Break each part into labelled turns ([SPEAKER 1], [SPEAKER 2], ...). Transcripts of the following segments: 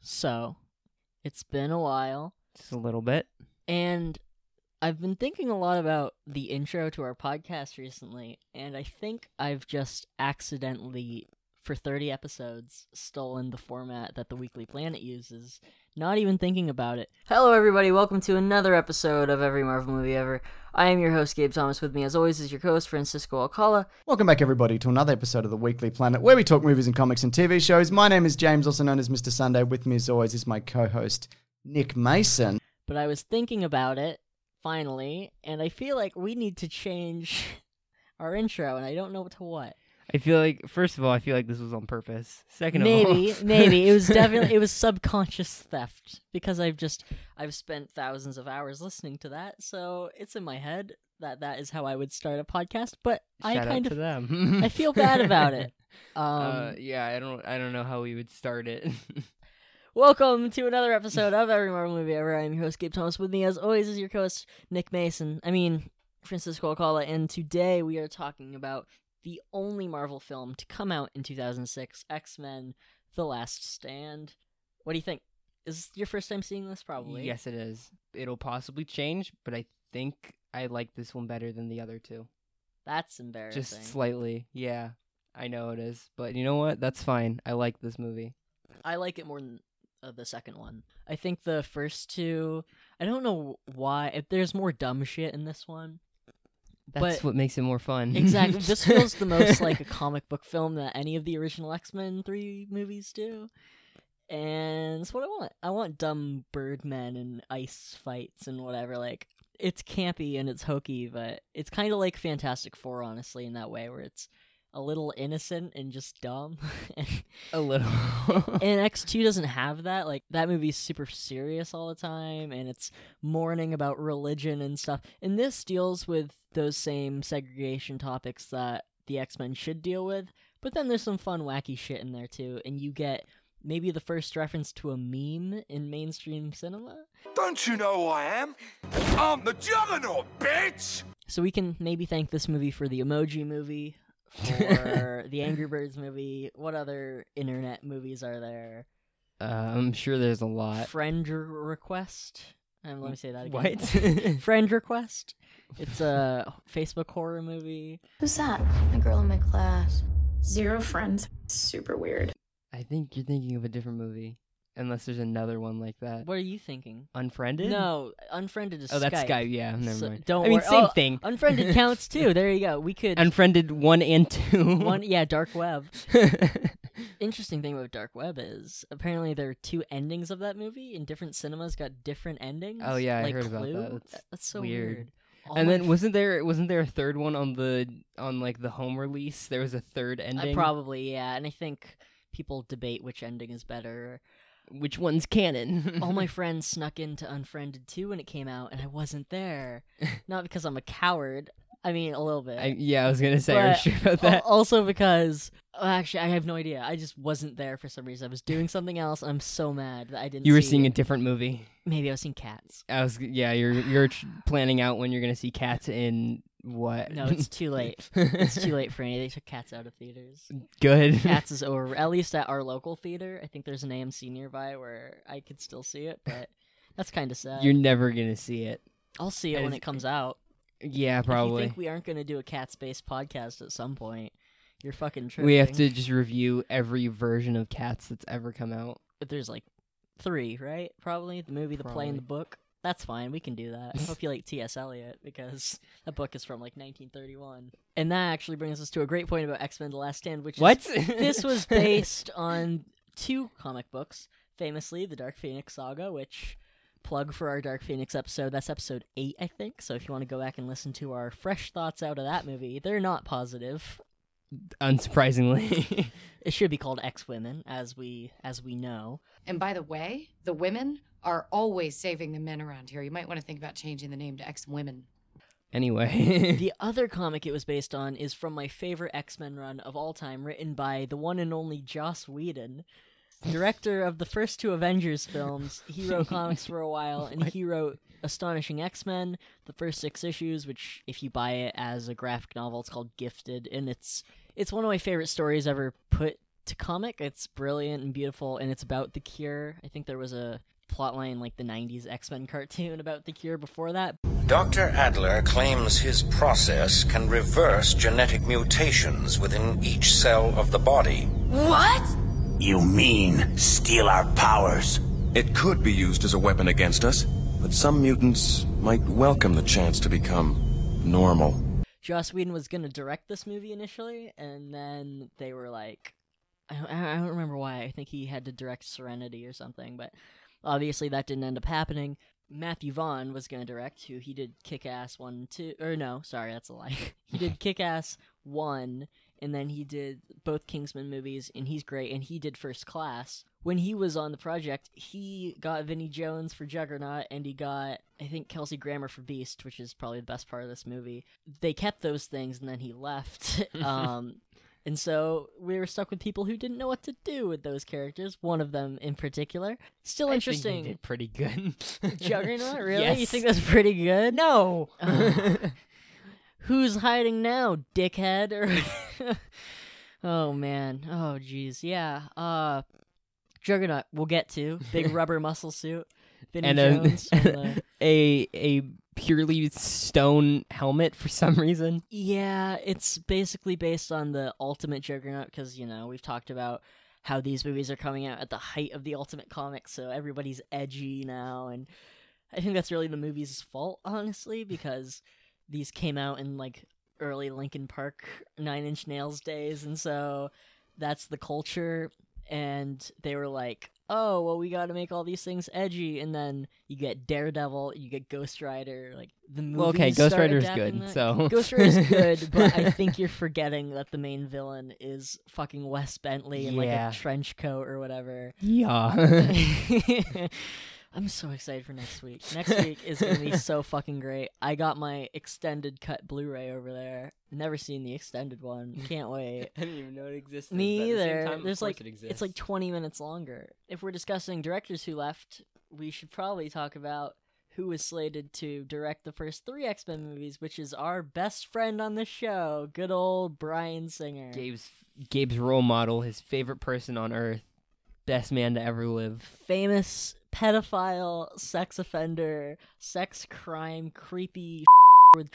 [SPEAKER 1] so. It's been a while.
[SPEAKER 2] Just a little bit.
[SPEAKER 1] And I've been thinking a lot about the intro to our podcast recently, and I think I've just accidentally, for 30 episodes, stolen the format that the Weekly Planet uses, not even thinking about it. Hello, everybody. Welcome to another episode of Every Marvel Movie Ever. I am your host, Gabe Thomas. With me, as always, is your co host, Francisco Alcala.
[SPEAKER 3] Welcome back, everybody, to another episode of the Weekly Planet, where we talk movies and comics and TV shows. My name is James, also known as Mr. Sunday. With me, as always, is my co host, Nick Mason.
[SPEAKER 1] But I was thinking about it, finally, and I feel like we need to change our intro, and I don't know to what.
[SPEAKER 2] I feel like, first of all, I feel like this was on purpose. Second
[SPEAKER 1] maybe
[SPEAKER 2] of all,
[SPEAKER 1] maybe it was definitely it was subconscious theft because i've just i've spent thousands of hours listening to that so it's in my head that that is how i would start a podcast but i
[SPEAKER 2] Shout out
[SPEAKER 1] kind
[SPEAKER 2] to
[SPEAKER 1] of
[SPEAKER 2] them.
[SPEAKER 1] i feel bad about it um
[SPEAKER 2] uh, yeah, I don't, I don't know how we would start it.
[SPEAKER 1] welcome to another episode of every marvel movie ever i'm your host gabe thomas with me as always is your co-host nick mason i mean francisco alcala and today we are talking about the only marvel film to come out in 2006 x-men the last stand what do you think is this your first time seeing this probably
[SPEAKER 2] Yes, it is. It'll possibly change, but I think I like this one better than the other two.
[SPEAKER 1] That's embarrassing.
[SPEAKER 2] Just slightly. Yeah, I know it is, but you know what? That's fine. I like this movie.
[SPEAKER 1] I like it more than uh, the second one. I think the first two. I don't know why. If there's more dumb shit in this one.
[SPEAKER 2] That's
[SPEAKER 1] But-
[SPEAKER 2] what makes it more fun.
[SPEAKER 1] Exactly. this feels the most like a comic book film that any of the original X Men three movies do. And that's what I want. I want dumb birdmen and ice fights and whatever. Like it's campy and it's hokey, but it's kind of like Fantastic Four, honestly, in that way, where it's a little innocent and just dumb. and
[SPEAKER 2] a little.
[SPEAKER 1] and X2 doesn't have that. Like that movie's super serious all the time and it's mourning about religion and stuff. And this deals with those same segregation topics that the X-Men should deal with, but then there's some fun wacky shit in there too and you get maybe the first reference to a meme in mainstream cinema.
[SPEAKER 4] Don't you know who I am? I'm the Juggernaut, bitch!
[SPEAKER 1] So we can maybe thank this movie for the Emoji movie. or the Angry Birds movie. What other internet movies are there?
[SPEAKER 2] Uh, I'm sure there's a lot.
[SPEAKER 1] Friend request. Um, let me say that again.
[SPEAKER 2] What?
[SPEAKER 1] Friend Request. It's a Facebook horror movie.
[SPEAKER 5] Who's that? The girl in my class.
[SPEAKER 6] Zero friends. Super weird.
[SPEAKER 2] I think you're thinking of a different movie, unless there's another one like that.
[SPEAKER 1] What are you thinking?
[SPEAKER 2] Unfriended?
[SPEAKER 1] No, Unfriended is
[SPEAKER 2] Oh,
[SPEAKER 1] Skype.
[SPEAKER 2] that's Skype. Yeah, never
[SPEAKER 1] So-
[SPEAKER 2] mind.
[SPEAKER 1] don't
[SPEAKER 2] I mean,
[SPEAKER 1] worry-
[SPEAKER 2] same
[SPEAKER 1] oh,
[SPEAKER 2] thing.
[SPEAKER 1] Unfriended counts too. There you go. We could
[SPEAKER 2] Unfriended one and two.
[SPEAKER 1] one yeah, Dark Web.
[SPEAKER 2] That's
[SPEAKER 1] Interesting thing about Dark Web is apparently there are two endings of that movie and different cinemas got different endings.
[SPEAKER 2] Oh, yeah, I
[SPEAKER 1] like
[SPEAKER 2] heard
[SPEAKER 1] Clue.
[SPEAKER 2] about that. That's
[SPEAKER 1] That- That's so
[SPEAKER 2] weird.
[SPEAKER 1] weird. All
[SPEAKER 2] and
[SPEAKER 1] my
[SPEAKER 2] then wasn't there wasn't there a third one on the on like the home release? There was a third ending.
[SPEAKER 1] I probably yeah, and I think people debate which ending is better.
[SPEAKER 2] Which one's canon?
[SPEAKER 1] all Oh my friends snuck into Unfriended 2 when it came out, and I wasn't there. Not because I'm a coward. I mean, a little bit.
[SPEAKER 2] I, yeah, I was gonna say. Are you
[SPEAKER 1] But-
[SPEAKER 2] sure about
[SPEAKER 1] Al-
[SPEAKER 2] that?
[SPEAKER 1] Also because, oh, actually, I have no idea. I just wasn't there for some reason. I was doing something else, and I'm so mad that I didn't.
[SPEAKER 2] you were
[SPEAKER 1] see-
[SPEAKER 2] seeing a different movie.
[SPEAKER 1] Maybe I was seeing Cats.
[SPEAKER 2] I was. Yeah, you're you're tr- planning out when you're gonna see cats in what?
[SPEAKER 1] No, it's too late. It's too late for any. They took Cats out of theaters.
[SPEAKER 2] Good.
[SPEAKER 1] Cats is over. At least at our local theater, I think there's an AMC nearby where I could still see it, but that's kind of sad.
[SPEAKER 2] You're never gonna see it.
[SPEAKER 1] I'll see it when
[SPEAKER 2] Is-
[SPEAKER 1] it comes out.
[SPEAKER 2] Yeah,
[SPEAKER 1] If you
[SPEAKER 2] probably.
[SPEAKER 1] think we aren't going to do a cat space podcast at some point, you're fucking tripping.
[SPEAKER 2] We have to just review every version of Cats that's ever come out.
[SPEAKER 1] But There's like three, right? Probably the movie, the play, and the book. That's fine. We can do that. I hope you like T.S. Eliot because that book is from like 1931. And that actually brings us to a great point about X Men: The Last Stand, which is
[SPEAKER 2] What?
[SPEAKER 1] this was based on two comic books, famously the Dark Phoenix Saga, which plug for our Dark Phoenix episode. That's episode eight, I think. So if you want to go back and listen to our fresh thoughts out of that movie, they're not positive.
[SPEAKER 2] unsurprisingly.
[SPEAKER 1] It should be called X Women, as we as we know.
[SPEAKER 7] And by the way, the women are always saving the men around here. You might want to think about changing the name to X Women.
[SPEAKER 2] anyway,
[SPEAKER 1] The other comic it was based on is from my favorite X Men run of all time, written by the one and only Joss Whedon, director of the first two Avengers films. He wrote comics for a while, and he wrote Astonishing X Men, the first six issues, which if you buy it as a graphic novel, it's called Gifted, and it's it's one of my favorite stories ever put to comic. It's brilliant and beautiful, and it's about the cure. I think there was a plotline like the 90s X Men cartoon about the cure before that.
[SPEAKER 8] Dr. Adler claims his process can reverse genetic mutations within each cell of the body.
[SPEAKER 9] What?
[SPEAKER 10] You mean steal our powers?
[SPEAKER 4] It could be used as a weapon against us, but some mutants might welcome the chance to become normal.
[SPEAKER 1] Joss Whedon was going to direct this movie initially, and then they were like, I don't, I don't remember why. I think he had to direct Serenity or something, but obviously that didn't end up happening. Matthew Vaughn was going to direct, who he did Kick Ass 1 and 2. Or no, sorry, that's a lie. he did Kick Ass 1, and then he did both Kingsman movies, and he's great, and he did First Class. When he was on the project, he got Vinnie Jones for Juggernaut, and he got, I think, Kelsey Grammer for Beast, which is probably the best part of this movie. They kept those things, and then he left. um, and so we were stuck with people who didn't know what to do with those characters, one of them in particular. Still
[SPEAKER 2] I think he
[SPEAKER 1] interesting.
[SPEAKER 2] did pretty good.
[SPEAKER 1] Juggernaut, really? You
[SPEAKER 2] Yes.
[SPEAKER 1] think that's pretty good?
[SPEAKER 2] No.
[SPEAKER 1] Ugh. Who's hiding now, dickhead? Or oh man, oh jeez, yeah. Uh, Juggernaut, we'll get to big rubber muscle suit, Vinny
[SPEAKER 2] and
[SPEAKER 1] Jones, and
[SPEAKER 2] a,
[SPEAKER 1] the-
[SPEAKER 2] a a purely stone helmet for some reason.
[SPEAKER 1] yeah, it's basically based on the Ultimate Juggernaut because you know we've talked about how these movies are coming out at the height of the Ultimate comics, so everybody's edgy now, and I think that's really the movie's fault, honestly, because these came out in like early Linkin Park Nine Inch Nails days, and so that's the culture. And they were like, "Oh, well, we got to make all these things edgy," and then you get Daredevil, you get Ghost Rider, like the movie.
[SPEAKER 2] Well, okay, Ghost Rider is good. So
[SPEAKER 1] Ghost Rider is good, but I think you're forgetting that the main villain is fucking Wes Bentley in
[SPEAKER 2] Yeah.
[SPEAKER 1] like a trench coat or whatever.
[SPEAKER 2] yeah.
[SPEAKER 1] I'm so excited for next week. Next week is gonna be so fucking great. I got my extended cut Blu-ray over there. Never seen the extended one. Can't wait.
[SPEAKER 2] didn't even know it existed.
[SPEAKER 1] Me either. There's like it's like 20 minutes longer. If we're discussing directors who left, we should probably talk about who was slated to direct the first three X Men movies, which is our best friend on the show, good old Brian Singer.
[SPEAKER 2] Gabe's Gabe's role model, his favorite person on earth, best man to ever live.
[SPEAKER 1] famous pedophile, sex offender, sex crime, creepy with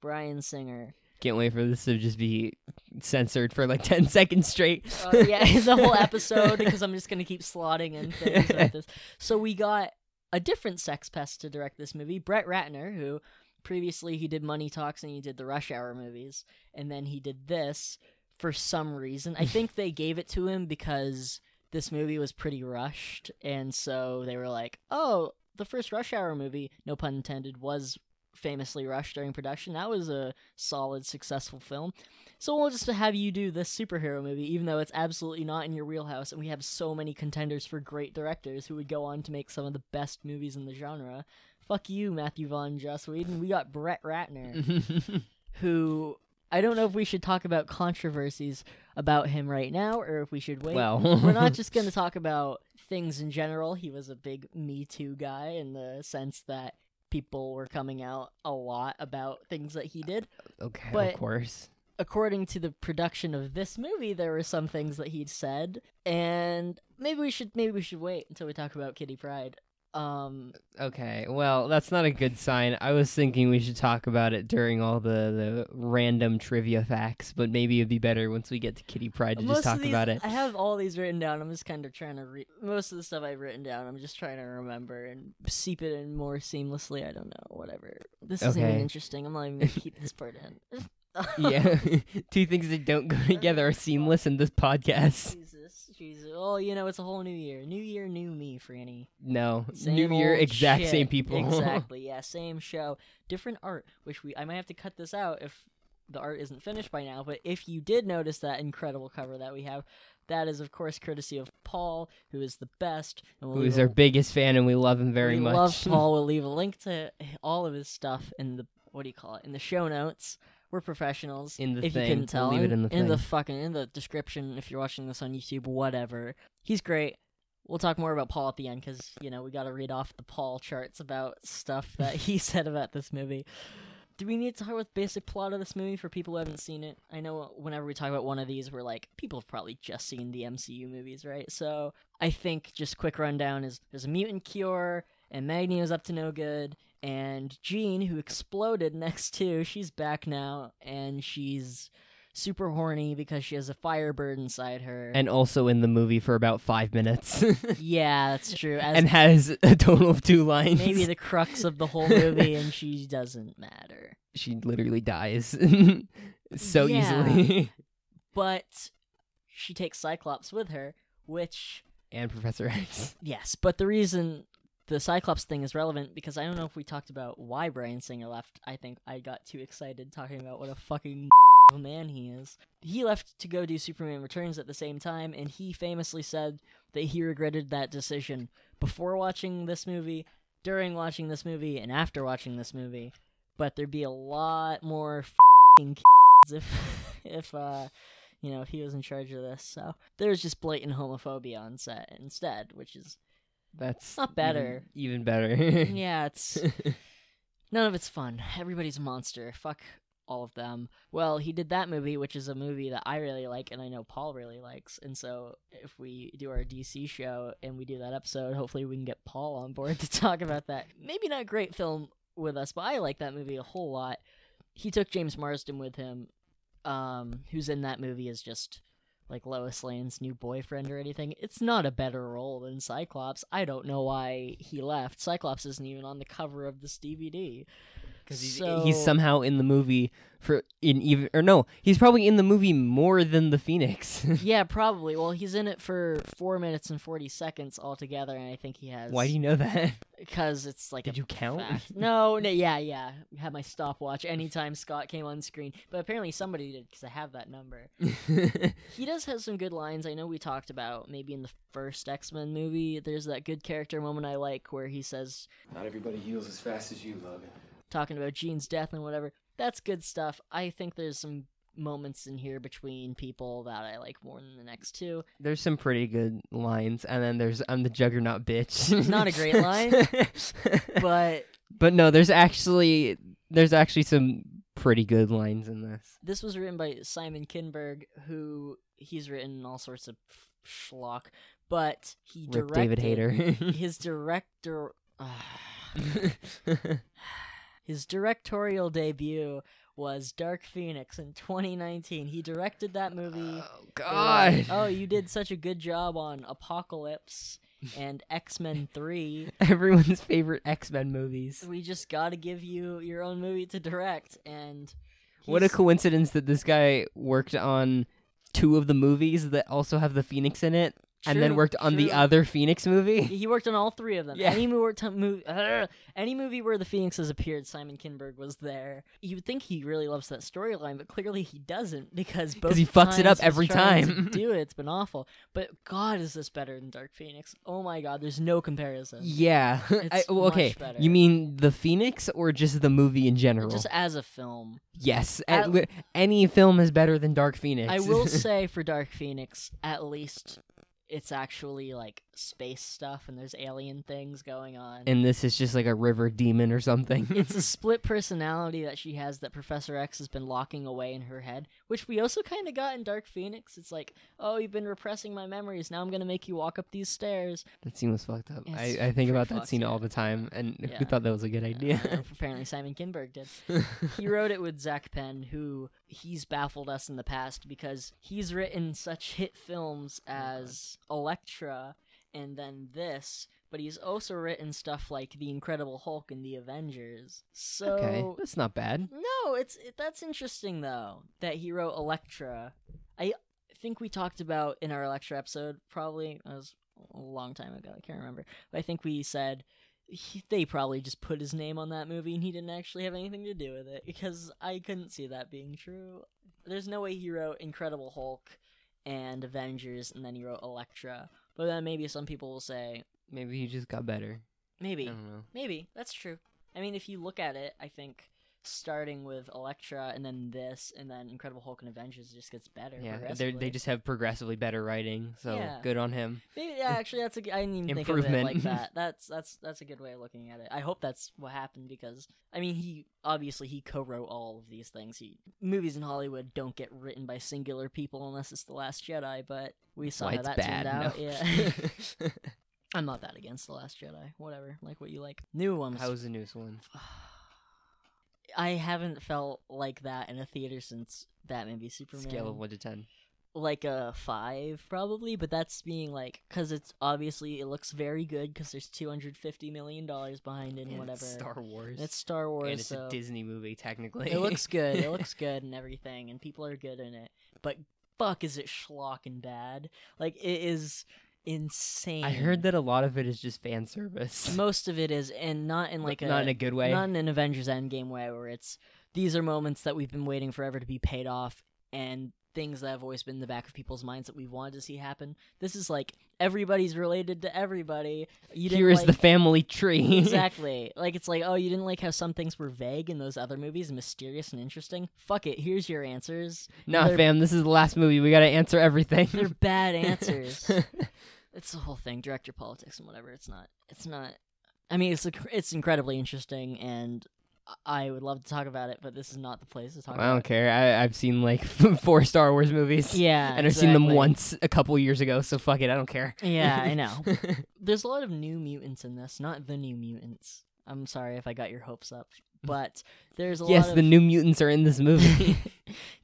[SPEAKER 1] Brian Singer.
[SPEAKER 2] Can't wait for this to just be censored for like ten seconds straight.
[SPEAKER 1] Oh yeah, the whole episode because I'm just gonna keep slotting in things like this. So we got a different sex pest to direct this movie, Brett Ratner, who previously he did Money Talks and he did the Rush Hour movies, and then he did this for some reason. I think they gave it to him because this movie was pretty rushed, and so they were like, "Oh, the first Rush Hour movie, no pun intended, was." famously rushed during production that was a solid successful film so we'll just have you do this superhero movie, even though it's absolutely not in your wheelhouse, and we have so many contenders for great directors who would go on to make some of the best movies in the genre. Fuck you, Matthew Vaughn, Joss Whedon. We got Brett Ratner, who I don't know if we should talk about controversies about him right now, or if we should wait.
[SPEAKER 2] Well.
[SPEAKER 1] we're not just going to talk about things in general. He was a big Me Too guy in the sense that people were coming out a lot about things that he did
[SPEAKER 2] okay,
[SPEAKER 1] But-
[SPEAKER 2] of course.
[SPEAKER 1] according to the production of this movie, there were some things that he'd said, and maybe we should maybe we should wait until we talk about Kitty Pride. Um,
[SPEAKER 2] Okay, well, that's not a good sign. I was thinking we should talk about it during all the, the random trivia facts, but maybe it'd be better once we get to Kitty Pride to
[SPEAKER 1] most
[SPEAKER 2] just
[SPEAKER 1] of
[SPEAKER 2] talk
[SPEAKER 1] these-
[SPEAKER 2] about it.
[SPEAKER 1] I have all these written down. I'm just kind of trying to read most of the stuff I've written down. I'm just trying to remember and seep it in more seamlessly. I don't know, whatever. This isn't even
[SPEAKER 2] Okay.
[SPEAKER 1] interesting. I'm not even gonna keep this part in.
[SPEAKER 2] yeah, two things that don't go together are seamless in this podcast.
[SPEAKER 1] Jesus, Jesus. Oh, you know, it's a whole new year. New year, new me, Franny.
[SPEAKER 2] No,
[SPEAKER 1] Same
[SPEAKER 2] New Year,
[SPEAKER 1] old
[SPEAKER 2] exact
[SPEAKER 1] shit.
[SPEAKER 2] same people.
[SPEAKER 1] exactly. Yeah, same show, different art. Which we I might have to cut this out if the art isn't finished by now. But if you did notice that incredible cover that we have, that is of course courtesy of Paul, who is the best. And we'll
[SPEAKER 2] Who
[SPEAKER 1] leave
[SPEAKER 2] is
[SPEAKER 1] a-
[SPEAKER 2] our biggest fan, and we love him very
[SPEAKER 1] we
[SPEAKER 2] much.
[SPEAKER 1] love Paul. We'll leave a link to all of his stuff in the what do you call it in the show notes. We're professionals.
[SPEAKER 2] In the
[SPEAKER 1] if you
[SPEAKER 2] thing.
[SPEAKER 1] couldn't
[SPEAKER 2] We'll
[SPEAKER 1] tell,
[SPEAKER 2] leave it in the
[SPEAKER 1] in the
[SPEAKER 2] thing.
[SPEAKER 1] fucking in the description. If you're watching this on YouTube, whatever. He's great. We'll talk more about Paul at the end because you know we got to read off the Paul charts about stuff that he said about this movie. Do we need to start with basic plot of this movie for people who haven't seen it? I know whenever we talk about one of these, we're like, people have probably just seen the MCU movies, right? So I think just quick rundown is there's a mutant cure, and Magneto's up to no good, and Jean, who exploded next to, she's back now, and she's super horny because she has a firebird inside her.
[SPEAKER 2] and also in the movie for about five minutes,
[SPEAKER 1] yeah, that's true. As
[SPEAKER 2] and has a total of two lines.
[SPEAKER 1] maybe the crux of the whole movie, and she doesn't matter.
[SPEAKER 2] she literally dies so
[SPEAKER 1] Yeah.
[SPEAKER 2] easily.
[SPEAKER 1] But she takes Cyclops with her, which
[SPEAKER 2] and Professor X.
[SPEAKER 1] yes, but the reason the Cyclops thing is relevant because I don't know if we talked about why Brian Singer left. I think I got too excited talking about what a fucking of a man he is. He left to go do Superman Returns at the same time, and he famously said that he regretted that decision before watching this movie, during watching this movie, and after watching this movie. But there'd be a lot more fucking kids if, if uh, you know, if he was in charge of this. So there's just blatant homophobia on set instead, which is
[SPEAKER 2] That's
[SPEAKER 1] Not better.
[SPEAKER 2] Even, even better.
[SPEAKER 1] yeah, it's none of it's fun. Everybody's a monster. Fuck all of them. Well, he did that movie, which is a movie that I really like and I know Paul really likes. And so if we do our DC show and we do that episode, hopefully we can get Paul on board to talk about that. Maybe not a great film with us, but I like that movie a whole lot. He took James Marsden with him, um, who's in that movie is just like Lois Lane's new boyfriend or anything. It's not a better role than Cyclops. I don't know why he left. Cyclops isn't even on the cover of this DVD.
[SPEAKER 2] Because he's,
[SPEAKER 1] So-
[SPEAKER 2] he's somehow in the movie for in even or no, he's probably in the movie more than the Phoenix.
[SPEAKER 1] yeah, probably. Well, he's in it for four minutes and forty seconds altogether, and I think he has.
[SPEAKER 2] Why do you know that?
[SPEAKER 1] Because it's like.
[SPEAKER 2] Did
[SPEAKER 1] a
[SPEAKER 2] you count?
[SPEAKER 1] fact. No, no, yeah, yeah. Had my stopwatch anytime Scott came on screen, but apparently somebody did because I have that number. He does have some good lines. I know we talked about maybe in the first X Men movie. There's that good character moment I like where he says,
[SPEAKER 9] Not everybody heals as fast as you, Logan.
[SPEAKER 1] talking about Jean's death and whatever. That's good stuff. I think there's some moments in here between people that I like more than the next two.
[SPEAKER 2] there's some pretty good lines, and then there's I'm the Juggernaut bitch.
[SPEAKER 1] Not a great line. But
[SPEAKER 2] but no, there's actually there's actually some pretty good lines in this.
[SPEAKER 1] this was written by Simon Kinberg, who he's written all sorts of schlock, but he
[SPEAKER 2] Rip
[SPEAKER 1] directed
[SPEAKER 2] David Hayter.
[SPEAKER 1] his director. his directorial debut was Dark Phoenix in 2019. He directed that movie. They
[SPEAKER 2] Uh,
[SPEAKER 1] were like, oh, you did such a good job on Apocalypse and X Men 3.
[SPEAKER 2] Everyone's favorite X Men movies.
[SPEAKER 1] We just got to give you your own movie to direct. And
[SPEAKER 2] What a
[SPEAKER 1] he's-
[SPEAKER 2] coincidence that this guy worked on two of the movies that also have the Phoenix in it, and then
[SPEAKER 1] True,
[SPEAKER 2] worked on the
[SPEAKER 1] true.
[SPEAKER 2] other Phoenix movie.
[SPEAKER 1] He worked on all three of them.
[SPEAKER 2] Yeah.
[SPEAKER 1] Any movie, movie, uh, any movie where the Phoenix has appeared, Simon Kinberg was there. You would think he really loves that storyline, but clearly he doesn't because both
[SPEAKER 2] he fucks it
[SPEAKER 1] times
[SPEAKER 2] up
[SPEAKER 1] he's
[SPEAKER 2] every
[SPEAKER 1] trying
[SPEAKER 2] time.
[SPEAKER 1] To do it, it's been awful. But God, is this better than Dark Phoenix? Oh my God, there's no comparison.
[SPEAKER 2] Yeah. I,
[SPEAKER 1] It's
[SPEAKER 2] well, okay.
[SPEAKER 1] much better.
[SPEAKER 2] You mean the Phoenix or just the movie in general?
[SPEAKER 1] Just as a film,
[SPEAKER 2] yes.
[SPEAKER 1] at-
[SPEAKER 2] at li- any film is better than Dark Phoenix.
[SPEAKER 1] I will say for Dark Phoenix, at least it's actually like space stuff and there's alien things going on.
[SPEAKER 2] and this is just like a river demon or something.
[SPEAKER 1] it's a split personality that she has that Professor X has been locking away in her head, which we also kind of got in Dark Phoenix. It's like, oh, you've been repressing my memories. Now I'm going to make you walk up these stairs.
[SPEAKER 2] that scene was fucked up. I,
[SPEAKER 1] It's
[SPEAKER 2] I think
[SPEAKER 1] pretty
[SPEAKER 2] about that
[SPEAKER 1] fucked,
[SPEAKER 2] scene
[SPEAKER 1] yeah.
[SPEAKER 2] all the time, and
[SPEAKER 1] Yeah.
[SPEAKER 2] who thought that was a good idea?
[SPEAKER 1] Uh, apparently, Simon Kinberg did. he wrote it with Zach Penn, who he's baffled us in the past because he's written such hit films as Elektra and then this, but he's also written stuff like The Incredible Hulk and The Avengers. So
[SPEAKER 2] okay, that's not bad.
[SPEAKER 1] no, it's it, that's interesting though that he wrote Elektra. I think we talked about in our Elektra episode probably it was a long time ago. I can't remember. But I think we said he, they probably just put his name on that movie and he didn't actually have anything to do with it because I couldn't see that being true. There's no way he wrote Incredible Hulk and Avengers and then he wrote Elektra. But then maybe some people will say
[SPEAKER 2] Maybe he just got better. I
[SPEAKER 1] maybe
[SPEAKER 2] don't know.
[SPEAKER 1] Maybe that's true. I mean, if you look at it, I think starting with Elektra and then this and then Incredible Hulk and Avengers just gets better.
[SPEAKER 2] Yeah, they
[SPEAKER 1] progressively.
[SPEAKER 2] they just have progressively better writing, so
[SPEAKER 1] Yeah.
[SPEAKER 2] good on him.
[SPEAKER 1] Maybe, yeah, actually, that's a. g- I didn't even think of it
[SPEAKER 2] Improvement.
[SPEAKER 1] like that. That's that's that's a good way of looking at it. I hope that's what happened because I mean, he obviously he co-wrote all of these things. He movies in Hollywood don't get written by singular people unless it's the Last Jedi. But we saw
[SPEAKER 2] Why
[SPEAKER 1] how
[SPEAKER 2] it's
[SPEAKER 1] that
[SPEAKER 2] bad.
[SPEAKER 1] turned out.
[SPEAKER 2] no.
[SPEAKER 1] Yeah, I'm not that against the Last Jedi. Whatever, like what you like. New ones.
[SPEAKER 2] How was the newest one?
[SPEAKER 1] I haven't felt like that in a theater since Batman v Superman.
[SPEAKER 2] Scale of one to ten.
[SPEAKER 1] like a five probably but that's being like because it's obviously it looks very good because there's 250 million dollars behind it and
[SPEAKER 2] And
[SPEAKER 1] whatever
[SPEAKER 2] It's Star Wars.
[SPEAKER 1] it's star wars
[SPEAKER 2] and it's
[SPEAKER 1] so
[SPEAKER 2] a Disney movie technically.
[SPEAKER 1] it looks good it looks good and everything and people are good in it but fuck is it schlock and bad like it is insane
[SPEAKER 2] I heard that a lot of it is just fan service.
[SPEAKER 1] most of it is and not in like uh, a
[SPEAKER 2] not in a good way.
[SPEAKER 1] not in an avengers endgame way where it's these are moments that we've been waiting forever to be paid off and things that have always been in the back of people's minds that we've wanted to see happen this is like everybody's related to everybody you didn't
[SPEAKER 2] Here is the
[SPEAKER 1] like-
[SPEAKER 2] family tree.
[SPEAKER 1] exactly like it's like oh you didn't like how some things were vague in those other movies mysterious and interesting fuck it here's your answers
[SPEAKER 2] nah,
[SPEAKER 1] They're-
[SPEAKER 2] fam, this is the last movie. We gotta answer everything.
[SPEAKER 1] they're bad answers it's the whole thing director politics and whatever it's not it's not i mean it's it's incredibly interesting and i would love to talk about it but this is not the place to talk
[SPEAKER 2] I
[SPEAKER 1] about
[SPEAKER 2] don't care. I, I've seen like four Star Wars movies.
[SPEAKER 1] it yeah
[SPEAKER 2] and I've seen them
[SPEAKER 1] exactly.
[SPEAKER 2] once a couple years ago, so fuck it, I don't care.
[SPEAKER 1] yeah i know there's a lot of new mutants in this not the new mutants i'm sorry if i got your hopes up but there's a
[SPEAKER 2] yes,
[SPEAKER 1] lot
[SPEAKER 2] the
[SPEAKER 1] of
[SPEAKER 2] New Mutants are in this movie.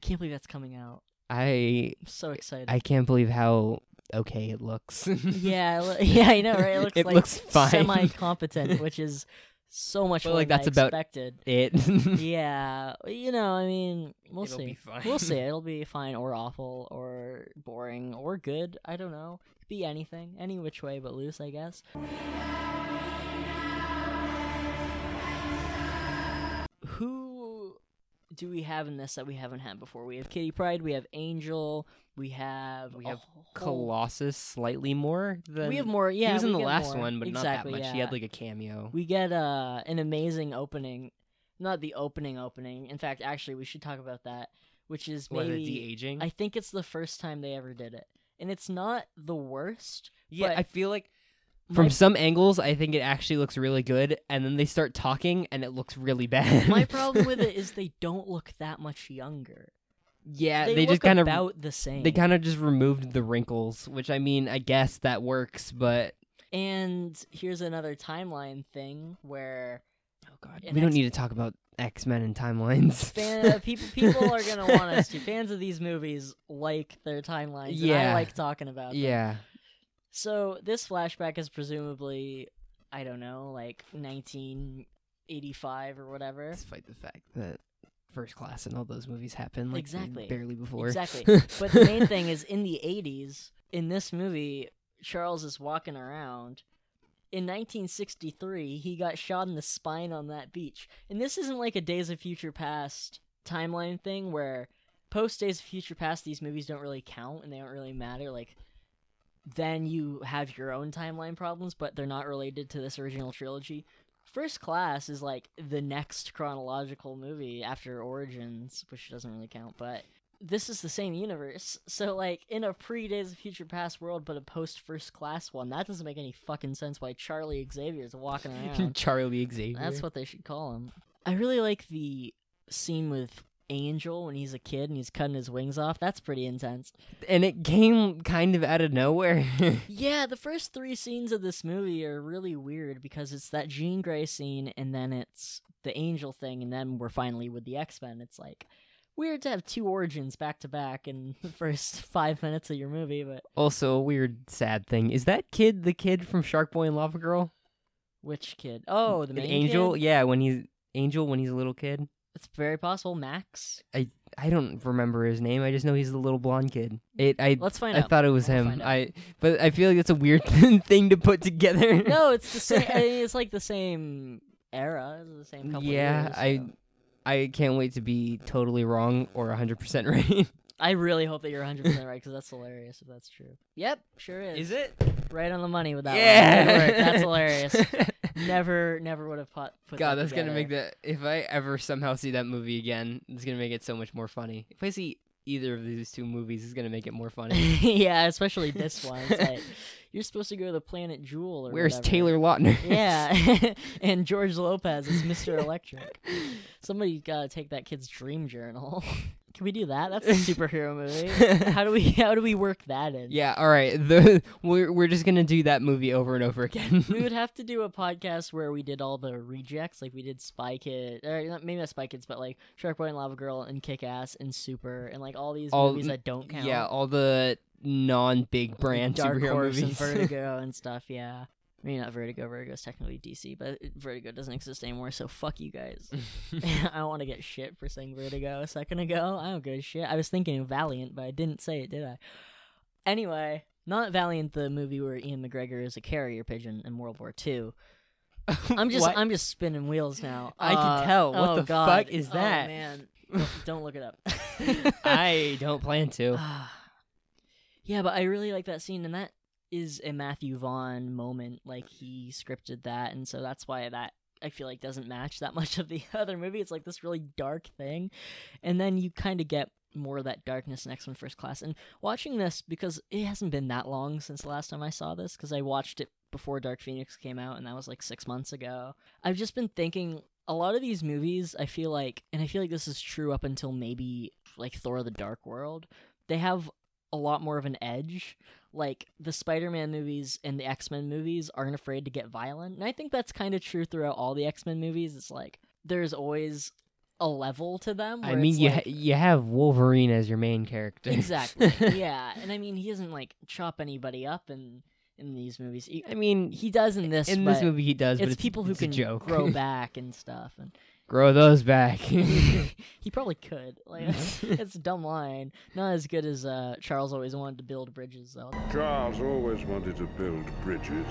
[SPEAKER 1] can't believe that's coming out
[SPEAKER 2] I
[SPEAKER 1] i'm so excited
[SPEAKER 2] I can't believe how okay it looks.
[SPEAKER 1] yeah it loo- yeah i know right it looks
[SPEAKER 2] It
[SPEAKER 1] like
[SPEAKER 2] looks fine.
[SPEAKER 1] semi-competent which is so much
[SPEAKER 2] But,
[SPEAKER 1] more
[SPEAKER 2] like,
[SPEAKER 1] than I
[SPEAKER 2] that's about
[SPEAKER 1] expected
[SPEAKER 2] it.
[SPEAKER 1] yeah, you know, I mean, we'll
[SPEAKER 2] It'll
[SPEAKER 1] see.
[SPEAKER 2] be fine.
[SPEAKER 1] We'll see. It'll be fine or awful or boring or good. I don't know. Could be anything, any which way but loose, I guess. Who do we have in this that we haven't had before? We have Kitty Pride. We have Angel. We have
[SPEAKER 2] We
[SPEAKER 1] a
[SPEAKER 2] have
[SPEAKER 1] whole-
[SPEAKER 2] Colossus slightly more than
[SPEAKER 1] We have more. Yeah,
[SPEAKER 2] he was in
[SPEAKER 1] we
[SPEAKER 2] the
[SPEAKER 1] get
[SPEAKER 2] last
[SPEAKER 1] more.
[SPEAKER 2] one, but
[SPEAKER 1] exactly,
[SPEAKER 2] not that much.
[SPEAKER 1] Yeah.
[SPEAKER 2] He had like a cameo.
[SPEAKER 1] We get uh, an amazing opening. Not the opening opening. In fact, actually, we should talk about that, which is
[SPEAKER 2] What, the
[SPEAKER 1] maybe
[SPEAKER 2] de-aging?
[SPEAKER 1] I think it's the first time they ever did it, and it's not the worst.
[SPEAKER 2] yeah,
[SPEAKER 1] but
[SPEAKER 2] I feel like
[SPEAKER 1] my-
[SPEAKER 2] from some angles, I think it actually looks really good, and then they start talking, and it looks really bad.
[SPEAKER 1] my problem with it is they don't look that much younger.
[SPEAKER 2] yeah,
[SPEAKER 1] they,
[SPEAKER 2] they, just
[SPEAKER 1] look
[SPEAKER 2] kind of
[SPEAKER 1] about the same.
[SPEAKER 2] They kind of just removed the wrinkles, which I mean, I guess that works, but
[SPEAKER 1] and here's another timeline thing where
[SPEAKER 2] oh god,
[SPEAKER 1] And
[SPEAKER 2] we don't
[SPEAKER 1] that's-
[SPEAKER 2] need to talk about X Men and timelines.
[SPEAKER 1] fan, people people are gonna want us to. Fans of these movies like their timelines. and I
[SPEAKER 2] Yeah.
[SPEAKER 1] like talking about. them.
[SPEAKER 2] yeah,
[SPEAKER 1] So this flashback is presumably, I don't know, like 1985 or whatever.
[SPEAKER 2] despite the fact that First Class and all those movies happened like
[SPEAKER 1] Exactly.
[SPEAKER 2] barely before.
[SPEAKER 1] Exactly. But the main thing is in the 80s, in this movie, Charles is walking around. In 1963, he got shot in the spine on that beach. And this isn't like a Days of Future Past timeline thing where post Days of Future Past, these movies don't really count and they don't really matter. Like, then you have your own timeline problems, but they're not related to this original trilogy. First Class is like the next chronological movie after Origins, which doesn't really count, but this is the same universe. So like in a pre Days of Future Past world, but a post First Class one, that doesn't make any fucking sense. Why Charlie Xavier is walking around?
[SPEAKER 2] Charlie Xavier.
[SPEAKER 1] That's what they should call him. I really like the scene with Angel when he's a kid and he's cutting his wings off. That's pretty intense.
[SPEAKER 2] and it came kind of out of nowhere.
[SPEAKER 1] Yeah, the first three scenes of this movie are really weird because it's that Jean Grey scene and then it's the Angel thing and then we're finally with the X Men. It's like weird to have two origins back to back in the first five minutes of your movie, but
[SPEAKER 2] also, a weird, sad thing is that kid the kid from Shark Boy and Lava Girl.
[SPEAKER 1] which kid? Oh, the
[SPEAKER 2] An
[SPEAKER 1] main
[SPEAKER 2] Angel.
[SPEAKER 1] kid?
[SPEAKER 2] Yeah, when he's Angel when he's a little kid.
[SPEAKER 1] It's very possible Max.
[SPEAKER 2] I don't remember his name. I just know he's the little blonde kid. It. I.
[SPEAKER 1] Let's find
[SPEAKER 2] Mm. I
[SPEAKER 1] out.
[SPEAKER 2] thought it was
[SPEAKER 1] We'll
[SPEAKER 2] him.
[SPEAKER 1] find out.
[SPEAKER 2] I. But I feel like it's a weird thing to put together.
[SPEAKER 1] No, it's the same. I mean, it's like the same era, the same couple.
[SPEAKER 2] yeah.
[SPEAKER 1] years,
[SPEAKER 2] I.
[SPEAKER 1] so.
[SPEAKER 2] I can't wait to be totally wrong or 100% right.
[SPEAKER 1] I really hope that you're 100 percent right because that's hilarious if that's true. Yep, sure is.
[SPEAKER 2] Is it?
[SPEAKER 1] right on the money with that? one.
[SPEAKER 2] Yeah.
[SPEAKER 1] Good work. that's hilarious. never, never would have put. put
[SPEAKER 2] God,
[SPEAKER 1] that
[SPEAKER 2] that's gonna
[SPEAKER 1] together.
[SPEAKER 2] make that. If I ever somehow see that movie again, it's gonna make it so much more funny. If I see either of these two movies, it's gonna make it more funny.
[SPEAKER 1] yeah, especially this one. It's like you're supposed to go to the planet Jewel or
[SPEAKER 2] Where's
[SPEAKER 1] whatever.
[SPEAKER 2] Taylor Lautner?
[SPEAKER 1] Yeah, and George Lopez is Mr. Electric. Somebody gotta take that kid's dream journal. Can we do that? That's a superhero movie. How do we how do we work that in?
[SPEAKER 2] Yeah, all right. The we're we're just gonna do that movie over and over again.
[SPEAKER 1] We would have to do a podcast where we did all the rejects, like we did Spy Kid, or not- maybe not Spy Kids, but like Shark Boy and Lava Girl and Kick Ass and Super and like all these
[SPEAKER 2] All-
[SPEAKER 1] movies that don't count.
[SPEAKER 2] yeah, all the non-big brand
[SPEAKER 1] Dark
[SPEAKER 2] superhero
[SPEAKER 1] Horse
[SPEAKER 2] movies.
[SPEAKER 1] and Vertigo and stuff. Yeah, I mean not Vertigo. Vertigo's technically DC, but Vertigo doesn't exist anymore. So fuck you guys. I want to get shit for saying Vertigo a second ago. I don't give a shit. I was thinking of Valiant, but I didn't say it, did I? Anyway, not Valiant, the movie where Ian McGregor is a carrier pigeon in World War II. I'm just
[SPEAKER 2] What?
[SPEAKER 1] I'm just spinning wheels now.
[SPEAKER 2] I can
[SPEAKER 1] Uh,
[SPEAKER 2] tell. What
[SPEAKER 1] oh,
[SPEAKER 2] the
[SPEAKER 1] God.
[SPEAKER 2] fuck is
[SPEAKER 1] Oh,
[SPEAKER 2] that?
[SPEAKER 1] man, Don't- don't look it up.
[SPEAKER 2] I don't plan
[SPEAKER 1] Uh,
[SPEAKER 2] to.
[SPEAKER 1] Yeah, but I really like that scene, and that is a Matthew Vaughn moment. Like he scripted that, and so that's why that I feel like doesn't match that much of the other movie. It's like this really dark thing, and then you kind of get more of that darkness in X Men First Class. And watching this because it hasn't been that long since the last time I saw this, because I watched it before Dark Phoenix came out, and that was like six months ago. I've just been thinking a lot of these movies. I feel like, and I feel like this is true up until maybe like Thor: The Dark World. They have a lot more of an edge. Like the Spider-Man movies and the X-Men movies aren't afraid to get violent. And I think that's kind of true throughout all the X-Men movies. It's like there's always a level to them.
[SPEAKER 2] I
[SPEAKER 1] where
[SPEAKER 2] mean,
[SPEAKER 1] it's
[SPEAKER 2] you
[SPEAKER 1] like-
[SPEAKER 2] ha- you have Wolverine as your main character.
[SPEAKER 1] exactly. yeah, and I mean he doesn't like chop anybody up in in these movies. He,
[SPEAKER 2] I mean,
[SPEAKER 1] he does in this.
[SPEAKER 2] in this
[SPEAKER 1] but
[SPEAKER 2] movie he does,
[SPEAKER 1] it's,
[SPEAKER 2] but it's
[SPEAKER 1] people who
[SPEAKER 2] it's
[SPEAKER 1] can
[SPEAKER 2] a joke.
[SPEAKER 1] grow back and stuff. And
[SPEAKER 2] grow those back.
[SPEAKER 1] he probably could. Like
[SPEAKER 2] Mm-hmm.
[SPEAKER 1] that's, that's a dumb line. Not as good as uh, Charles always wanted to build bridges though.
[SPEAKER 9] Charles always wanted to build bridges.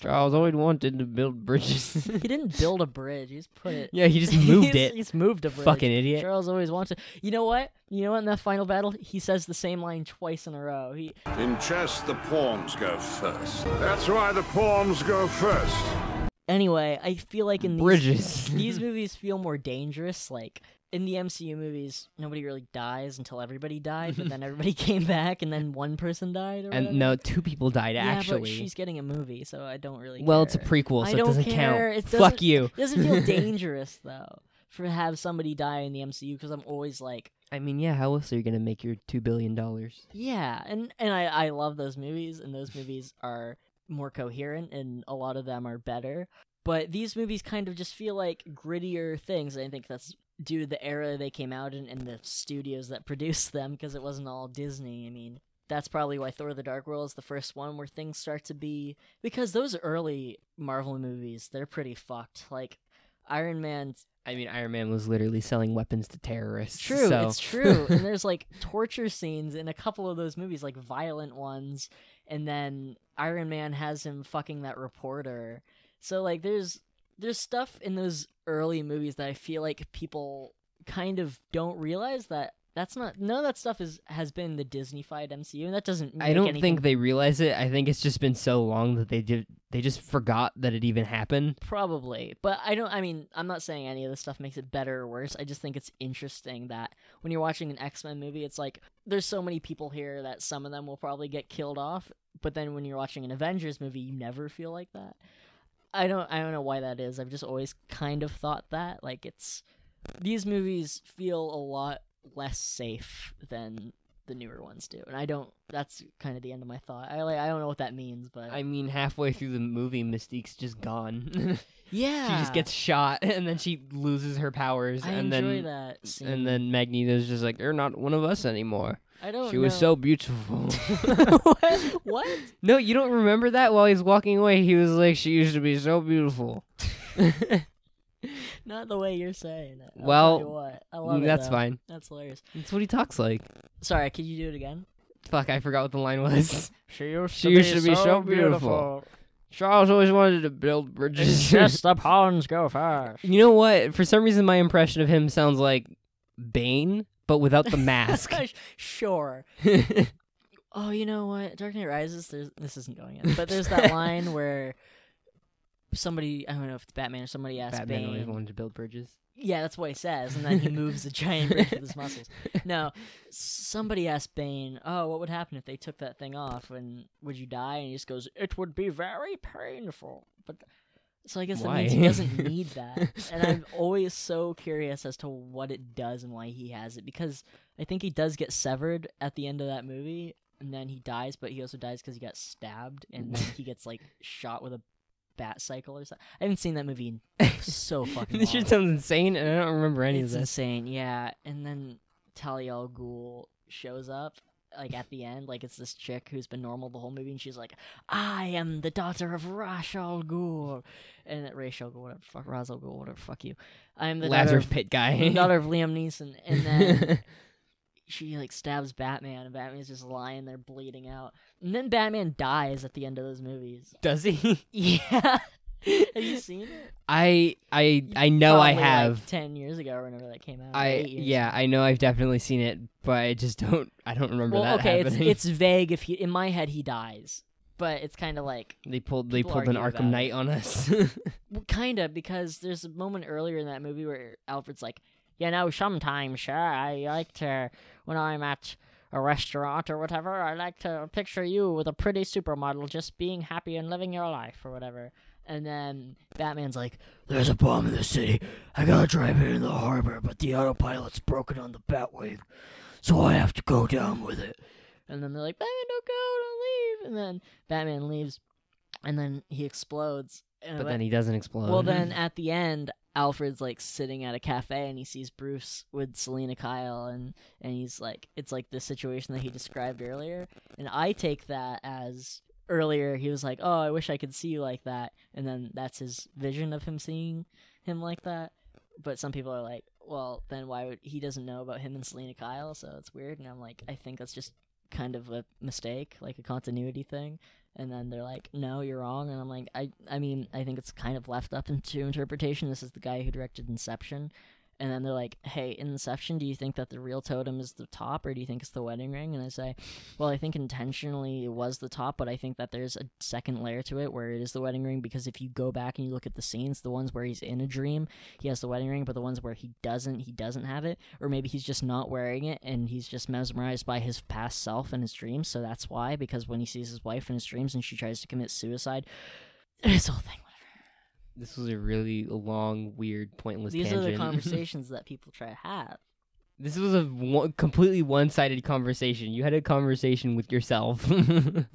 [SPEAKER 2] Charles always wanted to build bridges.
[SPEAKER 1] He didn't build a bridge. He's put it.
[SPEAKER 2] yeah, he just moved
[SPEAKER 1] he's,
[SPEAKER 2] it.
[SPEAKER 1] He's moved a bridge.
[SPEAKER 2] Fucking idiot.
[SPEAKER 1] Charles always wants to. You know what? You know what? In that final battle, he says the same line twice in a row. He
[SPEAKER 4] In chess, the pawns go first.
[SPEAKER 9] That's why the pawns go first.
[SPEAKER 1] anyway. I feel like in these,
[SPEAKER 2] Bridges.
[SPEAKER 1] these movies feel more dangerous. Like in the MCU movies, nobody really dies until everybody died, but then everybody came back, and then one person died. Or
[SPEAKER 2] and
[SPEAKER 1] whatever.
[SPEAKER 2] no, two people died
[SPEAKER 1] Yeah, but
[SPEAKER 2] actually.
[SPEAKER 1] she's getting a movie, so I don't really.
[SPEAKER 2] well, it's a
[SPEAKER 1] care.
[SPEAKER 2] prequel,
[SPEAKER 1] I
[SPEAKER 2] so it
[SPEAKER 1] don't
[SPEAKER 2] doesn't
[SPEAKER 1] care.
[SPEAKER 2] count.
[SPEAKER 1] It
[SPEAKER 2] Fuck
[SPEAKER 1] doesn't-
[SPEAKER 2] you.
[SPEAKER 1] It doesn't feel dangerous though for have somebody die in the MCU because I'm always like,
[SPEAKER 2] I mean, yeah. How else are you gonna make your two billion dollars?
[SPEAKER 1] yeah, and and I I love those movies, and those movies are more coherent, and a lot of them are better. But these movies kind of just feel like grittier things, and I think that's due to the era they came out in and the studios that produced them, because it wasn't all Disney. I mean, that's probably why Thor: The Dark World is the first one where things start to be because those early Marvel movies they're pretty fucked. Like Iron Man
[SPEAKER 2] I mean, Iron Man was literally selling weapons to terrorists.
[SPEAKER 1] True,
[SPEAKER 2] so-
[SPEAKER 1] it's true. and there's like torture scenes in a couple of those movies, like violent ones, and then Iron Man has him fucking that reporter. So like there's there's stuff in those early movies that I feel like people kind of don't realize that that's not none of that stuff is has been the Disney-fied MCU, and that doesn't.
[SPEAKER 2] I
[SPEAKER 1] make
[SPEAKER 2] don't
[SPEAKER 1] anything
[SPEAKER 2] think they realize it. I think it's just been so long that they did. They just forgot that it even happened.
[SPEAKER 1] Probably, but I don't. I mean, I'm not saying any of this stuff makes it better or worse. I just think it's interesting that when you're watching an X Men movie, it's like there's so many people here that some of them will probably get killed off. But then when you're watching an Avengers movie, you never feel like that. I don't. I don't know why that is. I've just always kind of thought that. Like it's these movies feel a lot less safe than the newer ones do, and I don't. That's kind of the end of my thought. I like. I don't know what that means, but
[SPEAKER 2] I mean, halfway through the movie, Mystique's just gone.
[SPEAKER 1] yeah,
[SPEAKER 2] she just gets shot, and then she loses her powers,
[SPEAKER 1] I
[SPEAKER 2] and
[SPEAKER 1] enjoy
[SPEAKER 2] then
[SPEAKER 1] that scene.
[SPEAKER 2] and then Magneto's just like, "You're not one of us anymore."
[SPEAKER 1] I don't.
[SPEAKER 2] She was
[SPEAKER 1] know.
[SPEAKER 2] so beautiful.
[SPEAKER 1] what? what?
[SPEAKER 2] no, you don't remember that? While he's walking away, he was like, "She used to be so beautiful."
[SPEAKER 1] Not the way you're saying it. I'll tell
[SPEAKER 2] Well,
[SPEAKER 1] you what. I love it.
[SPEAKER 2] that's
[SPEAKER 1] though.
[SPEAKER 2] fine.
[SPEAKER 1] That's hilarious.
[SPEAKER 2] That's what he talks like.
[SPEAKER 1] Sorry, could you do it again?
[SPEAKER 2] Fuck, I forgot what the line was.
[SPEAKER 1] She used
[SPEAKER 2] She used to be so beautiful. Charles always wanted to build bridges.
[SPEAKER 1] the pawns go first.
[SPEAKER 2] You know what? For some reason, my impression of him sounds like Bane, but without the mask.
[SPEAKER 1] sure. oh, you know what? Dark Knight Rises. There's this isn't going in, but there's that line where somebody I don't know if it's Batman or somebody asked
[SPEAKER 2] Batman always
[SPEAKER 1] Bane.
[SPEAKER 2] wanted to build bridges.
[SPEAKER 1] Yeah, that's what he says, and then he moves a giant brick with his muscles. No, somebody asked Bane, "Oh, what would happen if they took that thing off? And would you die?" And he just goes, "It would be very painful." But th- so I guess that means he
[SPEAKER 2] Why?
[SPEAKER 1] doesn't need that. and I'm always so curious as to what it does and why he has it because I think he does get severed at the end of that movie, and then he dies. But he also dies because he got stabbed, and then he gets like shot with a bat cycle or something. I haven't seen that movie in so fucking.
[SPEAKER 2] this
[SPEAKER 1] long
[SPEAKER 2] shit sounds insane, and I don't remember any
[SPEAKER 1] it's
[SPEAKER 2] of this.
[SPEAKER 1] insane, yeah. And then Talia al Ghul shows up, like at the end, like it's this chick who's been normal the whole movie, and she's like, "I am the daughter of Ra's al Ghul," and that Ra's al Ghul, whatever, fuck Ra's al Ghul, whatever, fuck you. I am the daughter
[SPEAKER 2] Lazarus
[SPEAKER 1] of,
[SPEAKER 2] Pit guy.
[SPEAKER 1] daughter of Liam Neeson, and then. She like stabs Batman, and Batman's just lying there bleeding out. And then Batman dies at the end of those movies.
[SPEAKER 2] Does he?
[SPEAKER 1] Yeah, have you seen it?
[SPEAKER 2] I I I know I
[SPEAKER 1] Probably, like,
[SPEAKER 2] have.
[SPEAKER 1] ten years ago or whenever that came out.
[SPEAKER 2] I
[SPEAKER 1] eight years
[SPEAKER 2] yeah, I know I've definitely seen it, but I just don't I don't remember
[SPEAKER 1] well,
[SPEAKER 2] that
[SPEAKER 1] okay, it's,
[SPEAKER 2] happening.
[SPEAKER 1] it's vague. If he, in my head, he dies, but it's kind of like
[SPEAKER 2] they pulled they
[SPEAKER 1] people
[SPEAKER 2] pulled an
[SPEAKER 1] argue
[SPEAKER 2] Arkham
[SPEAKER 1] about
[SPEAKER 2] Knight on us.
[SPEAKER 1] kind of because there's a moment earlier in that movie where Alfred's like, you know, sometimes sure, I like to when I'm at a restaurant or whatever, I like to picture you with a pretty supermodel just being happy and living your life or whatever. And then Batman's like, "There's a bomb in the city. I gotta drive it in the harbor, but the autopilot's broken on the Batwave, so I have to go down with it." And then they're like, "Batman, don't go, don't leave." And then Batman leaves, and then he explodes. And
[SPEAKER 2] but
[SPEAKER 1] then
[SPEAKER 2] then he doesn't explode.
[SPEAKER 1] well, then at the end, Alfred's like sitting at a cafe and he sees Bruce with Selena Kyle, and and he's like, it's like the situation that he described earlier, and I take that as earlier he was like, oh, I wish I could see you like that, and then that's his vision of him seeing him like that. But some people are like, well, then why would he doesn't know about him and Selena Kyle? So it's weird, and I'm like, I think that's just kind of a mistake, like a continuity thing and then they're like no you're wrong and i'm like i i mean i think it's kind of left up into interpretation this is the guy who directed inception and then they're like hey in inception do you think that the real totem is the top or do you think it's the wedding ring and i say well i think intentionally it was the top but i think that there's a second layer to it where it is the wedding ring because if you go back and you look at the scenes the ones where he's in a dream he has the wedding ring but the ones where he doesn't he doesn't have it or maybe he's just not wearing it and he's just mesmerized by his past self and his dreams so that's why because when he sees his wife in his dreams and she tries to commit suicide it's all thing
[SPEAKER 2] this was a really long, weird, pointless
[SPEAKER 1] these
[SPEAKER 2] tangent.
[SPEAKER 1] are the conversations that people try to have
[SPEAKER 2] this was a one, completely one-sided conversation. You had a conversation with yourself.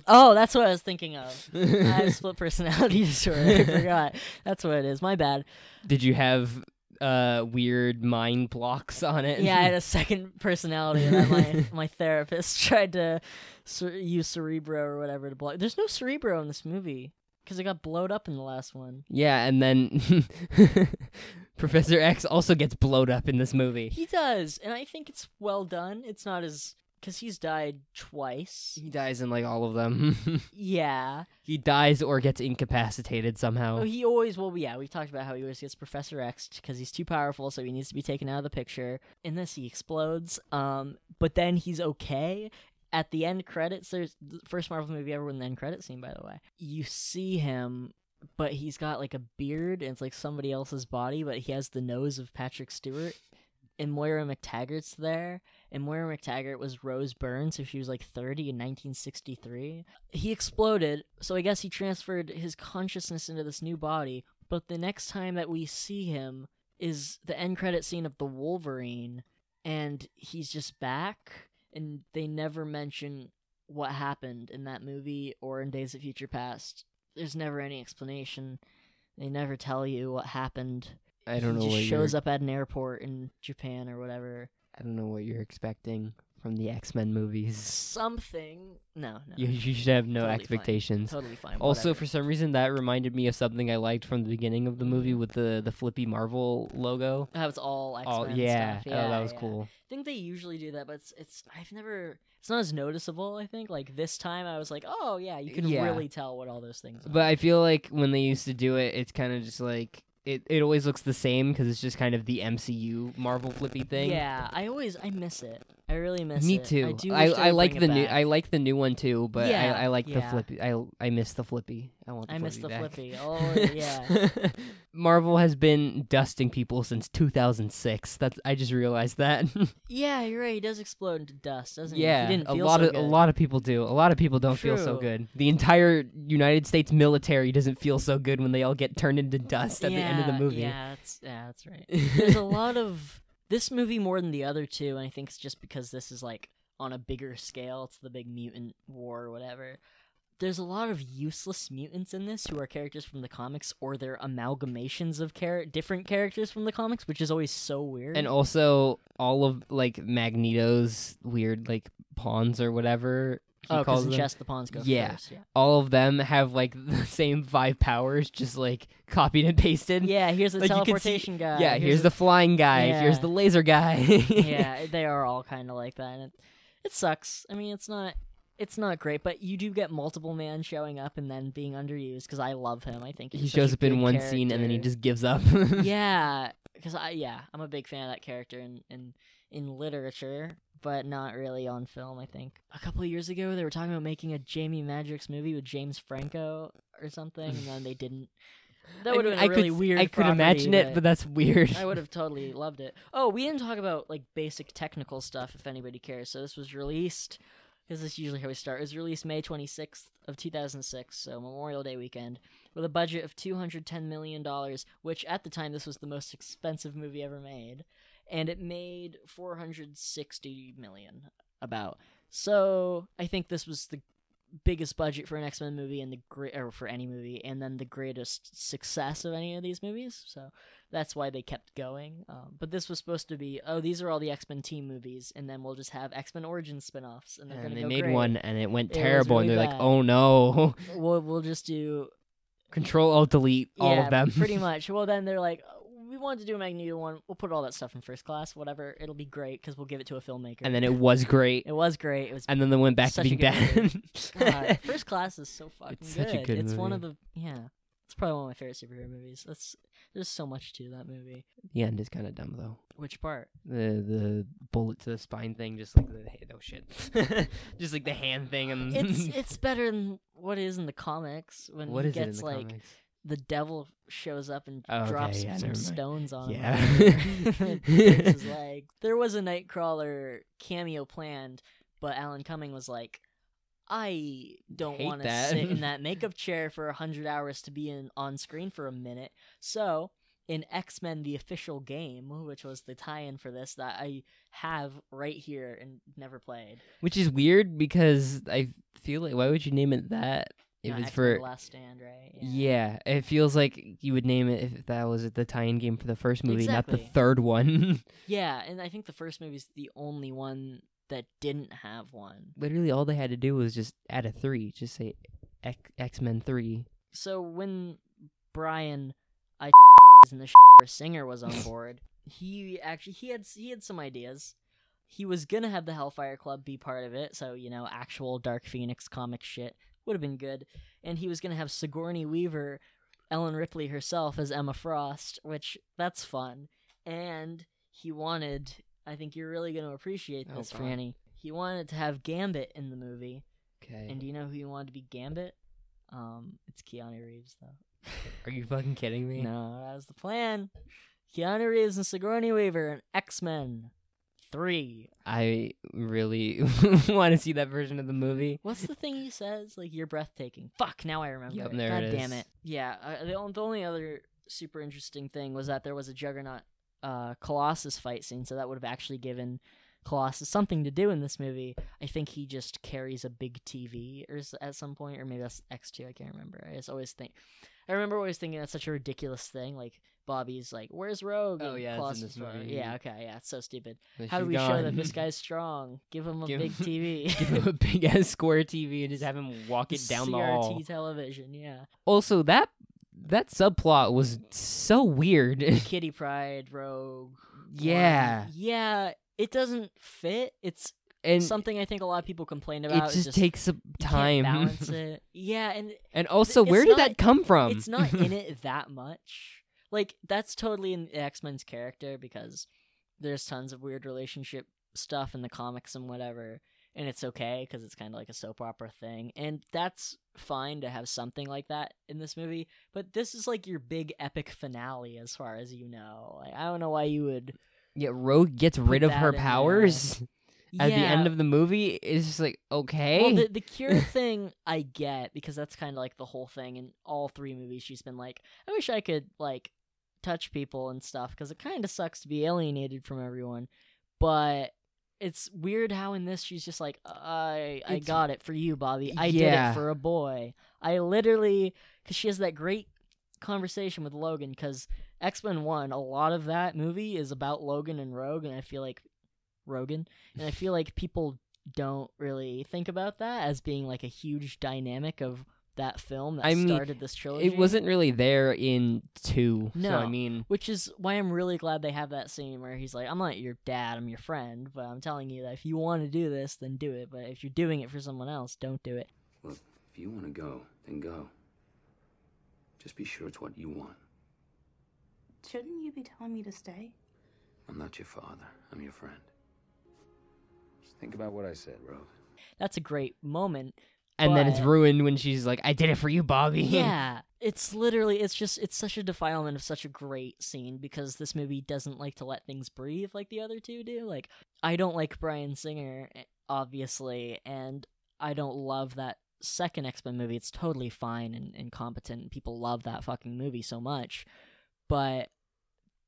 [SPEAKER 1] oh that's what i was thinking of i have split personality disorder i forgot that's what it is my bad
[SPEAKER 2] Did you have uh weird mind blocks on it?
[SPEAKER 1] yeah i had a second personality and then my, my therapist tried to cer- use cerebro or whatever to blow there's no cerebro in this movie because it got blowed up in the last one
[SPEAKER 2] Yeah, and then Professor X also gets blowed up in this movie.
[SPEAKER 1] He does, and I think it's well done. It's not as because he's died twice.
[SPEAKER 2] He dies in like all of them.
[SPEAKER 1] Yeah.
[SPEAKER 2] he dies or gets incapacitated somehow.
[SPEAKER 1] Oh, he always well, yeah. We've talked about how he always gets Professor X because he's too powerful, so he needs to be taken out of the picture. In this, he explodes. Um, but then he's okay. At the end credits, there's the first Marvel movie ever with an end credit scene, by the way. You see him, but he's got like a beard and it's like somebody else's body, but he has the nose of Patrick Stewart. And Moira McTaggart's there, and Moira McTaggart was Rose Byrne, so she was like 30 in 1963 he exploded, so I guess he transferred his consciousness into this new body. But the next time that we see him is the end credit scene of the Wolverine, and he's just back, and they never mention what happened in that movie or in Days of Future Past. There's never any explanation. They never tell you what happened.
[SPEAKER 2] I
[SPEAKER 1] he
[SPEAKER 2] don't know
[SPEAKER 1] Just
[SPEAKER 2] what
[SPEAKER 1] shows
[SPEAKER 2] you're,
[SPEAKER 1] up at an airport in Japan or whatever.
[SPEAKER 2] I don't know what you're expecting from the X Men movies.
[SPEAKER 1] Something. No, no.
[SPEAKER 2] You, you should have no
[SPEAKER 1] Totally fine.
[SPEAKER 2] expectations.
[SPEAKER 1] Totally fine.
[SPEAKER 2] Also,
[SPEAKER 1] whatever.
[SPEAKER 2] for some reason, that reminded me of something I liked from the beginning of the movie
[SPEAKER 1] Mm.
[SPEAKER 2] with the the flippy Marvel logo.
[SPEAKER 1] That was all X Men
[SPEAKER 2] oh yeah,
[SPEAKER 1] stuff. Yeah,
[SPEAKER 2] oh that was
[SPEAKER 1] yeah.
[SPEAKER 2] cool.
[SPEAKER 1] I think they usually do that, but it's, it's I've never it's not as noticeable. I think like this time I was like, oh yeah, you can
[SPEAKER 2] Yeah.
[SPEAKER 1] really tell what all those things. Are.
[SPEAKER 2] But I feel like when they used to do it, it's kind of just like it, it always looks the same because it's just kind of the MCU Marvel flippy thing.
[SPEAKER 1] Yeah, I always I miss it. I really miss
[SPEAKER 2] Me
[SPEAKER 1] it.
[SPEAKER 2] too.
[SPEAKER 1] I do.
[SPEAKER 2] I,
[SPEAKER 1] wish they would
[SPEAKER 2] like
[SPEAKER 1] bring
[SPEAKER 2] the
[SPEAKER 1] it
[SPEAKER 2] new
[SPEAKER 1] back.
[SPEAKER 2] I like the new one too, but
[SPEAKER 1] Yeah,
[SPEAKER 2] I, I like the
[SPEAKER 1] yeah.
[SPEAKER 2] flippy. I I miss the flippy. I want. The
[SPEAKER 1] I miss the
[SPEAKER 2] flippy
[SPEAKER 1] flippy.
[SPEAKER 2] back.
[SPEAKER 1] Oh yeah.
[SPEAKER 2] Marvel has been dusting people since 2006. That's I just realized that.
[SPEAKER 1] yeah, you're right. He does explode into dust, doesn't he?
[SPEAKER 2] yeah,
[SPEAKER 1] he didn't
[SPEAKER 2] a
[SPEAKER 1] feel
[SPEAKER 2] lot
[SPEAKER 1] so
[SPEAKER 2] of a
[SPEAKER 1] good.
[SPEAKER 2] lot of people do. A lot of people don't feel so
[SPEAKER 1] True.
[SPEAKER 2] good. The entire United States military doesn't feel so good when they all get turned into dust at the end of the
[SPEAKER 1] Yeah,
[SPEAKER 2] movie.
[SPEAKER 1] Yeah, that's yeah, that's right. There's a lot of this movie more than the other two, and I think it's just because this is like on a bigger scale. It's the big mutant war or whatever. There's a lot of useless mutants in this who are characters from the comics or they're amalgamations of char- different characters from the comics, which is always so weird.
[SPEAKER 2] And also all of like Magneto's weird like pawns or whatever he
[SPEAKER 1] oh,
[SPEAKER 2] calls
[SPEAKER 1] because
[SPEAKER 2] them.
[SPEAKER 1] just the pawns go
[SPEAKER 2] Yeah.
[SPEAKER 1] first. Yeah.
[SPEAKER 2] all of them have like the same five powers, just like copied and pasted.
[SPEAKER 1] Yeah, here's the
[SPEAKER 2] Like, you can see-
[SPEAKER 1] teleportation guy.
[SPEAKER 2] yeah. Here's, the flying guy. Here's
[SPEAKER 1] Yeah.
[SPEAKER 2] the laser guy.
[SPEAKER 1] yeah, they are all kind of like that, and it, it sucks. I mean, it's not it's not great, but you do get multiple man showing up and then being underused because I love him. I think he's
[SPEAKER 2] he
[SPEAKER 1] such a
[SPEAKER 2] shows up in
[SPEAKER 1] good
[SPEAKER 2] one scene and then he
[SPEAKER 1] character.
[SPEAKER 2] just gives up.
[SPEAKER 1] yeah, because I yeah I'm a big fan of that character in in in literature, but not really on film. I think a couple of years ago they were talking about making a Jamie Madrox movie with James Franco or something, and then they didn't. That
[SPEAKER 2] I
[SPEAKER 1] would have
[SPEAKER 2] mean,
[SPEAKER 1] been a
[SPEAKER 2] I
[SPEAKER 1] really
[SPEAKER 2] could,
[SPEAKER 1] weird.
[SPEAKER 2] I could imagine
[SPEAKER 1] property,
[SPEAKER 2] it, but that's weird.
[SPEAKER 1] I would have totally loved it. Oh, we didn't talk about like basic technical stuff if anybody cares. So this was released because this is usually how we start. It was released May 26th of 2006, so Memorial Day weekend, with a budget of 210 million dollars, which at the time this was the most expensive movie ever made, and it made 460 million about. So, I think this was the biggest budget for an X-Men movie and the great or for any movie and then the greatest success of any of these movies. So, that's why they kept going. Um, but this was supposed to be, oh, these are all the X Men team movies, and then we'll just have X Men Origins spin offs. And, they're
[SPEAKER 2] and
[SPEAKER 1] gonna
[SPEAKER 2] they
[SPEAKER 1] go
[SPEAKER 2] made
[SPEAKER 1] great.
[SPEAKER 2] one and it went
[SPEAKER 1] It was
[SPEAKER 2] terrible,
[SPEAKER 1] really
[SPEAKER 2] and they're
[SPEAKER 1] bad.
[SPEAKER 2] like, "Oh no!"
[SPEAKER 1] We'll, we'll just do
[SPEAKER 2] Control Alt Delete all
[SPEAKER 1] yeah,
[SPEAKER 2] of them.
[SPEAKER 1] pretty much. Well, then they're like, "Oh, we wanted to do a Magneto one. We'll put all that stuff in first class, whatever. It'll be great because we'll give it to a filmmaker.
[SPEAKER 2] and then it was great,
[SPEAKER 1] it was great. It was
[SPEAKER 2] and then they went back
[SPEAKER 1] Such
[SPEAKER 2] to
[SPEAKER 1] a
[SPEAKER 2] being
[SPEAKER 1] good
[SPEAKER 2] bad.
[SPEAKER 1] God, first class is so fucking
[SPEAKER 2] It's
[SPEAKER 1] good.
[SPEAKER 2] such a good
[SPEAKER 1] it's one of
[SPEAKER 2] movie.
[SPEAKER 1] the yeah. It's probably one of my favorite superhero movies. That's there's so much to that movie.
[SPEAKER 2] the end is kind of dumb though.
[SPEAKER 1] Which part?
[SPEAKER 2] The the bullet to the spine thing, just like the hey, oh shit, just like the hand thing. And
[SPEAKER 1] It's it's better than what is in the comics when
[SPEAKER 2] what
[SPEAKER 1] he
[SPEAKER 2] is it in
[SPEAKER 1] gets
[SPEAKER 2] the
[SPEAKER 1] like
[SPEAKER 2] comics?
[SPEAKER 1] the devil shows up and
[SPEAKER 2] Oh, okay,
[SPEAKER 1] drops
[SPEAKER 2] yeah,
[SPEAKER 1] some
[SPEAKER 2] never mind.
[SPEAKER 1] stones on
[SPEAKER 2] Yeah.
[SPEAKER 1] him. or whatever. Breaks his leg. There was a Nightcrawler cameo planned, but Alan Cumming was like, I don't
[SPEAKER 2] Hate
[SPEAKER 1] want to
[SPEAKER 2] that."
[SPEAKER 1] sit in that makeup chair for 100 hours to be in, on screen for a minute. So, in X Men The Official Game, which was the tie in for this that I have right here and never played,
[SPEAKER 2] Which is weird because I feel like why would you name it that? It
[SPEAKER 1] not
[SPEAKER 2] was
[SPEAKER 1] X-Men
[SPEAKER 2] for
[SPEAKER 1] The Last Stand, right?
[SPEAKER 2] Yeah, it feels like you would name it if that was the tie-in game for the first movie, not
[SPEAKER 1] Exactly.
[SPEAKER 2] the third one.
[SPEAKER 1] Yeah, and I think the first movie's the only one that didn't have one.
[SPEAKER 2] Literally, all they had to do was just add a three, just say X Men Three.
[SPEAKER 1] So when Brian I and the singer was on board, he actually he had he had some ideas. He was gonna have the Hellfire Club be part of it, so you know, actual Dark Phoenix comic shit would have been good. And he was gonna have Sigourney Weaver, Ellen Ripley herself as Emma Frost, which that's fun. And he wanted, I think you're really gonna appreciate
[SPEAKER 2] Oh,
[SPEAKER 1] this,
[SPEAKER 2] God.
[SPEAKER 1] Franny. He wanted to have Gambit in the movie.
[SPEAKER 2] Okay.
[SPEAKER 1] And do you know who you wanted to be Gambit? Um, it's Keanu Reeves though.
[SPEAKER 2] Are you fucking kidding me?
[SPEAKER 1] no, that was the plan. Keanu Reeves and Sigourney Weaver and X Men Three.
[SPEAKER 2] I really want to see that version of the movie.
[SPEAKER 1] What's the thing he says? Like you're breathtaking. Fuck, now I remember.
[SPEAKER 2] Yep,
[SPEAKER 1] it.
[SPEAKER 2] there
[SPEAKER 1] God
[SPEAKER 2] it
[SPEAKER 1] damn
[SPEAKER 2] is.
[SPEAKER 1] it. Yeah. Uh, the, on- the only other super interesting thing was that there was a Juggernaut uh, Colossus fight scene, so that would have actually given Colossus something to do in this movie. I think he just carries a big TV or s- at some point, or maybe that's X two. I can't remember. I just always think. I remember always thinking that's such a ridiculous thing. Like Bobby's like, "Where's Rogue?"
[SPEAKER 2] Oh,
[SPEAKER 1] And
[SPEAKER 2] yeah, it's in
[SPEAKER 1] Colossus
[SPEAKER 2] this
[SPEAKER 1] is like,
[SPEAKER 2] movie.
[SPEAKER 1] Yeah, okay, yeah, it's so stupid.
[SPEAKER 2] But
[SPEAKER 1] How do
[SPEAKER 2] she's
[SPEAKER 1] we show that this
[SPEAKER 2] gone.
[SPEAKER 1] guy's strong? Give him a
[SPEAKER 2] Give
[SPEAKER 1] big
[SPEAKER 2] him-
[SPEAKER 1] TV.
[SPEAKER 2] Give him a big ass square TV and just have him walk it down
[SPEAKER 1] CRT
[SPEAKER 2] the hall.
[SPEAKER 1] television, yeah.
[SPEAKER 2] Also, that that subplot was so weird.
[SPEAKER 1] Kitty Pride, Rogue.
[SPEAKER 2] yeah,
[SPEAKER 1] Orgy. Yeah, it doesn't fit. It's
[SPEAKER 2] and
[SPEAKER 1] something I think a lot of people complain
[SPEAKER 2] it
[SPEAKER 1] about. is
[SPEAKER 2] just, takes some
[SPEAKER 1] you can't
[SPEAKER 2] time.
[SPEAKER 1] balance it. Yeah, and
[SPEAKER 2] And also,
[SPEAKER 1] It's
[SPEAKER 2] where
[SPEAKER 1] not-
[SPEAKER 2] did that come from?
[SPEAKER 1] it's not in it that much. like that's totally in X Men's character because there's tons of weird relationship stuff in the comics and whatever, and it's okay because it's kind of like a soap opera thing, and that's fine to have something like that in this movie. But this is like your big epic finale, as far as you know. Like, I don't know why you would.
[SPEAKER 2] Yeah, Rogue gets rid of
[SPEAKER 1] that
[SPEAKER 2] her
[SPEAKER 1] in there.
[SPEAKER 2] powers at the
[SPEAKER 1] Yeah,
[SPEAKER 2] end of the movie. It's just like okay.
[SPEAKER 1] Well, the, the cure thing I get because that's kind of like the whole thing in all three movies. She's been like, I wish I could like touch people and stuff because it kind of sucks to be alienated from everyone. But it's weird how in this she's just like, I I
[SPEAKER 2] It's-
[SPEAKER 1] got it for you, Bobby. I
[SPEAKER 2] Yeah.
[SPEAKER 1] did it for a boy. I literally because she has that great conversation with Logan because X Men One, a lot of that movie is about Logan and Rogue, and I feel like Rogan, and I feel like people don't really think about that as being like a huge dynamic of that film that
[SPEAKER 2] I mean,
[SPEAKER 1] started this trilogy.
[SPEAKER 2] it wasn't really there in two. So I
[SPEAKER 1] No.
[SPEAKER 2] mean,
[SPEAKER 1] which is why I'm really glad they have that scene where he's like, "I'm not your dad, I'm your friend, but I'm telling you that if you want to do this, then do it. But if you're doing it for someone else, don't do it."
[SPEAKER 10] Look, if you want to go, then go. Just be sure it's what you want.
[SPEAKER 6] Shouldn't you be telling me to stay?
[SPEAKER 10] I'm not your father. I'm your friend. Just think about what I said, Rogue.
[SPEAKER 1] That's a great moment.
[SPEAKER 2] and then it's
[SPEAKER 1] but-
[SPEAKER 2] ruined when she's like, "I did it for you, Bobby."
[SPEAKER 1] yeah it's literally it's just it's such a defilement of such a great scene because this movie doesn't like to let things breathe like the other two do like i don't like brian singer eh, obviously and i don't love that second x-men movie it's totally fine and, and competent and people love that fucking movie so much but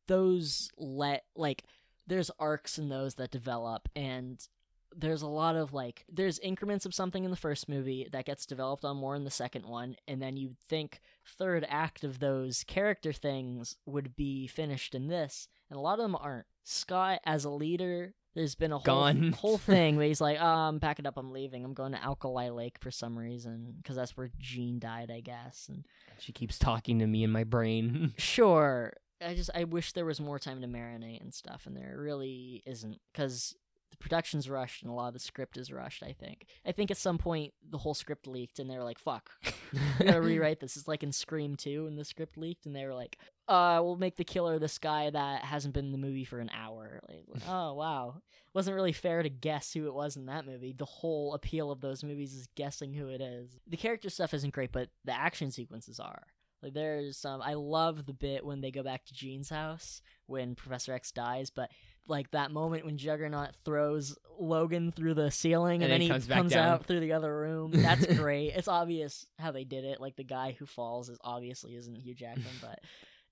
[SPEAKER 1] those let like there's arcs in those that develop and there's a lot of like there's increments of something in the first movie that gets developed on more in the second one and then you think third act of those character things would be finished in this and a lot of them aren't scott as a leader there's been a whole,
[SPEAKER 2] Gone.
[SPEAKER 1] whole thing where he's like oh, i'm packing up i'm leaving i'm going to alkali lake for some reason because that's where gene died i guess and
[SPEAKER 2] she keeps talking to me in my brain.
[SPEAKER 1] sure i just i wish there was more time to marinate and stuff and there really isn't because the production's rushed and a lot of the script is rushed i think i think at some point the whole script leaked and they were like fuck we gotta rewrite this it's like in scream 2 when the script leaked and they were like uh we'll make the killer this guy that hasn't been in the movie for an hour like oh wow wasn't really fair to guess who it was in that movie. The whole appeal of those movies is guessing who it is. The character stuff isn't great, but the action sequences are. Like there's some I love the bit when they go back to Jean's house when Professor X dies, but like that moment when Juggernaut throws Logan through the ceiling and, then he comes,
[SPEAKER 2] back down.
[SPEAKER 1] out through the other room. That's great. it's obvious how they did it. Like the guy who falls is obviously isn't Hugh Jackman, but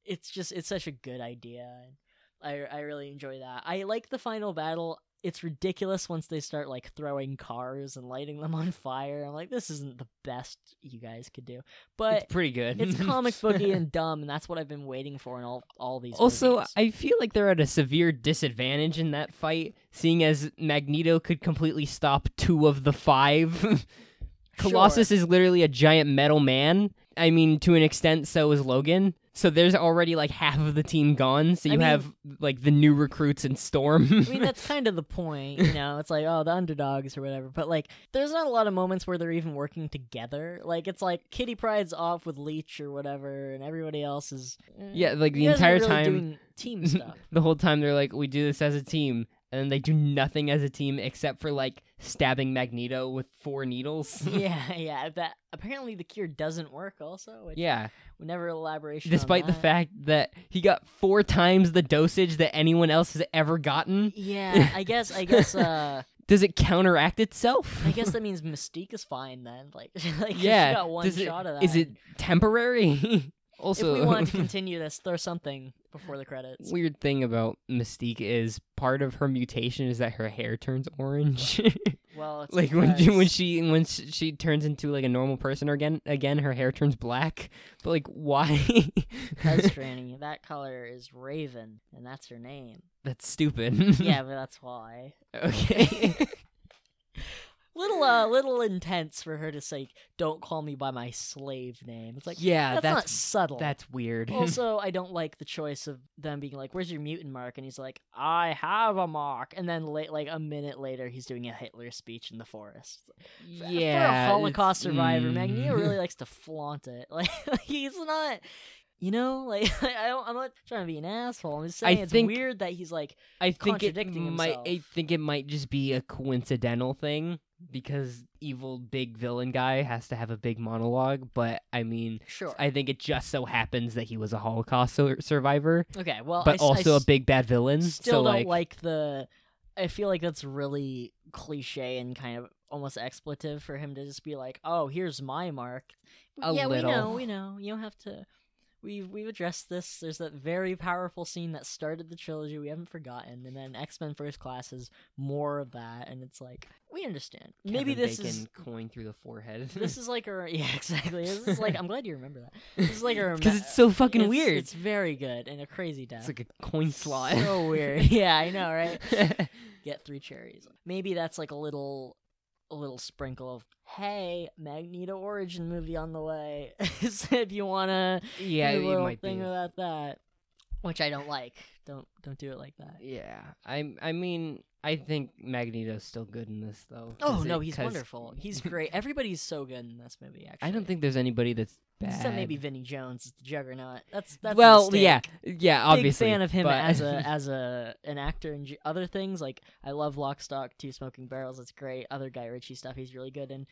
[SPEAKER 1] it's just it's such a good idea. I I really enjoy that. I like the final battle. It's ridiculous once they start like throwing cars and lighting them on fire. I'm like, this isn't the best you guys could do, but
[SPEAKER 2] it's pretty good.
[SPEAKER 1] it's comic booky and dumb, and that's what I've been waiting for in all all these.
[SPEAKER 2] Also,
[SPEAKER 1] movies.
[SPEAKER 2] I feel like they're at a severe disadvantage in that fight, seeing as Magneto could completely stop two of the five. Colossus is literally a giant metal man. I mean, to an extent, so is Logan. So there's already like half of the team gone. So
[SPEAKER 1] I
[SPEAKER 2] you
[SPEAKER 1] mean-
[SPEAKER 2] have like the new recruits and Storm.
[SPEAKER 1] I mean, that's kind of the point, you know. It's like, oh, the underdogs or whatever. But like, there's not a lot of moments where they're even working together. Like, it's like Kitty Pride's off with Leech or whatever, and everybody else is eh,
[SPEAKER 2] yeah, like the
[SPEAKER 1] you guys
[SPEAKER 2] entire
[SPEAKER 1] aren't really
[SPEAKER 2] time,
[SPEAKER 1] doing team stuff.
[SPEAKER 2] the whole time they're like, we do this as a team, and then they do nothing as a team except for like stabbing Magneto with four needles.
[SPEAKER 1] yeah, yeah. That apparently the cure doesn't work. Also, which
[SPEAKER 2] yeah.
[SPEAKER 1] never elaboration. on
[SPEAKER 2] despite the
[SPEAKER 1] that.
[SPEAKER 2] fact that he got four times the dosage that anyone else has ever gotten.
[SPEAKER 1] Yeah, I guess. I guess. uh
[SPEAKER 2] Does it counteract itself?
[SPEAKER 1] I guess that means Mystique is fine then. Like, like
[SPEAKER 2] yeah.
[SPEAKER 1] she got one
[SPEAKER 2] Does it-
[SPEAKER 1] shot of that.
[SPEAKER 2] Is it temporary? also,
[SPEAKER 1] if we wanted to continue this, throw something before the credits.
[SPEAKER 2] weird thing about Mystique is part of her mutation is that her hair turns orange.
[SPEAKER 1] well, it's
[SPEAKER 2] like when she,
[SPEAKER 1] because-
[SPEAKER 2] when she when she, she turns into like a normal person again again her hair turns black. But like why?
[SPEAKER 1] Because Franny, that color is Raven, and that's her name.
[SPEAKER 2] That's stupid.
[SPEAKER 1] Yeah, but that's why.
[SPEAKER 2] Okay.
[SPEAKER 1] Little, uh, little intense for her to say, "Don't call me by my slave name." It's like,
[SPEAKER 2] Yeah,
[SPEAKER 1] that's,
[SPEAKER 2] that's-
[SPEAKER 1] not subtle.
[SPEAKER 2] That's weird.
[SPEAKER 1] also, I don't like the choice of them being like, "Where's your mutant mark?" And he's like, "I have a mark." And then, la- like a minute later, he's doing a Hitler speech in the forest.
[SPEAKER 2] yeah.
[SPEAKER 1] for a Holocaust
[SPEAKER 2] it's-
[SPEAKER 1] survivor,
[SPEAKER 2] mm.
[SPEAKER 1] Magneto really likes to flaunt it. Like he's not. You know, like I don't, I'm not trying to be an asshole. I'm just
[SPEAKER 2] I
[SPEAKER 1] saying it's
[SPEAKER 2] think-
[SPEAKER 1] weird that he's like
[SPEAKER 2] I think it
[SPEAKER 1] contradicting
[SPEAKER 2] might. I
[SPEAKER 1] himself.
[SPEAKER 2] think it might just be a coincidental thing because evil big villain guy has to have a big monologue. But I mean,
[SPEAKER 1] sure.
[SPEAKER 2] I think it just so happens that he was a Holocaust sur- survivor,
[SPEAKER 1] okay, well, I
[SPEAKER 2] but
[SPEAKER 1] s- I
[SPEAKER 2] also a
[SPEAKER 1] s-
[SPEAKER 2] big bad villain.
[SPEAKER 1] Still
[SPEAKER 2] so
[SPEAKER 1] don't
[SPEAKER 2] like,
[SPEAKER 1] like... the. I feel like that's really cliche and kind of almost expletive for him to just be like, "Oh, here's my mark."
[SPEAKER 2] A
[SPEAKER 1] yeah,
[SPEAKER 2] little.
[SPEAKER 1] we know, we know. You don't have to. We've we've addressed this. There's that very powerful scene that started the trilogy. We haven't forgotten, and then X Men First Class is more of that, and it's like we understand. Maybe
[SPEAKER 2] Kevin
[SPEAKER 1] this
[SPEAKER 2] Bacon
[SPEAKER 1] is
[SPEAKER 2] coin through the forehead.
[SPEAKER 1] this is like a yeah exactly. This is like I'm glad you remember that. This is like a
[SPEAKER 2] because it's so fucking
[SPEAKER 1] it's-
[SPEAKER 2] weird.
[SPEAKER 1] It's very good and a crazy death.
[SPEAKER 2] It's like a coin slot.
[SPEAKER 1] So weird. Yeah, I know, right? Get three cherries. Maybe that's like a little, a little sprinkle of hey, Magneto origin movie on the way. so if you wanna,
[SPEAKER 2] yeah,
[SPEAKER 1] do
[SPEAKER 2] it
[SPEAKER 1] a little
[SPEAKER 2] might
[SPEAKER 1] thing
[SPEAKER 2] be.
[SPEAKER 1] about that, which I don't like. Don't don't do it like that.
[SPEAKER 2] Yeah, I I mean I think Magneto's still good in this though.
[SPEAKER 1] Oh
[SPEAKER 2] 'cause
[SPEAKER 1] no,
[SPEAKER 2] it-
[SPEAKER 1] he's
[SPEAKER 2] 'cause
[SPEAKER 1] wonderful. He's great. Everybody's so good in this movie. Actually,
[SPEAKER 2] I don't think there's anybody that's bad.
[SPEAKER 1] Except maybe Vinny Jones is the Juggernaut. That's that's a
[SPEAKER 2] well,
[SPEAKER 1] mistake.
[SPEAKER 2] yeah, yeah, obviously.
[SPEAKER 1] big fan of him
[SPEAKER 2] but-
[SPEAKER 1] as a as a an actor and j- other things like I love Lock, Stock, Two Smoking Barrels. That's great. Other Guy Ritchie stuff he's really good in.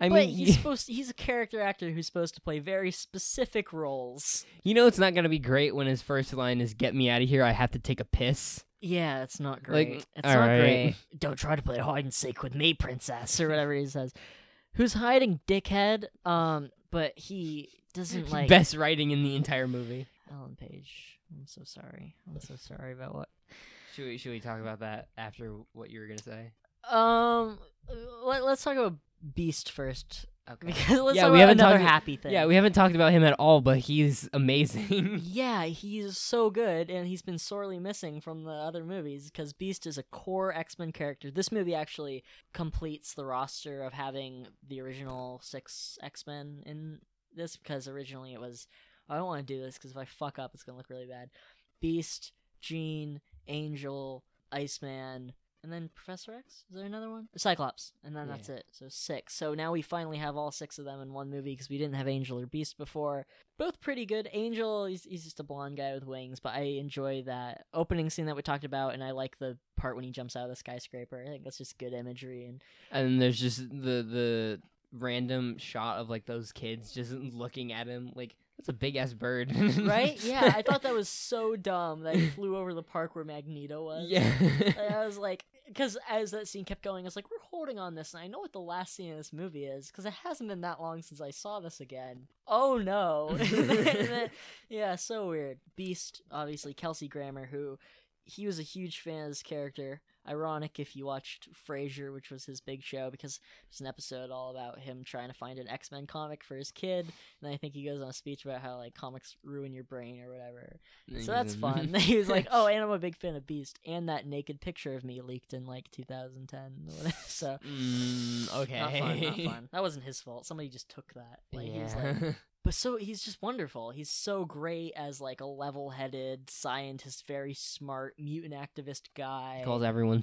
[SPEAKER 2] I
[SPEAKER 1] but
[SPEAKER 2] mean,
[SPEAKER 1] he's supposed to- he's a character actor who's supposed to play very specific roles.
[SPEAKER 2] you know, it's not gonna be great when his first line is "Get me out of here! I have to take a piss."
[SPEAKER 1] Yeah, it's not
[SPEAKER 2] Like,
[SPEAKER 1] great. it's
[SPEAKER 2] all
[SPEAKER 1] not
[SPEAKER 2] right.
[SPEAKER 1] great. Don't try to play hide and seek with me, princess, or whatever he says. Who's hiding, dickhead? Um, but he doesn't like
[SPEAKER 2] Best writing in the entire movie.
[SPEAKER 1] Ellen Page. I'm so sorry. I'm so sorry about what
[SPEAKER 2] Should we should we talk about that after what you were gonna say?
[SPEAKER 1] Um, let, let's talk about Beast first.
[SPEAKER 2] Okay.
[SPEAKER 1] Because let's
[SPEAKER 2] Yeah,
[SPEAKER 1] talk
[SPEAKER 2] we
[SPEAKER 1] about
[SPEAKER 2] haven't
[SPEAKER 1] another
[SPEAKER 2] talked-
[SPEAKER 1] happy thing.
[SPEAKER 2] Yeah, we haven't talked about him at all, but he's amazing.
[SPEAKER 1] Yeah, he's so good, and he's been sorely missing from the other movies because Beast is a core X Men character. This movie actually completes the roster of having the original six X Men in this because originally it was I don't want to do this because if I fuck up, it's gonna look really bad. Beast, Jean, Angel, Iceman, and then Professor X. Is there another one? Cyclops, and then
[SPEAKER 2] Yeah.
[SPEAKER 1] that's it. So six. So now we finally have all six of them in one movie because we didn't have Angel or Beast before. Both pretty good. Angel, he's, he's just a blonde guy with wings, but I enjoy that opening scene that we talked about, and I like the part when he jumps out of the skyscraper. I think that's just good imagery and
[SPEAKER 2] and there's just the the random shot of like those kids just looking at him like that's a big ass bird
[SPEAKER 1] right. yeah, I thought that was so dumb that he flew over the park where Magneto was.
[SPEAKER 2] yeah
[SPEAKER 1] And I was like, because as that scene kept going, I was like, we're holding on this, and I know what the last scene of this movie is, because it hasn't been that long since I saw this again. Oh no! And then- yeah, so weird. Beast, obviously, Kelsey Grammer, who he was a huge fan of this character. Ironic if you watched Frasier, which was his big show, because there's an episode all about him trying to find an X Men comic for his kid, and I think he goes on a speech about how like comics ruin your brain or whatever. So that's fun. he was like, "Oh, and I'm a big fan of Beast, and that naked picture of me leaked in like 2010." or whatever." so
[SPEAKER 2] Mm, okay
[SPEAKER 1] not fun, not fun. That wasn't his fault. Somebody just took that. Like he was like,
[SPEAKER 2] Yeah.
[SPEAKER 1] but so he's just wonderful. He's so great as like a level-headed scientist, very smart mutant activist guy.
[SPEAKER 2] He calls everyone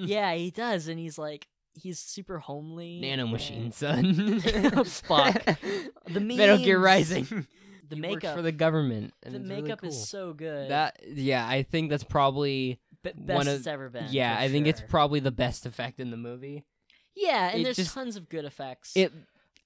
[SPEAKER 1] yeah, he does, and he's like he's super homely.
[SPEAKER 2] nanomachine
[SPEAKER 1] and
[SPEAKER 2] son
[SPEAKER 1] Oh, Fuck. The
[SPEAKER 2] Metal Gear
[SPEAKER 1] memes.
[SPEAKER 2] Rising
[SPEAKER 1] The
[SPEAKER 2] He works
[SPEAKER 1] makeup
[SPEAKER 2] for the government and
[SPEAKER 1] The
[SPEAKER 2] it's really
[SPEAKER 1] makeup
[SPEAKER 2] cool.
[SPEAKER 1] is so good.
[SPEAKER 2] that yeah I think that's probably
[SPEAKER 1] B-
[SPEAKER 2] one
[SPEAKER 1] best
[SPEAKER 2] of-
[SPEAKER 1] it's ever been.
[SPEAKER 2] yeah
[SPEAKER 1] for
[SPEAKER 2] I think it's
[SPEAKER 1] sure.
[SPEAKER 2] probably the best effect in the movie
[SPEAKER 1] Yeah, and
[SPEAKER 2] It
[SPEAKER 1] there's
[SPEAKER 2] just-
[SPEAKER 1] tons of good effects.
[SPEAKER 2] It,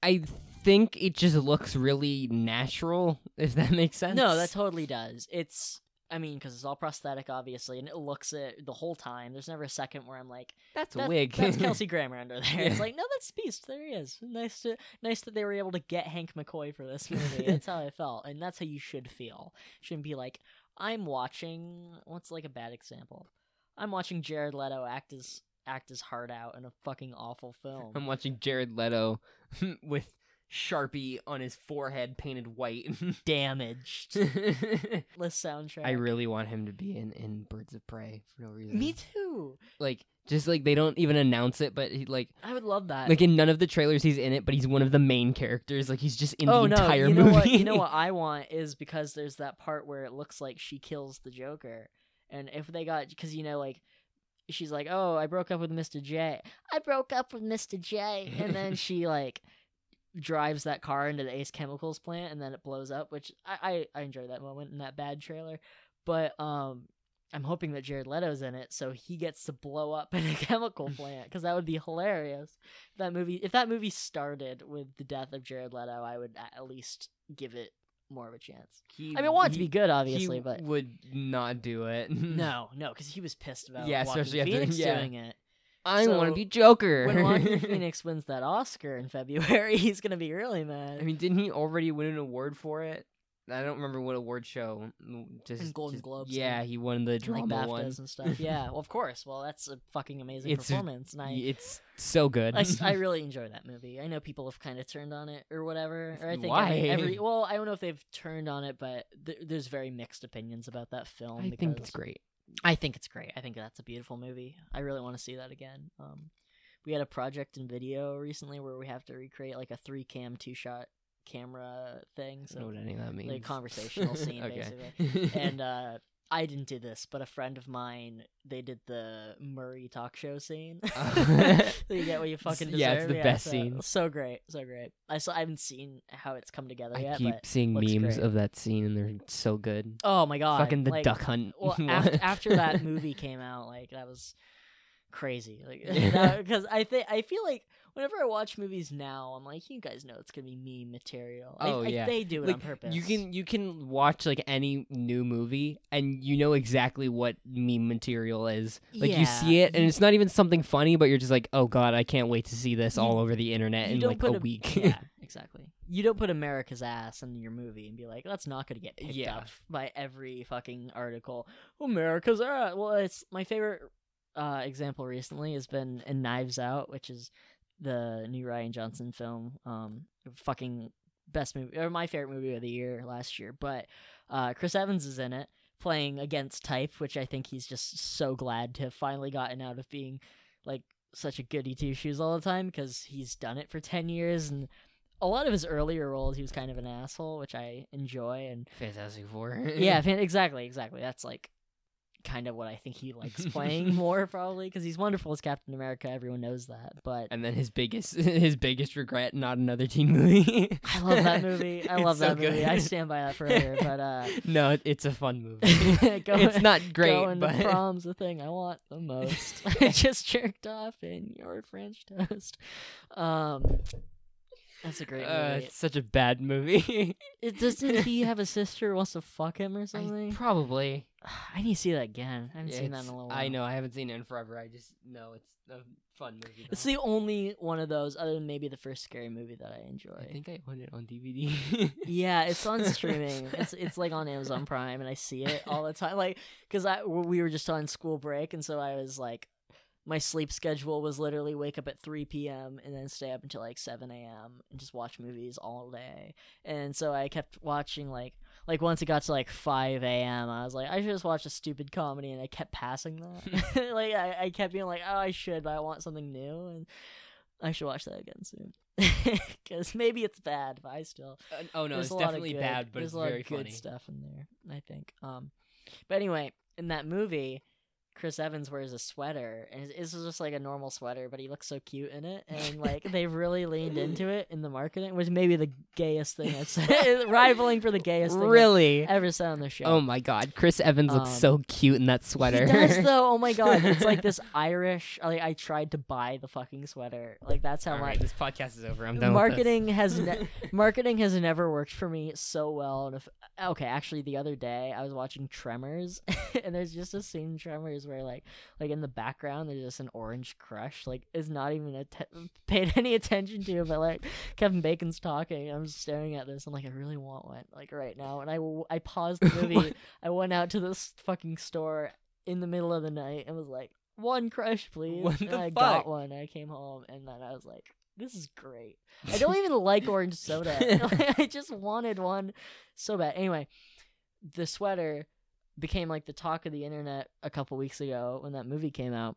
[SPEAKER 2] I think it just looks really natural. If that makes sense.
[SPEAKER 1] no, that totally does. It's, I mean, because it's all prosthetic, obviously, and it looks it the whole time. There's never a second where I'm like,
[SPEAKER 2] that's a
[SPEAKER 1] "That-
[SPEAKER 2] wig.
[SPEAKER 1] That's Kelsey Grammer under there. It's
[SPEAKER 2] Yeah.
[SPEAKER 1] like, no, that's Beast. There he is. Nice to, nice that they were able to get Hank McCoy for this movie. that's how I felt, and that's how you should feel. Shouldn't be like, I'm watching. What's like a bad example? I'm watching Jared Leto act his act his heart out in a fucking awful film.
[SPEAKER 2] I'm watching Jared Leto with Sharpie on his forehead painted white.
[SPEAKER 1] Damaged. Less soundtrack.
[SPEAKER 2] I really want him to be in in Birds of Prey for no reason.
[SPEAKER 1] Me too.
[SPEAKER 2] Like just like they don't even announce it, but he like.
[SPEAKER 1] I would love that.
[SPEAKER 2] Like in none of the trailers, he's in it, but he's one of the main characters. Like he's just in
[SPEAKER 1] oh
[SPEAKER 2] the
[SPEAKER 1] no!
[SPEAKER 2] entire
[SPEAKER 1] you know
[SPEAKER 2] movie.
[SPEAKER 1] what? You know what I want is because there's that part where it looks like she kills the Joker, and if they got because you know like she's like, oh, I broke up with Mr. J. I broke up with Mr. J, and then she like drives that car into the Ace Chemicals plant and then it blows up, which I I, I enjoy that moment in that bad trailer. But um, I'm hoping that Jared Leto's in it, so he gets to blow up in a chemical plant because that would be hilarious. If that movie, if that movie started with the death of Jared Leto, I would at least give it more of a chance.
[SPEAKER 2] He,
[SPEAKER 1] I mean, I want it to
[SPEAKER 2] he-
[SPEAKER 1] be good, obviously,
[SPEAKER 2] he
[SPEAKER 1] but
[SPEAKER 2] would not do it.
[SPEAKER 1] no, no, because he was pissed about
[SPEAKER 2] Yeah,
[SPEAKER 1] Joaquin
[SPEAKER 2] especially after-
[SPEAKER 1] Phoenix
[SPEAKER 2] yeah.
[SPEAKER 1] doing it.
[SPEAKER 2] I want
[SPEAKER 1] So,
[SPEAKER 2] to be Joker.
[SPEAKER 1] When Joaquin Phoenix wins that Oscar in February, he's gonna be really mad.
[SPEAKER 2] I mean, didn't he already win an award for it? I don't remember what award show. mm, Just
[SPEAKER 1] And Golden
[SPEAKER 2] just-
[SPEAKER 1] Globes
[SPEAKER 2] Yeah,
[SPEAKER 1] and-
[SPEAKER 2] he won the
[SPEAKER 1] like
[SPEAKER 2] drama
[SPEAKER 1] BAFTAs
[SPEAKER 2] one.
[SPEAKER 1] and stuff. Yeah, well, of course. Well, that's a fucking amazing
[SPEAKER 2] It's-
[SPEAKER 1] performance, and I,
[SPEAKER 2] It's so good.
[SPEAKER 1] I s- I really enjoy that movie. I know people have kind of turned on it or whatever. Or I think
[SPEAKER 2] Why?
[SPEAKER 1] Every, every- well, I don't know if they've turned on it, but th- there's very mixed opinions about that film.
[SPEAKER 2] I
[SPEAKER 1] because
[SPEAKER 2] think it's great.
[SPEAKER 1] I think it's great. I think that's a beautiful movie. I really want to see that again. Um, we had a project in video recently where we have to recreate like a three cam two shot camera thing.
[SPEAKER 2] I don't know
[SPEAKER 1] So
[SPEAKER 2] what any of that means.
[SPEAKER 1] conversational scene,
[SPEAKER 2] basically.
[SPEAKER 1] and uh, I didn't do this, but a friend of mine they did the Murray talk show scene.
[SPEAKER 2] Oh.
[SPEAKER 1] so you get what you fucking deserve.
[SPEAKER 2] Yeah, it's the best
[SPEAKER 1] so,
[SPEAKER 2] scene.
[SPEAKER 1] So great, so great. I still I haven't seen how it's come together
[SPEAKER 2] I
[SPEAKER 1] yet.
[SPEAKER 2] keep
[SPEAKER 1] uh, but
[SPEAKER 2] seeing
[SPEAKER 1] looks
[SPEAKER 2] memes
[SPEAKER 1] great.
[SPEAKER 2] of that scene, and they're so good.
[SPEAKER 1] oh my god,
[SPEAKER 2] Fucking the
[SPEAKER 1] like,
[SPEAKER 2] duck hunt.
[SPEAKER 1] Well,
[SPEAKER 2] one.
[SPEAKER 1] after, after that movie came out, like that was crazy. Like because I think I feel like. Whenever I watch movies now, I'm like, you guys know it's gonna be meme material. I-
[SPEAKER 2] Oh,
[SPEAKER 1] I-
[SPEAKER 2] yeah.
[SPEAKER 1] they do it
[SPEAKER 2] like,
[SPEAKER 1] on purpose.
[SPEAKER 2] You can you can watch like any new movie, and you know exactly what meme material is. Like
[SPEAKER 1] Yeah,
[SPEAKER 2] you see it, and
[SPEAKER 1] you-
[SPEAKER 2] it's not even something funny, but you're just like, oh god, I can't wait to see this
[SPEAKER 1] You-
[SPEAKER 2] all over the internet
[SPEAKER 1] you
[SPEAKER 2] in
[SPEAKER 1] don't
[SPEAKER 2] like
[SPEAKER 1] put
[SPEAKER 2] a week.
[SPEAKER 1] yeah, exactly. You don't put America's ass in your movie and be like, that's not going to get picked
[SPEAKER 2] Yeah.
[SPEAKER 1] up by every fucking article. America's ass. Well, it's my favorite uh, example recently has been in Knives Out, which is the new Ryan Johnson film. Um, fucking best movie or my favorite movie of the year last year. But uh, Chris Evans is in it playing against type, which I think he's just so glad to have finally gotten out of being like such a goody two shoes all the time because he's done it for 10 years and a lot of his earlier roles he was kind of an asshole which i enjoy and
[SPEAKER 2] Fantastic Four.
[SPEAKER 1] yeah fan- exactly exactly that's like kind of what i think he likes playing more probably because he's wonderful as captain america everyone knows that but
[SPEAKER 2] And then his biggest his biggest regret, not another teen movie.
[SPEAKER 1] i love that movie i
[SPEAKER 2] It's
[SPEAKER 1] love
[SPEAKER 2] so
[SPEAKER 1] that movie i
[SPEAKER 2] good.
[SPEAKER 1] stand by that forever but uh
[SPEAKER 2] no, it- it's a fun movie.
[SPEAKER 1] Go-
[SPEAKER 2] it's not great,
[SPEAKER 1] Going
[SPEAKER 2] but Uh,
[SPEAKER 1] to prom's the thing I want the most. I just jerked off in your French toast. Um, that's a great
[SPEAKER 2] uh,
[SPEAKER 1] movie.
[SPEAKER 2] it's such a bad movie.
[SPEAKER 1] It, doesn't he have a sister who wants to fuck him or
[SPEAKER 2] I,
[SPEAKER 1] something?
[SPEAKER 2] probably.
[SPEAKER 1] I, need to see that again. I haven't seen that in a
[SPEAKER 2] It's-
[SPEAKER 1] little while.
[SPEAKER 2] I know I haven't seen it in forever. I just know it's a fun movie.
[SPEAKER 1] It's
[SPEAKER 2] though.
[SPEAKER 1] the only one of those, other than maybe the first scary movie that I
[SPEAKER 2] I
[SPEAKER 1] enjoy.
[SPEAKER 2] think I own it on DVD.
[SPEAKER 1] Yeah, it's on streaming. it's it's like on Amazon Prime, and I see it all the time. Like, cause I we were just on school break, and so I was like, my sleep schedule was literally wake up at three p.m. and then stay up until like seven a.m. and just watch movies all day. And so I kept watching like like once it got to like five a.m. I was like, I should just watch a stupid comedy, and I kept passing that. like I, I kept being like, oh, I should, but I want something new, and I should watch that again soon. Because maybe it's bad, but I still
[SPEAKER 2] Uh, oh no,
[SPEAKER 1] there's
[SPEAKER 2] it's
[SPEAKER 1] a lot of
[SPEAKER 2] definitely
[SPEAKER 1] good-
[SPEAKER 2] bad, but
[SPEAKER 1] there's
[SPEAKER 2] it's
[SPEAKER 1] a lot
[SPEAKER 2] very
[SPEAKER 1] of good
[SPEAKER 2] funny.
[SPEAKER 1] stuff in there. I think. Um, but anyway, in that movie, Chris Evans wears a sweater, and it- this is just like a normal sweater, but he looks so cute in it, and like they've really leaned into it in the marketing, which may be the gayest thing I've said, rivaling for the gayest thing I've
[SPEAKER 2] Really?
[SPEAKER 1] ever said on the show.
[SPEAKER 2] Oh my god, Chris Evans looks
[SPEAKER 1] Um,
[SPEAKER 2] so cute in that sweater.
[SPEAKER 1] He does though. Oh my god, it's like this Irish. Like I tried to buy the fucking sweater. Like that's how
[SPEAKER 2] All
[SPEAKER 1] much.
[SPEAKER 2] right, this podcast is over. I'm done.
[SPEAKER 1] marketing has
[SPEAKER 2] With this.
[SPEAKER 1] ne- marketing has never worked for me so well. And if okay, actually, the other day I was watching Tremors, and there's just a scene in Tremors where like like in the background there's just an orange crush like is not even atten- paid any attention to, but like Kevin Bacon's talking. I'm just staring at this. I'm like, I really want one like right now. And I w- I paused the movie. I went out to this fucking store in the middle of the night and was like. One crush, please.
[SPEAKER 2] What
[SPEAKER 1] and
[SPEAKER 2] the
[SPEAKER 1] I got
[SPEAKER 2] fuck?
[SPEAKER 1] one. I came home and then I was like, "This is great." I don't even like orange soda. I just wanted one so bad. Anyway, the sweater became like the talk of the internet a couple weeks ago when that movie came out.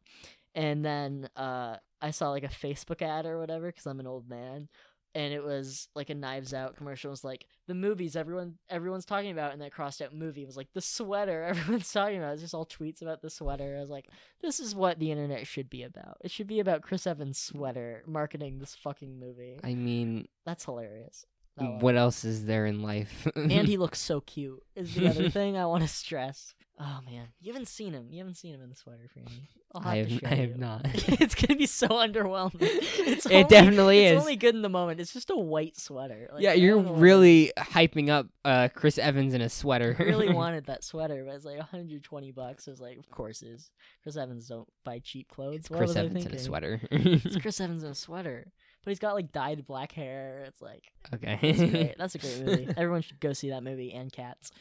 [SPEAKER 1] And then uh, I saw like a Facebook ad or whatever because I'm an old man. and it was like a Knives Out commercial. It was like the movies everyone everyone's talking about, and that crossed out movie It was like the sweater everyone's talking about. It's just all tweets about the sweater. I was like, this is what the internet should be about. It should be about Chris Evans' sweater marketing this fucking movie.
[SPEAKER 2] I mean,
[SPEAKER 1] That's hilarious. That one.
[SPEAKER 2] what else is there in life?
[SPEAKER 1] and he looks so cute is the other thing I want to stress. Oh man, you haven't seen him. You haven't seen him in the sweater, Franny. I'll have
[SPEAKER 2] I
[SPEAKER 1] to
[SPEAKER 2] have-
[SPEAKER 1] show
[SPEAKER 2] I have
[SPEAKER 1] you.
[SPEAKER 2] not.
[SPEAKER 1] it's gonna be so underwhelming. It's
[SPEAKER 2] It
[SPEAKER 1] only-
[SPEAKER 2] definitely
[SPEAKER 1] it's
[SPEAKER 2] is.
[SPEAKER 1] only good in the moment. It's just a white sweater. Like,
[SPEAKER 2] yeah,
[SPEAKER 1] I
[SPEAKER 2] you're
[SPEAKER 1] don't know what-
[SPEAKER 2] really hyping up uh, Chris Evans in a sweater.
[SPEAKER 1] I really wanted that sweater, but it's like 120 bucks. I was like, of course it is. Chris Evans don't buy cheap clothes.
[SPEAKER 2] It's
[SPEAKER 1] What
[SPEAKER 2] Chris
[SPEAKER 1] was I
[SPEAKER 2] Evans in a
[SPEAKER 1] thinking?
[SPEAKER 2] sweater.
[SPEAKER 1] It's Chris Evans in a sweater, but he's got like dyed black hair. It's like that's
[SPEAKER 2] okay.
[SPEAKER 1] great. That's a great movie. Everyone should go see that movie and Cats.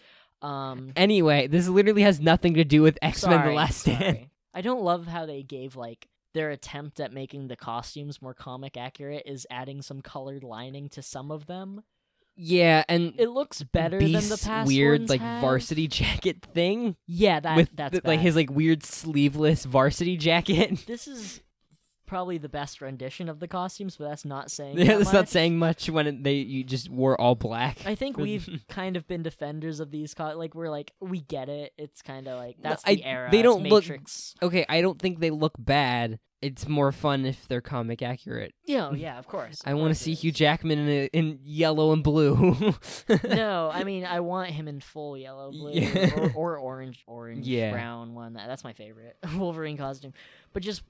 [SPEAKER 1] Um,
[SPEAKER 2] Anyway, this literally has nothing to do with X Men: The
[SPEAKER 1] sorry,
[SPEAKER 2] Last Stand.
[SPEAKER 1] sorry. I don't love how they gave like their attempt at making the costumes more comic accurate is adding some colored lining to some of them.
[SPEAKER 2] Yeah, and
[SPEAKER 1] It looks better
[SPEAKER 2] Beast's
[SPEAKER 1] than the past
[SPEAKER 2] weird
[SPEAKER 1] ones
[SPEAKER 2] like
[SPEAKER 1] have.
[SPEAKER 2] varsity jacket thing
[SPEAKER 1] Yeah, that
[SPEAKER 2] with
[SPEAKER 1] that's
[SPEAKER 2] the- like
[SPEAKER 1] bad.
[SPEAKER 2] his like weird sleeveless varsity jacket.
[SPEAKER 1] this is probably the best rendition of the costumes, but that's not saying.
[SPEAKER 2] Yeah,
[SPEAKER 1] that
[SPEAKER 2] that's not
[SPEAKER 1] much.
[SPEAKER 2] saying much when it, they you just wore all black.
[SPEAKER 1] I think we've kind of been defenders of these. Co- like we're like we get it. It's kind of like
[SPEAKER 2] No,
[SPEAKER 1] that's
[SPEAKER 2] I-
[SPEAKER 1] the era.
[SPEAKER 2] they
[SPEAKER 1] it's
[SPEAKER 2] don't look-
[SPEAKER 1] Matrix.
[SPEAKER 2] okay. I don't think they look bad. It's more fun if they're comic accurate.
[SPEAKER 1] Yeah, Oh, yeah, of course.
[SPEAKER 2] I want to see Hugh Jackman in, a, in yellow and blue.
[SPEAKER 1] no, I mean I want him in full yellow, blue,
[SPEAKER 2] Yeah.
[SPEAKER 1] or, or orange, orange,
[SPEAKER 2] Yeah.
[SPEAKER 1] brown one. That- That's my favorite Wolverine costume. But just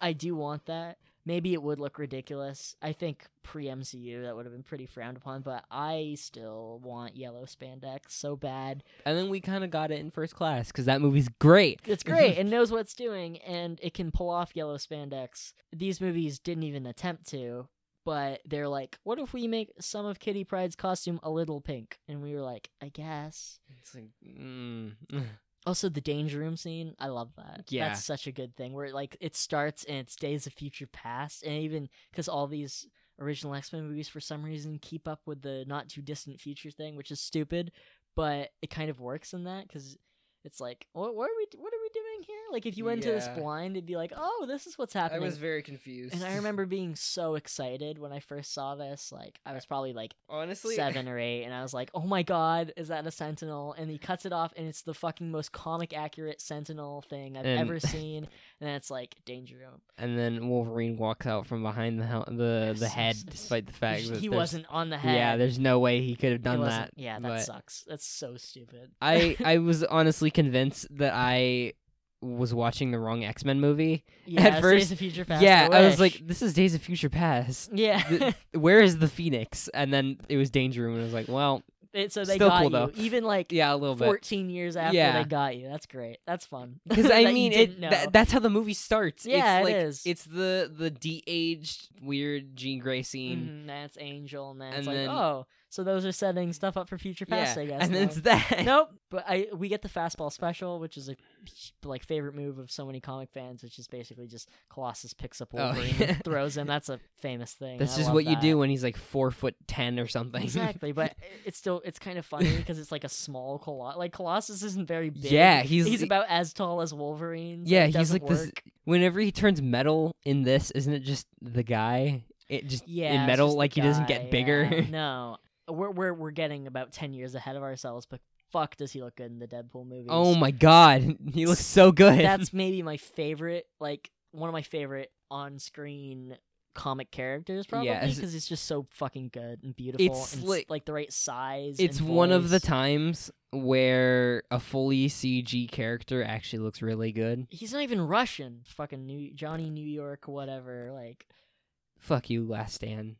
[SPEAKER 1] I do want that. Maybe it would look ridiculous. I think pre MCU that would have been pretty frowned upon, but I still want yellow spandex so bad.
[SPEAKER 2] and then we kind of got it in first class because that movie's great.
[SPEAKER 1] It's great and knows what it's doing, and it can pull off yellow spandex. These movies didn't even attempt to, but they're like, what if we make some of Kitty Pride's costume a little pink? And we were like, I guess.
[SPEAKER 2] It's like, mm.
[SPEAKER 1] Also, the danger room scene, I love that.
[SPEAKER 2] Yeah.
[SPEAKER 1] that's such a good thing. Where like it starts and it's Days of Future Past, and even because all these original X Men movies for some reason keep up with the not too distant future thing, which is stupid, but it kind of works in that because it's like, what, what are we, what are we doing here? Like if you went into this
[SPEAKER 2] Yeah.
[SPEAKER 1] blind, it'd be like, oh, this is what's happening.
[SPEAKER 2] very confused.
[SPEAKER 1] and I remember being so excited when I first saw this. Like I was probably like
[SPEAKER 2] honestly
[SPEAKER 1] seven or eight, and I was like, "Oh my god, is that a sentinel?" And he cuts it off, and it's the fucking most comic accurate sentinel thing I've
[SPEAKER 2] And-
[SPEAKER 1] ever seen. And it's like danger room.
[SPEAKER 2] And then Wolverine walks out from behind the hel- the the
[SPEAKER 1] Yes,
[SPEAKER 2] head,
[SPEAKER 1] yes, yes.
[SPEAKER 2] despite the fact
[SPEAKER 1] he
[SPEAKER 2] that
[SPEAKER 1] he
[SPEAKER 2] there's-
[SPEAKER 1] wasn't on the head.
[SPEAKER 2] Yeah, there's no way he could have
[SPEAKER 1] He
[SPEAKER 2] done
[SPEAKER 1] wasn't-
[SPEAKER 2] that.
[SPEAKER 1] Yeah, that
[SPEAKER 2] but
[SPEAKER 1] sucks. That's so stupid.
[SPEAKER 2] I I was honestly convinced that I was watching the wrong X Men movie.
[SPEAKER 1] yeah,
[SPEAKER 2] at
[SPEAKER 1] it's
[SPEAKER 2] first-
[SPEAKER 1] Days of Future Past,
[SPEAKER 2] yeah, I was
[SPEAKER 1] wish.
[SPEAKER 2] like, this is Days of Future Past.
[SPEAKER 1] yeah.
[SPEAKER 2] Th- where is the Phoenix? And then it was Danger Room, and I was like, well,
[SPEAKER 1] And so they
[SPEAKER 2] still
[SPEAKER 1] got you,
[SPEAKER 2] cool, though.
[SPEAKER 1] even like
[SPEAKER 2] yeah, a little bit.
[SPEAKER 1] 14 years after
[SPEAKER 2] Yeah.
[SPEAKER 1] they got you. That's great. That's fun.
[SPEAKER 2] Because
[SPEAKER 1] That
[SPEAKER 2] I
[SPEAKER 1] you
[SPEAKER 2] mean,
[SPEAKER 1] didn't
[SPEAKER 2] it, tha-
[SPEAKER 1] know.
[SPEAKER 2] that's how the movie starts.
[SPEAKER 1] Yeah, it
[SPEAKER 2] it's like,
[SPEAKER 1] is.
[SPEAKER 2] It's the the de-aged weird Jean Grey scene.
[SPEAKER 1] Mhm, that's Angel, and then it's
[SPEAKER 2] And
[SPEAKER 1] like,
[SPEAKER 2] then-
[SPEAKER 1] oh, so those are setting stuff up for future past, I guess.
[SPEAKER 2] and then
[SPEAKER 1] now.
[SPEAKER 2] it's that.
[SPEAKER 1] nope. But I we get the fastball special, which is a like favorite move of so many comic fans, which is basically just Colossus picks up
[SPEAKER 2] Oh,
[SPEAKER 1] Wolverine
[SPEAKER 2] yeah.
[SPEAKER 1] and throws him. That's a famous thing.
[SPEAKER 2] That's
[SPEAKER 1] I
[SPEAKER 2] just
[SPEAKER 1] love
[SPEAKER 2] what you
[SPEAKER 1] that.
[SPEAKER 2] do when he's like four foot ten or something.
[SPEAKER 1] Exactly, but it's still it's kind of funny because it's like a small Colossus. Like Colossus isn't very big.
[SPEAKER 2] Yeah, he's-
[SPEAKER 1] he's about as tall as Wolverine. so
[SPEAKER 2] yeah,
[SPEAKER 1] it
[SPEAKER 2] he's
[SPEAKER 1] doesn't
[SPEAKER 2] like this.
[SPEAKER 1] work.
[SPEAKER 2] Whenever he turns metal in this, isn't it just the guy? It just
[SPEAKER 1] Yeah,
[SPEAKER 2] in
[SPEAKER 1] it's
[SPEAKER 2] metal,
[SPEAKER 1] just the
[SPEAKER 2] like he doesn't
[SPEAKER 1] guy,
[SPEAKER 2] get bigger.
[SPEAKER 1] yeah. No, we're we're we're getting about ten years ahead of ourselves, but fuck, does he look good in the Deadpool movies?
[SPEAKER 2] oh my god, he looks so good.
[SPEAKER 1] that's maybe my favorite like one of my favorite on-screen comic characters probably
[SPEAKER 2] it's-
[SPEAKER 1] because it's just so fucking good and beautiful
[SPEAKER 2] It's
[SPEAKER 1] and
[SPEAKER 2] like-
[SPEAKER 1] the right size
[SPEAKER 2] it's
[SPEAKER 1] and
[SPEAKER 2] one of the
[SPEAKER 1] voice.
[SPEAKER 2] times where a fully CG character actually looks really good.
[SPEAKER 1] he's not even russian fucking new johnny new york whatever like
[SPEAKER 2] Fuck you, Last Stand.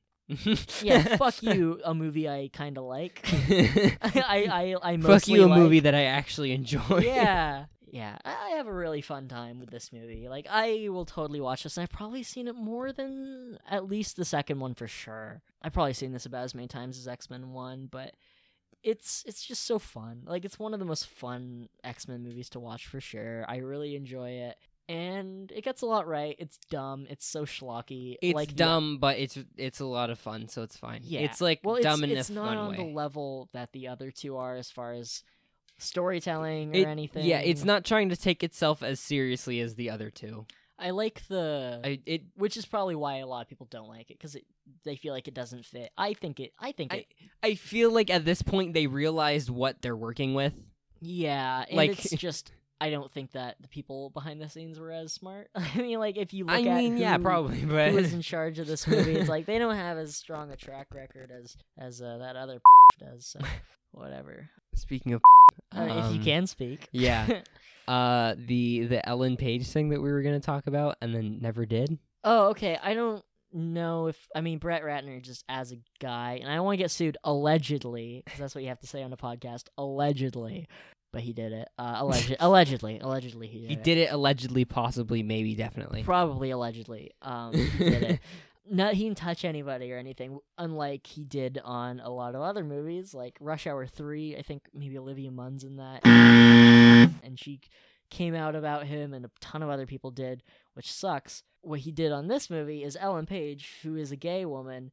[SPEAKER 1] yeah fuck you a movie i kind of like i i i mostly
[SPEAKER 2] Fuck you, a
[SPEAKER 1] like.
[SPEAKER 2] movie that I actually enjoy.
[SPEAKER 1] yeah yeah i I have a really fun time with this movie like i will totally watch this and i've probably seen it more than at least the second one for sure i've probably seen this about as many times as x-men 1 but it's it's just so fun like it's one of the most fun x-men movies to watch for sure i really enjoy it and it gets a lot right it's dumb it's so schlocky
[SPEAKER 2] It's
[SPEAKER 1] like the-
[SPEAKER 2] dumb, but it's it's a lot of fun, so it's fine.
[SPEAKER 1] Yeah.
[SPEAKER 2] It's like
[SPEAKER 1] well,
[SPEAKER 2] dumb
[SPEAKER 1] it's,
[SPEAKER 2] in
[SPEAKER 1] it's
[SPEAKER 2] a
[SPEAKER 1] not
[SPEAKER 2] fun
[SPEAKER 1] on
[SPEAKER 2] way.
[SPEAKER 1] the level that the other two are as far as storytelling or
[SPEAKER 2] It-
[SPEAKER 1] anything
[SPEAKER 2] Yeah, it's
[SPEAKER 1] not.
[SPEAKER 2] not trying to take itself as seriously as the other two.
[SPEAKER 1] I like the
[SPEAKER 2] I, it
[SPEAKER 1] which is probably why a lot of people don't like it because it they feel like it doesn't fit. I think it. I think it.
[SPEAKER 2] I feel like at this point they realized what they're working with.
[SPEAKER 1] Yeah, and
[SPEAKER 2] Like-
[SPEAKER 1] it's just I don't think that the people behind the scenes were as smart. I mean, like if you look
[SPEAKER 2] I
[SPEAKER 1] at
[SPEAKER 2] mean, yeah,
[SPEAKER 1] who-
[SPEAKER 2] probably,
[SPEAKER 1] who
[SPEAKER 2] but
[SPEAKER 1] was in charge of this movie, it's like they don't have as strong a track record as as uh, that other does. So whatever.
[SPEAKER 2] speaking of,
[SPEAKER 1] Uh, if you
[SPEAKER 2] um,
[SPEAKER 1] can speak.
[SPEAKER 2] yeah. uh, the the Ellen Page thing that we were gonna talk about and then never did.
[SPEAKER 1] oh, okay. I don't know if I mean Brett Ratner just as a guy, and I don't want to get sued allegedly because that's what you have to say on a podcast allegedly. But he did it. Uh, alleged, allegedly, allegedly he did.
[SPEAKER 2] He
[SPEAKER 1] it.
[SPEAKER 2] did it allegedly, possibly, maybe, definitely.
[SPEAKER 1] Probably allegedly. Um, he did it. Not he didn't touch anybody or anything, unlike he did on a lot of other movies, like Rush Hour Three. I think maybe Olivia Munn's in that, and she came out about him, and a ton of other people did, which sucks. What he did on this movie is Ellen Page, who is a gay woman.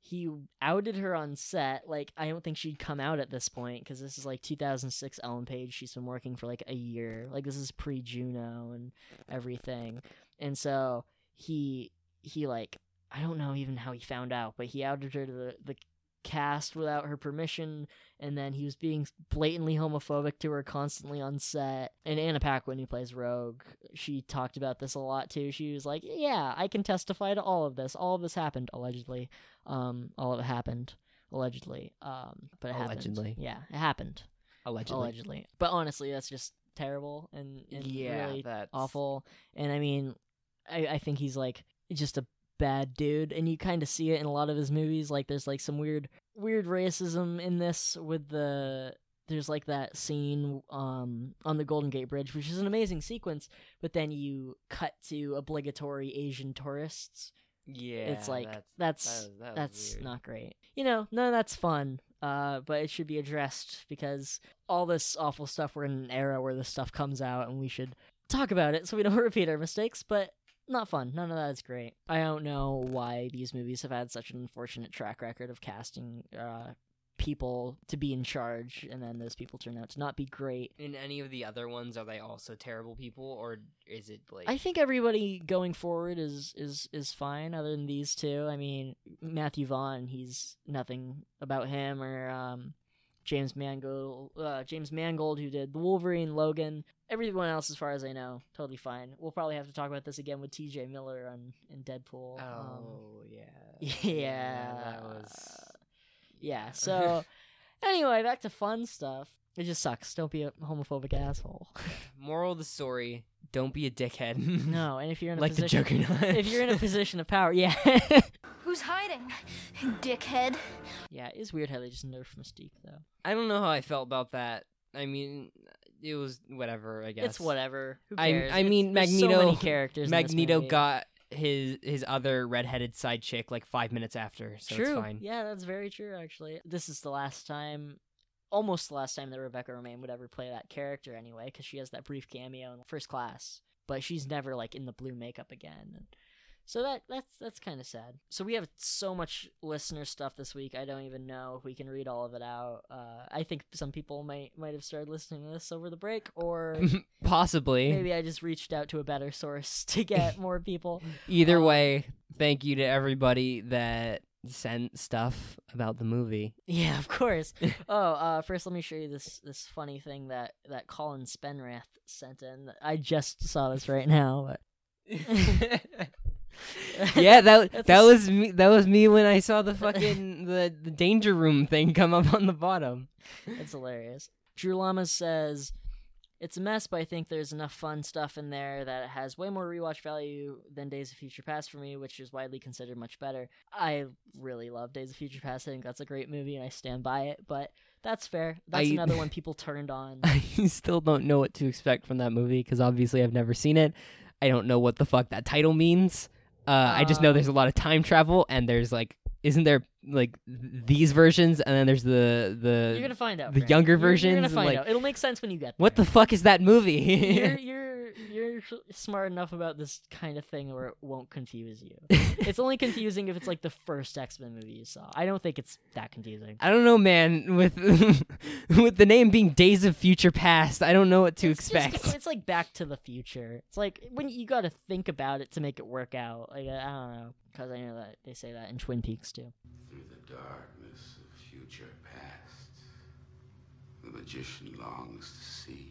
[SPEAKER 1] He outed her on set. Like I don't think she'd come out at this point because this is like 2006 Ellen Page. She's been working for like a year. Like this is pre Juno and everything and so he he like I don't know even how he found out, but he outed her to the, the cast without her permission, and then he was being blatantly homophobic to her constantly on set. And Anna Paquin, who plays Rogue, she talked about this a lot too. She was like, "Yeah, I can testify to all of this. All of this happened allegedly. Um, all of it happened allegedly. Um, but it
[SPEAKER 2] Allegedly.
[SPEAKER 1] happened. Yeah, it happened
[SPEAKER 2] Allegedly.
[SPEAKER 1] allegedly. But honestly, that's just terrible and, and
[SPEAKER 2] Yeah,
[SPEAKER 1] really
[SPEAKER 2] that's-
[SPEAKER 1] awful. And I mean, I, I think he's like just a bad dude, and you kind of see it in a lot of his movies. Like there's like some weird weird racism in this with the there's like that scene um on the Golden Gate Bridge, which is an amazing sequence, but then you cut to obligatory Asian tourists
[SPEAKER 2] Yeah.
[SPEAKER 1] it's like that's that's, not great. You know, none of that's fun. Uh, but it should be addressed because all this awful stuff. We're in an era where this stuff comes out, and we should talk about it so we don't repeat our mistakes. But not fun. None of that is great. I don't know why these movies have had such an unfortunate track record of casting uh, people to be in charge, and then those people turn out to not be great.
[SPEAKER 2] In any of the other ones, are they also terrible people, or is it like?
[SPEAKER 1] I think everybody going forward is is is fine, other than these two. I mean, Matthew Vaughn, he's nothing about him or um, James Mangold, uh, James Mangold, who did the Wolverine, Logan. Everyone else, as far as I know, totally fine. We'll probably have to talk about this again with T.J. Miller on in Deadpool. Um,
[SPEAKER 2] Oh yeah.
[SPEAKER 1] yeah,
[SPEAKER 2] that was.
[SPEAKER 1] yeah. So anyway, back to fun stuff. It just sucks. Don't be a homophobic asshole.
[SPEAKER 2] Moral of the story: Don't be a dickhead.
[SPEAKER 1] No, and if you're in a
[SPEAKER 2] like the
[SPEAKER 1] position,
[SPEAKER 2] Juggernaut.
[SPEAKER 1] if you're in a position of power, yeah.
[SPEAKER 5] Who's hiding? Dickhead.
[SPEAKER 1] yeah, it's weird how they just nerfed Mystique though.
[SPEAKER 2] I don't know how I felt about that. I mean, it was whatever. I guess
[SPEAKER 1] It's whatever. Who
[SPEAKER 2] I-
[SPEAKER 1] cares?
[SPEAKER 2] I mean,
[SPEAKER 1] It's- there's
[SPEAKER 2] Magneto-
[SPEAKER 1] So many characters. in this
[SPEAKER 2] Magneto
[SPEAKER 1] movie.
[SPEAKER 2] got his his other redheaded side chick like five minutes after, so
[SPEAKER 1] true.
[SPEAKER 2] it's fine.
[SPEAKER 1] Yeah, that's very true. Actually, this is the last time, almost the last time that Rebecca Romaine would ever play that character anyway, because she has that brief cameo in First Class, but she's never like in the blue makeup again. So that that's that's kind of sad. So we have so much listener stuff this week. I don't even know if we can read all of it out. Uh, I think some people might might have started listening to this over the break, or
[SPEAKER 2] Possibly.
[SPEAKER 1] maybe I just reached out to a better source to get more people.
[SPEAKER 2] Either
[SPEAKER 1] Um,
[SPEAKER 2] way, thank you to everybody that sent stuff about the movie.
[SPEAKER 1] Yeah, of course. oh, uh, first let me show you this this funny thing that that Colin Spenrath sent in. I just saw this right now. But...
[SPEAKER 2] yeah, that
[SPEAKER 1] That's
[SPEAKER 2] that
[SPEAKER 1] a s-
[SPEAKER 2] was me. That was me when I saw the fucking the, the danger room thing come up on the bottom.
[SPEAKER 1] It's hilarious. Drew Lama says, It's a mess, but I think there's enough fun stuff in there that it has way more rewatch value than Days of Future Past for me, which is widely considered much better. I really love Days of Future Past. I think that's a great movie, and I stand by it, but that's fair. That's
[SPEAKER 2] I-
[SPEAKER 1] another one people turned on.
[SPEAKER 2] I still don't know what to expect from that movie because obviously I've never seen it. I don't know what the fuck that title means. Uh, I just know there's a lot of time travel and there's like, isn't there like th- these versions and then there's the
[SPEAKER 1] You're going
[SPEAKER 2] the
[SPEAKER 1] to find out.
[SPEAKER 2] the
[SPEAKER 1] Frank.
[SPEAKER 2] younger
[SPEAKER 1] You're- You're going
[SPEAKER 2] versions
[SPEAKER 1] to
[SPEAKER 2] and,
[SPEAKER 1] find
[SPEAKER 2] like-
[SPEAKER 1] out. It'll make sense when you get there.
[SPEAKER 2] what the fuck is that
[SPEAKER 1] you're
[SPEAKER 2] movie?
[SPEAKER 1] you're you're you're smart enough about this kind of thing where it won't confuse you. it's only confusing if it's like the first X Men movie you saw. I don't think it's that confusing.
[SPEAKER 2] I don't know, man. With with the name being Days of Future Past, I don't know what to
[SPEAKER 1] It's just-
[SPEAKER 2] expect.
[SPEAKER 1] it's like Back to the Future. It's like when you got to think about it to make it work out. Like I don't know, because I know that they say that in Twin Peaks too.
[SPEAKER 11] Through the darkness of future past, the magician longs to see.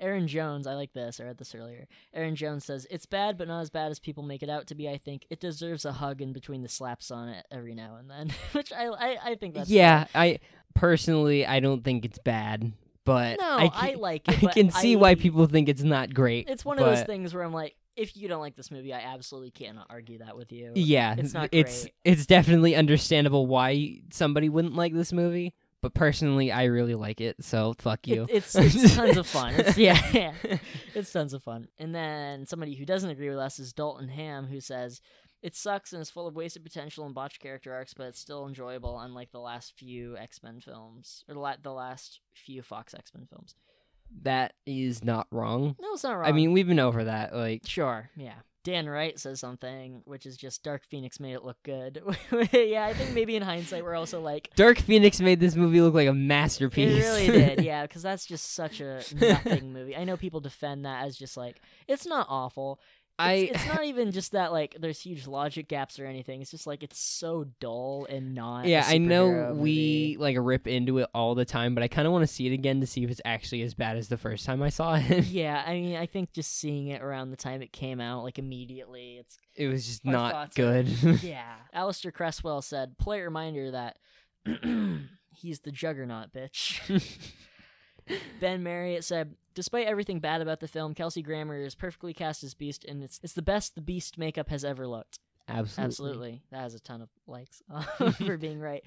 [SPEAKER 1] Aaron Jones, I like this. I read this earlier. Aaron Jones says, It's bad, but not as bad as people make it out to be, I think. It deserves a hug in between the slaps on it every now and then. Which I, I, I think that's.
[SPEAKER 2] yeah, I personally I don't think it's bad, but
[SPEAKER 1] No,
[SPEAKER 2] I,
[SPEAKER 1] I
[SPEAKER 2] can,
[SPEAKER 1] like it,
[SPEAKER 2] I
[SPEAKER 1] but
[SPEAKER 2] can see
[SPEAKER 1] I-
[SPEAKER 2] why people think it's not great.
[SPEAKER 1] It's one of those
[SPEAKER 2] but
[SPEAKER 1] things where I'm like, if you don't like this movie, I absolutely cannot argue that with you.
[SPEAKER 2] Yeah,
[SPEAKER 1] It's not
[SPEAKER 2] it's
[SPEAKER 1] great.
[SPEAKER 2] it's definitely understandable why somebody wouldn't like this movie, but personally I really like it, so fuck you.
[SPEAKER 1] It- it's, it's tons of fun. It's, yeah, yeah. it's tons of fun. And then somebody who doesn't agree with us is Dalton Ham, who says it sucks and is full of wasted potential and botched character arcs, but it's still enjoyable, unlike the last few X Men films or la- the last few Fox X Men films.
[SPEAKER 2] That is not wrong.
[SPEAKER 1] No, it's not
[SPEAKER 2] I
[SPEAKER 1] wrong.
[SPEAKER 2] mean, we've been over that. Like,
[SPEAKER 1] Sure, yeah. Dan Wright says something, which is just Dark Phoenix made it look good. yeah, I think maybe in hindsight we're also like,
[SPEAKER 2] Dark Phoenix made this movie look like a
[SPEAKER 1] It
[SPEAKER 2] masterpiece.
[SPEAKER 1] really did, yeah, because that's just such a nothing movie. I know people defend that as just like it's not awful. It's,
[SPEAKER 2] I-
[SPEAKER 1] it's not even just that like there's huge logic gaps or anything. It's just like it's so dull and not. a
[SPEAKER 2] yeah, I know
[SPEAKER 1] superhero
[SPEAKER 2] we like rip into it all the time, but I kind of want to see it again to see if it's actually as bad as the first time I saw it.
[SPEAKER 1] movie. yeah, I mean, I think just seeing it around the time it came out, like immediately, it's
[SPEAKER 2] it was just
[SPEAKER 1] Our
[SPEAKER 2] not
[SPEAKER 1] thoughts
[SPEAKER 2] good.
[SPEAKER 1] yeah. Alistair Cresswell said, "Play reminder that he's the juggernaut, bitch." ben Marriott said, "Despite everything bad about the film, Kelsey Grammer is perfectly cast as Beast, and it's it's the best the Beast makeup has ever looked."
[SPEAKER 2] Absolutely.
[SPEAKER 1] Absolutely, that has a ton of likes for being right.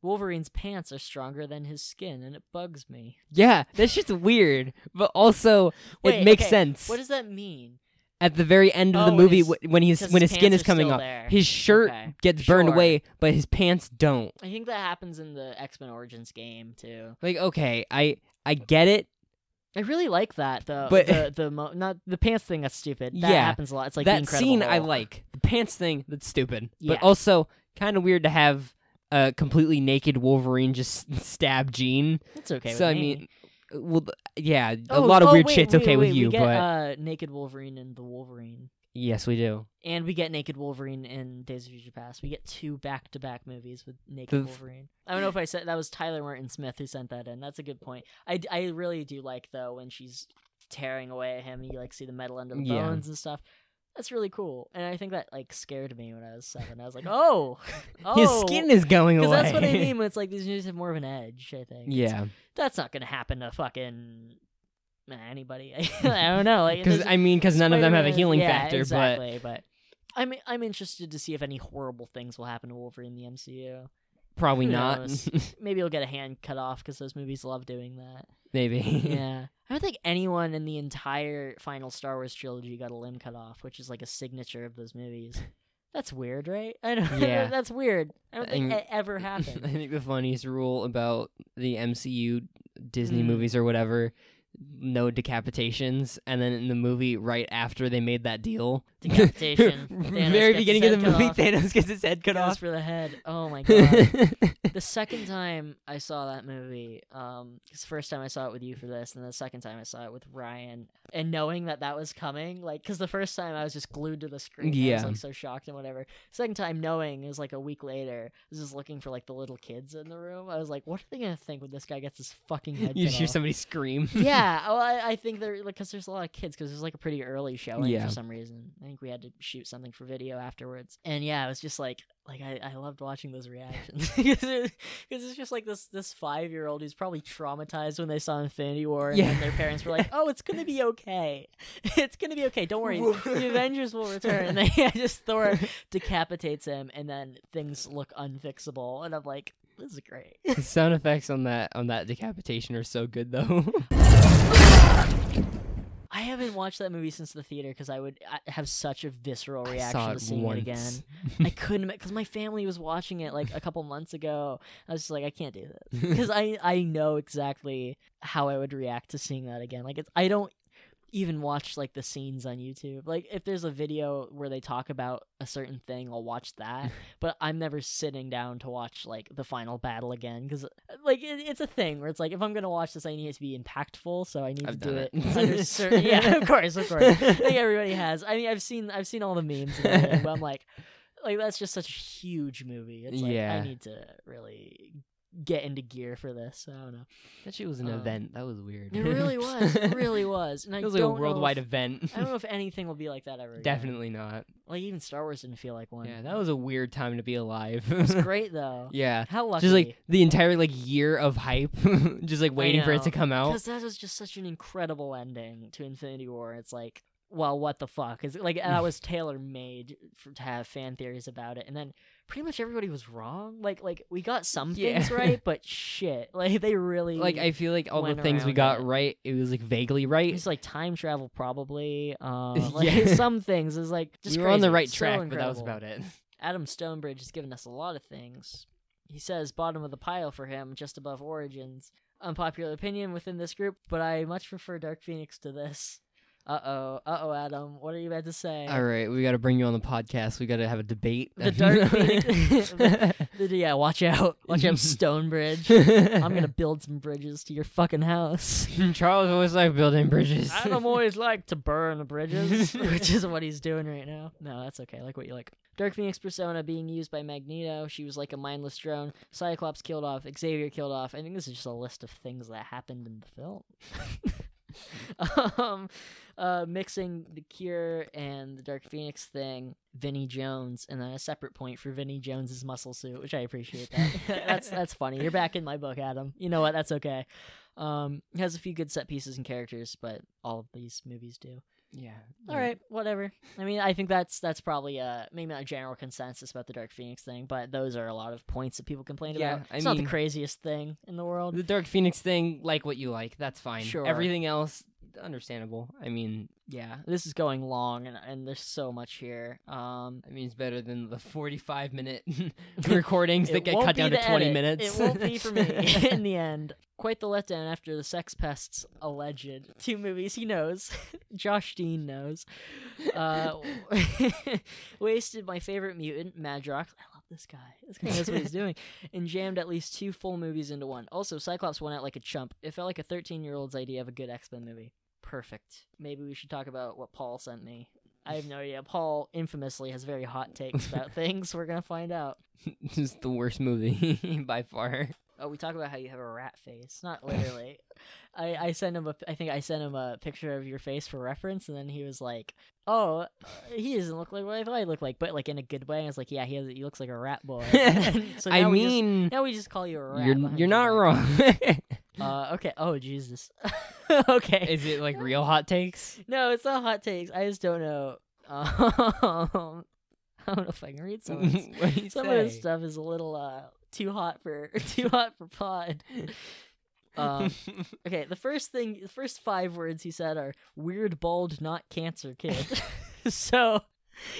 [SPEAKER 1] Wolverine's pants are stronger than his skin, and it bugs me.
[SPEAKER 2] Yeah, that shit's weird, but also
[SPEAKER 1] Wait,
[SPEAKER 2] it makes
[SPEAKER 1] okay,
[SPEAKER 2] sense.
[SPEAKER 1] What does that mean?
[SPEAKER 2] At the very end of
[SPEAKER 1] Oh,
[SPEAKER 2] the movie,
[SPEAKER 1] his-
[SPEAKER 2] wh- when he's
[SPEAKER 1] because
[SPEAKER 2] when
[SPEAKER 1] his
[SPEAKER 2] his, skin
[SPEAKER 1] pants
[SPEAKER 2] is
[SPEAKER 1] are
[SPEAKER 2] coming
[SPEAKER 1] still
[SPEAKER 2] up,
[SPEAKER 1] there.
[SPEAKER 2] his shirt
[SPEAKER 1] Okay,
[SPEAKER 2] gets burned
[SPEAKER 1] sure.
[SPEAKER 2] away, but his pants don't.
[SPEAKER 1] I think that happens in the X Men Origins game too.
[SPEAKER 2] Like, okay, I I get it.
[SPEAKER 1] I really like that though.
[SPEAKER 2] But-
[SPEAKER 1] the the mo- not the pants thing that's stupid. That
[SPEAKER 2] Yeah,
[SPEAKER 1] happens a lot. It's like the
[SPEAKER 2] that
[SPEAKER 1] Incredible
[SPEAKER 2] scene I
[SPEAKER 1] Hulk.
[SPEAKER 2] like. The pants thing, that's stupid,
[SPEAKER 1] Yeah.
[SPEAKER 2] but also kind of weird to have a completely naked Wolverine just stab Jean.
[SPEAKER 1] It's okay.
[SPEAKER 2] so
[SPEAKER 1] with
[SPEAKER 2] I
[SPEAKER 1] me.
[SPEAKER 2] mean, well, th- yeah, a
[SPEAKER 1] Oh,
[SPEAKER 2] lot of
[SPEAKER 1] oh,
[SPEAKER 2] weird
[SPEAKER 1] wait,
[SPEAKER 2] shit's
[SPEAKER 1] wait,
[SPEAKER 2] okay
[SPEAKER 1] wait,
[SPEAKER 2] with you,
[SPEAKER 1] we get,
[SPEAKER 2] but
[SPEAKER 1] uh, naked Wolverine and the Wolverine,
[SPEAKER 2] yes, we do.
[SPEAKER 1] and we get naked Wolverine in Days of Future Past. We get two back to back movies with naked
[SPEAKER 2] The f-
[SPEAKER 1] Wolverine. I don't know if I said that was Tyler Martin Smith who sent that in. That's a good point. I, d- I really do like though when she's tearing away at him. You like see the metal under the
[SPEAKER 2] Yeah.
[SPEAKER 1] bones and stuff. That's really cool, and I think that like scared me when I was seven. I was like, oh,
[SPEAKER 2] His
[SPEAKER 1] oh.
[SPEAKER 2] skin is going away.
[SPEAKER 1] Because that's what I mean when it's like these news have more of an edge, I think. It's-
[SPEAKER 2] yeah,
[SPEAKER 1] that's not going to happen to fucking anybody. I don't know. Like,
[SPEAKER 2] because
[SPEAKER 1] there's-
[SPEAKER 2] I mean, because none of them have a
[SPEAKER 1] Spider-Man-
[SPEAKER 2] healing
[SPEAKER 1] yeah,
[SPEAKER 2] factor,
[SPEAKER 1] exactly, but. I'm I'm interested to see if any horrible things will happen to Wolverine in the MCU.
[SPEAKER 2] but probably
[SPEAKER 1] Who
[SPEAKER 2] not.
[SPEAKER 1] knows? Maybe he'll get a hand cut off because those movies love doing that.
[SPEAKER 2] Maybe.
[SPEAKER 1] Yeah, I don't think anyone in the entire final Star Wars trilogy got a limb cut off, which is like a signature of those movies. That's weird, right? I don't.
[SPEAKER 2] Yeah.
[SPEAKER 1] that's weird. I don't think
[SPEAKER 2] And-
[SPEAKER 1] it ever
[SPEAKER 2] I
[SPEAKER 1] happened.
[SPEAKER 2] think the funniest rule about the MCU Disney
[SPEAKER 1] Mm.
[SPEAKER 2] movies or whatever, no decapitations, and then in the movie right after they made that deal,
[SPEAKER 1] Decapitation. Thanos
[SPEAKER 2] very
[SPEAKER 1] gets
[SPEAKER 2] beginning
[SPEAKER 1] his
[SPEAKER 2] of the
[SPEAKER 1] head cut
[SPEAKER 2] movie,
[SPEAKER 1] off.
[SPEAKER 2] Thanos gets his head cut
[SPEAKER 1] Goes
[SPEAKER 2] off.
[SPEAKER 1] for the head. Oh my god. the second time I saw that movie, um, 'cause the first time I saw it with you for this, and the second time I saw it with Ryan, and knowing that that was coming, like, because the first time I was just glued to the screen, I was
[SPEAKER 2] Yeah.
[SPEAKER 1] like so shocked and whatever. Second time knowing is like a week later, I was just looking for like the little kids in the room. I was like, what are they gonna think when this guy gets his fucking head?
[SPEAKER 2] you
[SPEAKER 1] cut
[SPEAKER 2] just hear
[SPEAKER 1] off?
[SPEAKER 2] somebody scream.
[SPEAKER 1] yeah, well, I, I think there because there's a lot of kids because it was like a pretty early showing
[SPEAKER 2] Yeah.
[SPEAKER 1] for some reason. I think we had to shoot something for video afterwards, and yeah, it was just like like I, I loved watching those reactions because it's just like this this five year old who's probably traumatized when they saw Infinity War, and
[SPEAKER 2] Yeah.
[SPEAKER 1] then their parents were like, "Oh, it's gonna be okay, it's gonna be okay. Don't worry, the Avengers will return." And then yeah, just Thor decapitates him, and then things look unfixable, and I'm like, "This is great."
[SPEAKER 2] The sound effects on that on that decapitation are so good though.
[SPEAKER 1] I haven't watched that movie since the theater because I would I have such a visceral
[SPEAKER 2] I
[SPEAKER 1] reaction
[SPEAKER 2] saw
[SPEAKER 1] to
[SPEAKER 2] it
[SPEAKER 1] seeing
[SPEAKER 2] once.
[SPEAKER 1] it again. I couldn't because my family was watching it like a couple months ago. I was just like, I can't do this because I I know exactly how I would react to seeing that again. Like it's I don't even watch like the scenes on YouTube. Like if there's a video where they talk about a certain thing, I'll watch that. but I'm never sitting down to watch like the final battle again because like it, it's a thing where it's like if I'm gonna watch this, I need it to be impactful. So I need
[SPEAKER 2] I've
[SPEAKER 1] to do
[SPEAKER 2] done
[SPEAKER 1] it.
[SPEAKER 2] it.
[SPEAKER 1] under certain... Yeah, of course, of course. I think everybody has. I mean, I've seen I've seen all the memes, and everything, but I'm like, like that's just such a huge movie. It's like I
[SPEAKER 2] Yeah.
[SPEAKER 1] need to really get into gear for this. So I don't know.
[SPEAKER 2] That shit was an
[SPEAKER 1] Um,
[SPEAKER 2] event. That was weird.
[SPEAKER 1] It really was. It really was. And I
[SPEAKER 2] it was like a
[SPEAKER 1] don't
[SPEAKER 2] worldwide
[SPEAKER 1] know if,
[SPEAKER 2] event.
[SPEAKER 1] I don't know if anything will be like that ever. again.
[SPEAKER 2] Definitely not.
[SPEAKER 1] Like even Star Wars didn't feel like one.
[SPEAKER 2] Yeah, that was a weird time to be alive.
[SPEAKER 1] It was great though.
[SPEAKER 2] yeah.
[SPEAKER 1] How lucky.
[SPEAKER 2] Just like the entire like year of hype, just like waiting for it to come out.
[SPEAKER 1] Because that was just such an incredible ending to Infinity War. It's like, well, what the fuck? Is it like that was tailor made for to have fan theories about it, and then pretty much everybody was wrong. Like, like we got some
[SPEAKER 2] Yeah.
[SPEAKER 1] things right, but shit, like they really
[SPEAKER 2] Like I feel like all the
[SPEAKER 1] went
[SPEAKER 2] things we
[SPEAKER 1] around
[SPEAKER 2] got
[SPEAKER 1] it.
[SPEAKER 2] right, it was like vaguely right.
[SPEAKER 1] It's like time travel, probably. Um, like
[SPEAKER 2] Yeah.
[SPEAKER 1] some things is like just
[SPEAKER 2] we were on the
[SPEAKER 1] crazy.
[SPEAKER 2] right
[SPEAKER 1] So
[SPEAKER 2] track, but that was
[SPEAKER 1] incredible.
[SPEAKER 2] about it.
[SPEAKER 1] Adam Stonebridge has given us a lot of things. He says bottom of the pile for him, just above Origins. Unpopular opinion within this group, but I much prefer Dark Phoenix to this. Uh oh, uh oh, Adam, what are you about to say?
[SPEAKER 2] All right, we got to bring you on the podcast. We got to have a debate.
[SPEAKER 1] The Dark Phoenix. The- yeah, watch out, watch out, Stonebridge. I'm gonna build some bridges to your fucking house.
[SPEAKER 2] Charles always like building bridges.
[SPEAKER 1] Adam always liked to burn bridges, which is what he's doing right now. No, that's okay. Like what you like. Dark Phoenix persona being used by Magneto. She was like a mindless drone. Cyclops killed off. Xavier killed off. I think this is just a list of things that happened in the film. um, uh, mixing the Cure and the Dark Phoenix thing. Vinnie Jones, and then a separate point for Vinnie Jones's muscle suit, which I appreciate. That that's that's funny. You're back in my book, Adam. You know what? That's okay. Um, it has a few good set pieces and characters, but all of these movies do.
[SPEAKER 2] yeah.
[SPEAKER 1] All right, whatever. I mean, I think that's that's probably uh maybe not a general consensus about the Dark Phoenix thing, but those are a lot of points that people complained
[SPEAKER 2] Yeah,
[SPEAKER 1] about.
[SPEAKER 2] I
[SPEAKER 1] it's not
[SPEAKER 2] mean-
[SPEAKER 1] the craziest thing in the world.
[SPEAKER 2] The Dark Phoenix thing, like what you like, that's fine.
[SPEAKER 1] Sure.
[SPEAKER 2] Everything else, understandable. I mean,
[SPEAKER 1] Yeah, this is going long, and and there's so much here. Um,
[SPEAKER 2] I mean, it's better than the forty-five minute recordings that
[SPEAKER 1] It
[SPEAKER 2] get
[SPEAKER 1] won't
[SPEAKER 2] cut
[SPEAKER 1] be
[SPEAKER 2] down to
[SPEAKER 1] the
[SPEAKER 2] twenty
[SPEAKER 1] edit.
[SPEAKER 2] minutes.
[SPEAKER 1] It won't be for me in the end. Quite the letdown after the Sex Pests alleged two movies. He knows. Josh Dean knows. Uh, wasted my favorite mutant, Madrox. I love this guy. This guy knows what he's doing. And jammed at least two full movies into one. Also, Cyclops went out like a chump. It felt like a 13 year old's idea of a good X Men movie. Perfect. Maybe we should talk about what Paul sent me. I have no idea. Paul infamously has very hot takes about things. We're going to find out.
[SPEAKER 2] this is the worst movie by far.
[SPEAKER 1] Oh, we talk about how you have a rat face. Not literally. I I sent him a I think I sent him a picture of your face for reference, and then he was like, "Oh, he doesn't look like what I thought he looked like, but like in a good way." And I was like, "Yeah, he has, he looks like a rat boy." so
[SPEAKER 2] I
[SPEAKER 1] now we just-
[SPEAKER 2] mean,
[SPEAKER 1] now we just call you a rat.
[SPEAKER 2] you're
[SPEAKER 1] behind your
[SPEAKER 2] you're not
[SPEAKER 1] back.
[SPEAKER 2] wrong.
[SPEAKER 1] Uh, okay. Oh Jesus. okay.
[SPEAKER 2] is it like real hot takes?
[SPEAKER 1] No, it's not hot takes. I just don't know. Um, I don't know if I can read some of this.
[SPEAKER 2] What do you
[SPEAKER 1] Some of this
[SPEAKER 2] say?
[SPEAKER 1] stuff is a little uh too hot for too hot for pod. Um, okay, the first thing, the first five words he said are "weird, bald, not cancer kid." so,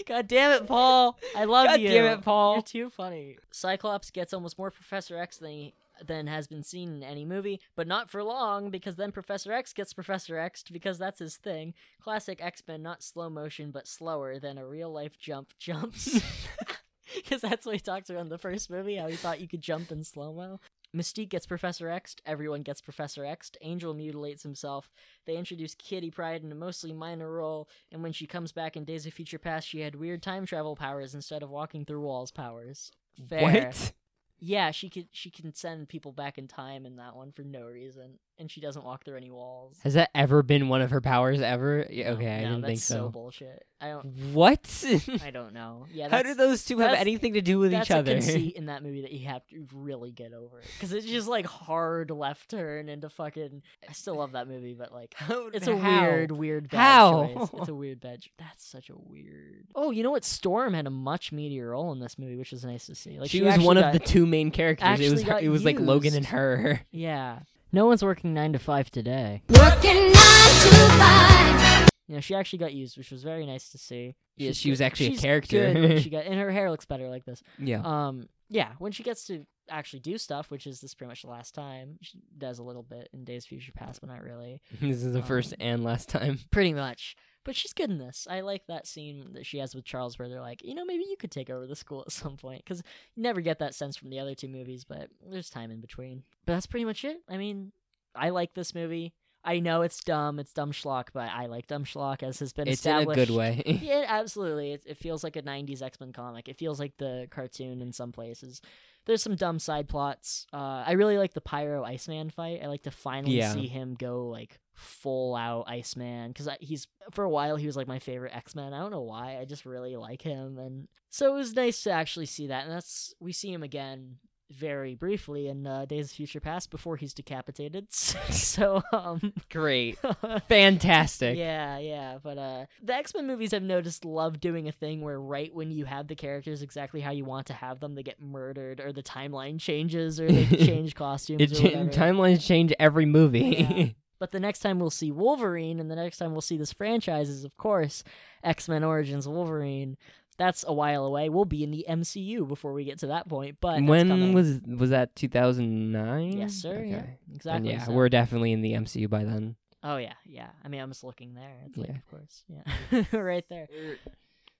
[SPEAKER 1] god damn it, Paul! I love
[SPEAKER 2] God
[SPEAKER 1] you.
[SPEAKER 2] damn it, Paul.
[SPEAKER 1] You're too funny. Cyclops gets almost more Professor X than he, than has been seen in any movie, but not for long because then Professor X gets Professor X because that's his thing. Classic X Men, not slow motion, but slower than a real life jump jumps. Because that's what he talked about in the first movie, how he thought you could jump in slow mo. Mystique gets Professor X, everyone gets Professor X, Angel mutilates himself. They introduce Kitty Pride in a mostly minor role, and when she comes back in Days of Future Past, she had weird time travel powers instead of walking through walls powers. Fair.
[SPEAKER 2] What?
[SPEAKER 1] Yeah, she can she can send people back in time in that one for no reason, and she doesn't walk through any walls.
[SPEAKER 2] Has that ever been one of her powers ever? Yeah,
[SPEAKER 1] No,
[SPEAKER 2] okay, I
[SPEAKER 1] no,
[SPEAKER 2] didn't
[SPEAKER 1] that's
[SPEAKER 2] think
[SPEAKER 1] so
[SPEAKER 2] so.
[SPEAKER 1] bullshit. I don't.
[SPEAKER 2] What?
[SPEAKER 1] I don't know. Yeah,
[SPEAKER 2] How
[SPEAKER 1] that's,
[SPEAKER 2] do those two have
[SPEAKER 1] that's-
[SPEAKER 2] anything to do with
[SPEAKER 1] that's
[SPEAKER 2] each other?
[SPEAKER 1] a conceit in that movie that you have to really get over because it's just like hard left turn into fucking. I still love that movie, but like
[SPEAKER 2] How-
[SPEAKER 1] it's a
[SPEAKER 2] how?
[SPEAKER 1] weird, weird bad
[SPEAKER 2] How?
[SPEAKER 1] choice. It's a weird bad. cho- That's such a weird. Oh, you know what? Storm had a much meatier role in this movie, which was nice to see. Like
[SPEAKER 2] she, was one
[SPEAKER 1] actually
[SPEAKER 2] of the
[SPEAKER 1] got-
[SPEAKER 2] two main characters. It
[SPEAKER 1] actually
[SPEAKER 2] was her,
[SPEAKER 1] got
[SPEAKER 2] it was like Logan
[SPEAKER 1] used.
[SPEAKER 2] and her.
[SPEAKER 1] Yeah. No one's working nine to five today.
[SPEAKER 5] Working nine to five.
[SPEAKER 1] You know, she actually got used, which was very nice to see.
[SPEAKER 2] Yeah,
[SPEAKER 1] She's
[SPEAKER 2] she was
[SPEAKER 1] good-
[SPEAKER 2] actually a
[SPEAKER 1] she's
[SPEAKER 2] character.
[SPEAKER 1] good when she got, and her hair looks better like this.
[SPEAKER 2] Yeah.
[SPEAKER 1] Um, yeah, when she gets to actually do stuff, which is this pretty much the last time. She does a little bit in Days of Future Past, but not really.
[SPEAKER 2] this is the
[SPEAKER 1] Um,
[SPEAKER 2] first and last time.
[SPEAKER 1] Pretty much. But she's good in this. I like that scene that she has with Charles where they're like, you know, maybe you could take over the school at some point. Because you never get that sense from the other two movies, but there's time in between. But that's pretty much it. I mean, I like this movie. I know it's dumb. It's dumb schlock, but I like dumb schlock as has been
[SPEAKER 2] It's in a
[SPEAKER 1] established.
[SPEAKER 2] good way.
[SPEAKER 1] yeah, absolutely. It, it feels like a 90s X Men comic. It feels like the cartoon in some places. There's some dumb side plots. Uh, I really like the Pyro Iceman fight. I like to finally
[SPEAKER 2] Yeah.
[SPEAKER 1] see him go like full out Iceman because he's for a while he was like my favorite X Men. I don't know why. I just really like him, and so it was nice to actually see that. And that's we see him again very briefly in uh, Days of Future Past before he's decapitated. so um,
[SPEAKER 2] Great. Fantastic.
[SPEAKER 1] yeah, yeah, but uh the X-Men movies I've noticed love doing a thing where right when you have the characters exactly how you want to have them, they get murdered or the timeline changes or they change costumes
[SPEAKER 2] It
[SPEAKER 1] or
[SPEAKER 2] cha-
[SPEAKER 1] whatever.
[SPEAKER 2] timelines change every movie.
[SPEAKER 1] But the next time we'll see Wolverine and the next time we'll see this franchise is of course X-Men Origins Wolverine. That's a while away. We'll be in the MCU before we get to that point, but that's
[SPEAKER 2] when
[SPEAKER 1] coming.
[SPEAKER 2] was was that 2009?
[SPEAKER 1] Yes, sir. Yeah.
[SPEAKER 2] Okay. Then
[SPEAKER 1] Exactly.
[SPEAKER 2] yeah,
[SPEAKER 1] so-
[SPEAKER 2] we're definitely in the MCU by then.
[SPEAKER 1] Oh yeah, yeah. I mean, I'm just looking there. It's like,
[SPEAKER 2] Yeah.
[SPEAKER 1] of course, yeah, right there.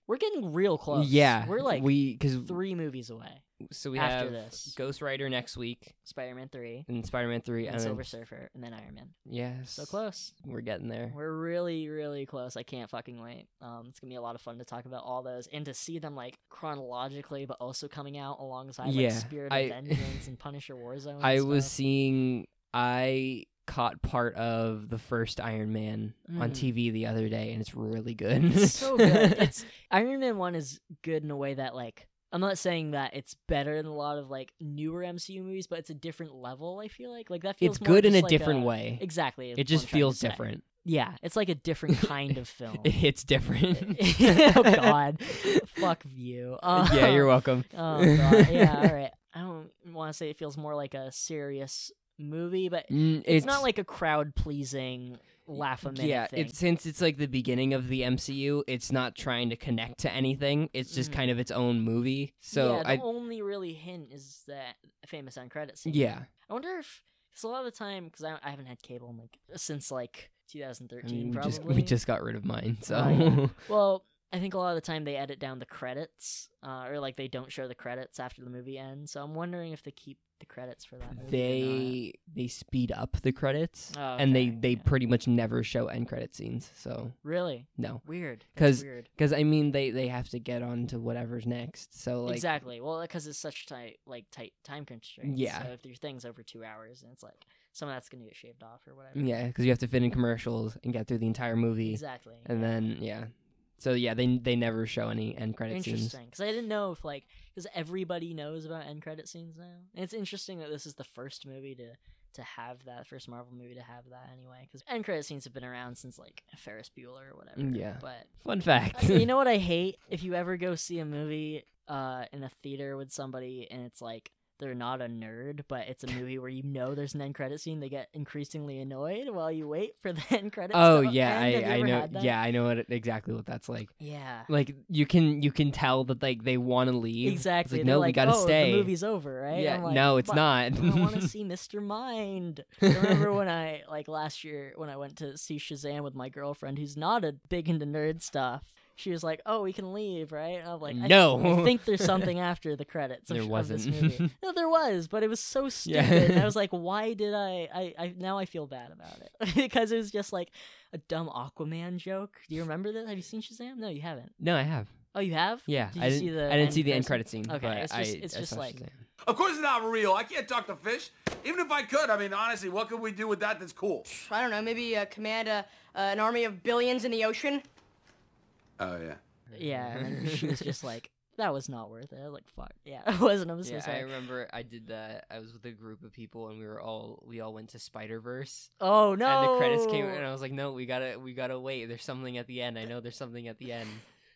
[SPEAKER 1] We're getting real close.
[SPEAKER 2] Yeah,
[SPEAKER 1] we're like
[SPEAKER 2] we because
[SPEAKER 1] three movies away.
[SPEAKER 2] so we
[SPEAKER 1] after
[SPEAKER 2] have
[SPEAKER 1] this.
[SPEAKER 2] Ghost Rider next week
[SPEAKER 1] Spider-Man three,
[SPEAKER 2] and Spider-Man
[SPEAKER 1] and
[SPEAKER 2] 3 and then-
[SPEAKER 1] Silver Surfer, and then Iron Man.
[SPEAKER 2] Yes.
[SPEAKER 1] So close.
[SPEAKER 2] We're getting there.
[SPEAKER 1] We're really, really close. I can't fucking wait. Um, it's gonna be a lot of fun to talk about all those and to see them like chronologically, but also coming out alongside like
[SPEAKER 2] Yeah,
[SPEAKER 1] Spirit of
[SPEAKER 2] I-
[SPEAKER 1] Vengeance and Punisher Warzone. and
[SPEAKER 2] I was
[SPEAKER 1] stuff.
[SPEAKER 2] seeing I caught part of the first Iron Man on
[SPEAKER 1] Mm.
[SPEAKER 2] TV the other day and it's really good.
[SPEAKER 1] It's so good. It's Iron Man One is good in a way that like I'm not saying that it's better than a lot of like newer MCU movies, but it's a different level. I feel like like that feels
[SPEAKER 2] It's
[SPEAKER 1] more
[SPEAKER 2] good in
[SPEAKER 1] just
[SPEAKER 2] a
[SPEAKER 1] like
[SPEAKER 2] different way.
[SPEAKER 1] Exactly, is
[SPEAKER 2] it
[SPEAKER 1] what
[SPEAKER 2] just
[SPEAKER 1] I'm trying to
[SPEAKER 2] feels
[SPEAKER 1] say.
[SPEAKER 2] different.
[SPEAKER 1] Yeah, it's like a different kind of film.
[SPEAKER 2] It hits different.
[SPEAKER 1] oh God, fuck you. Uh,
[SPEAKER 2] yeah, you're welcome.
[SPEAKER 1] Oh God, yeah. All right, I don't want to say it feels more like a serious movie, but
[SPEAKER 2] Mm,
[SPEAKER 1] it's, not like a crowd pleasing laugh a minute
[SPEAKER 2] yeah
[SPEAKER 1] thing.
[SPEAKER 2] it's since it's like the beginning of the mcu it's not trying to connect to anything it's just
[SPEAKER 1] Mm.
[SPEAKER 2] kind of its own movie so
[SPEAKER 1] yeah, the
[SPEAKER 2] i
[SPEAKER 1] only really hint is that famous end credit scene.
[SPEAKER 2] yeah
[SPEAKER 1] I wonder if because a lot of the time because I, I haven't had cable in, like since like 2013
[SPEAKER 2] I mean, we
[SPEAKER 1] probably.
[SPEAKER 2] just we just got rid of mine so
[SPEAKER 1] Right. well, I think a lot of the time they edit down the credits uh, or like they don't show the credits after the movie ends. So I'm wondering if they keep the credits for that. Movie
[SPEAKER 2] they they speed up the credits
[SPEAKER 1] Oh,
[SPEAKER 2] and they
[SPEAKER 1] okay,
[SPEAKER 2] they
[SPEAKER 1] yeah.
[SPEAKER 2] pretty much never show end credit scenes so
[SPEAKER 1] or not. really
[SPEAKER 2] no
[SPEAKER 1] weird That's
[SPEAKER 2] 'Cause
[SPEAKER 1] weird.
[SPEAKER 2] because i mean they they have to get on to whatever's next so like
[SPEAKER 1] exactly. Well, because it's such tight, like tight time constraints.
[SPEAKER 2] Yeah.
[SPEAKER 1] So if your thing's over two hours, and it's like some of that's gonna get shaved off or whatever.
[SPEAKER 2] yeah because you have to fit in commercials and get through the entire movie
[SPEAKER 1] Exactly.
[SPEAKER 2] and then yeah so yeah they they never show any end credit scenes
[SPEAKER 1] Interesting, because I didn't know if like because everybody knows about end credit scenes now. And it's interesting that this is the first movie to to have that first Marvel movie to have that anyway. Because end credit scenes have been around since like Ferris Bueller or whatever.
[SPEAKER 2] Mm, Yeah.
[SPEAKER 1] But uh,
[SPEAKER 2] fun fact
[SPEAKER 1] you know what I hate? If you ever go see a movie uh, in a theater with somebody and it's like they're not a nerd, but it's a movie where you know there's an end credit scene, they get increasingly annoyed while you wait for the end credits.
[SPEAKER 2] Oh
[SPEAKER 1] to
[SPEAKER 2] yeah,
[SPEAKER 1] end. Have you
[SPEAKER 2] I, I
[SPEAKER 1] ever
[SPEAKER 2] know.
[SPEAKER 1] had that?
[SPEAKER 2] Yeah, I know what, exactly what that's like.
[SPEAKER 1] Yeah.
[SPEAKER 2] Like you can you can tell that like they want to leave. It's
[SPEAKER 1] Exactly.
[SPEAKER 2] Like,
[SPEAKER 1] They're
[SPEAKER 2] no, we
[SPEAKER 1] like,
[SPEAKER 2] gotta
[SPEAKER 1] oh,
[SPEAKER 2] stay.
[SPEAKER 1] The movie's over, right?
[SPEAKER 2] Yeah,
[SPEAKER 1] I'm like,
[SPEAKER 2] no, it's
[SPEAKER 1] "But
[SPEAKER 2] not."
[SPEAKER 1] I want to see Mr. Mind. I remember when I like last year when I went to see Shazam with my girlfriend, who's not a big into nerd stuff. She was like, "Oh, we can leave, right?" And I'm like, I-
[SPEAKER 2] No.
[SPEAKER 1] I think there's something after the credits. of
[SPEAKER 2] There
[SPEAKER 1] sh- of
[SPEAKER 2] wasn't.
[SPEAKER 1] this movie. No, there was, but it was so
[SPEAKER 2] Yeah.
[SPEAKER 1] stupid. and I was like, "Why did I, I?" I now I feel bad about it because it was just like a dumb Aquaman joke. Do you remember this? Have you seen Shazam? No, you haven't.
[SPEAKER 2] No, I have.
[SPEAKER 1] Oh, you have?
[SPEAKER 2] Yeah,
[SPEAKER 1] Did you
[SPEAKER 2] I didn't.
[SPEAKER 1] see the
[SPEAKER 2] I didn't see the end
[SPEAKER 1] credit
[SPEAKER 2] credit scene.
[SPEAKER 1] Okay,
[SPEAKER 2] but
[SPEAKER 1] it's
[SPEAKER 2] I-
[SPEAKER 1] just- it's
[SPEAKER 2] I
[SPEAKER 1] just
[SPEAKER 2] saw
[SPEAKER 1] like-
[SPEAKER 2] Shazam.
[SPEAKER 12] Of course it's not real. I can't talk to fish. Even if I could, I mean, honestly, what could we do with that that's cool?
[SPEAKER 13] I don't know, maybe uh, command uh, uh, an army of billions in the ocean?
[SPEAKER 12] Oh, yeah.
[SPEAKER 1] Yeah, and then she was just like, "That was not worth it." I was like, "Fuck, yeah, it wasn't." I'm so
[SPEAKER 2] yeah, I
[SPEAKER 1] sorry.
[SPEAKER 2] remember I did that. I was with a group of people and we were all we all went to Spider Verse.
[SPEAKER 1] Oh no!
[SPEAKER 2] And the credits came and I was like, no, we gotta we gotta wait. There's something at the end. I know there's something at the end.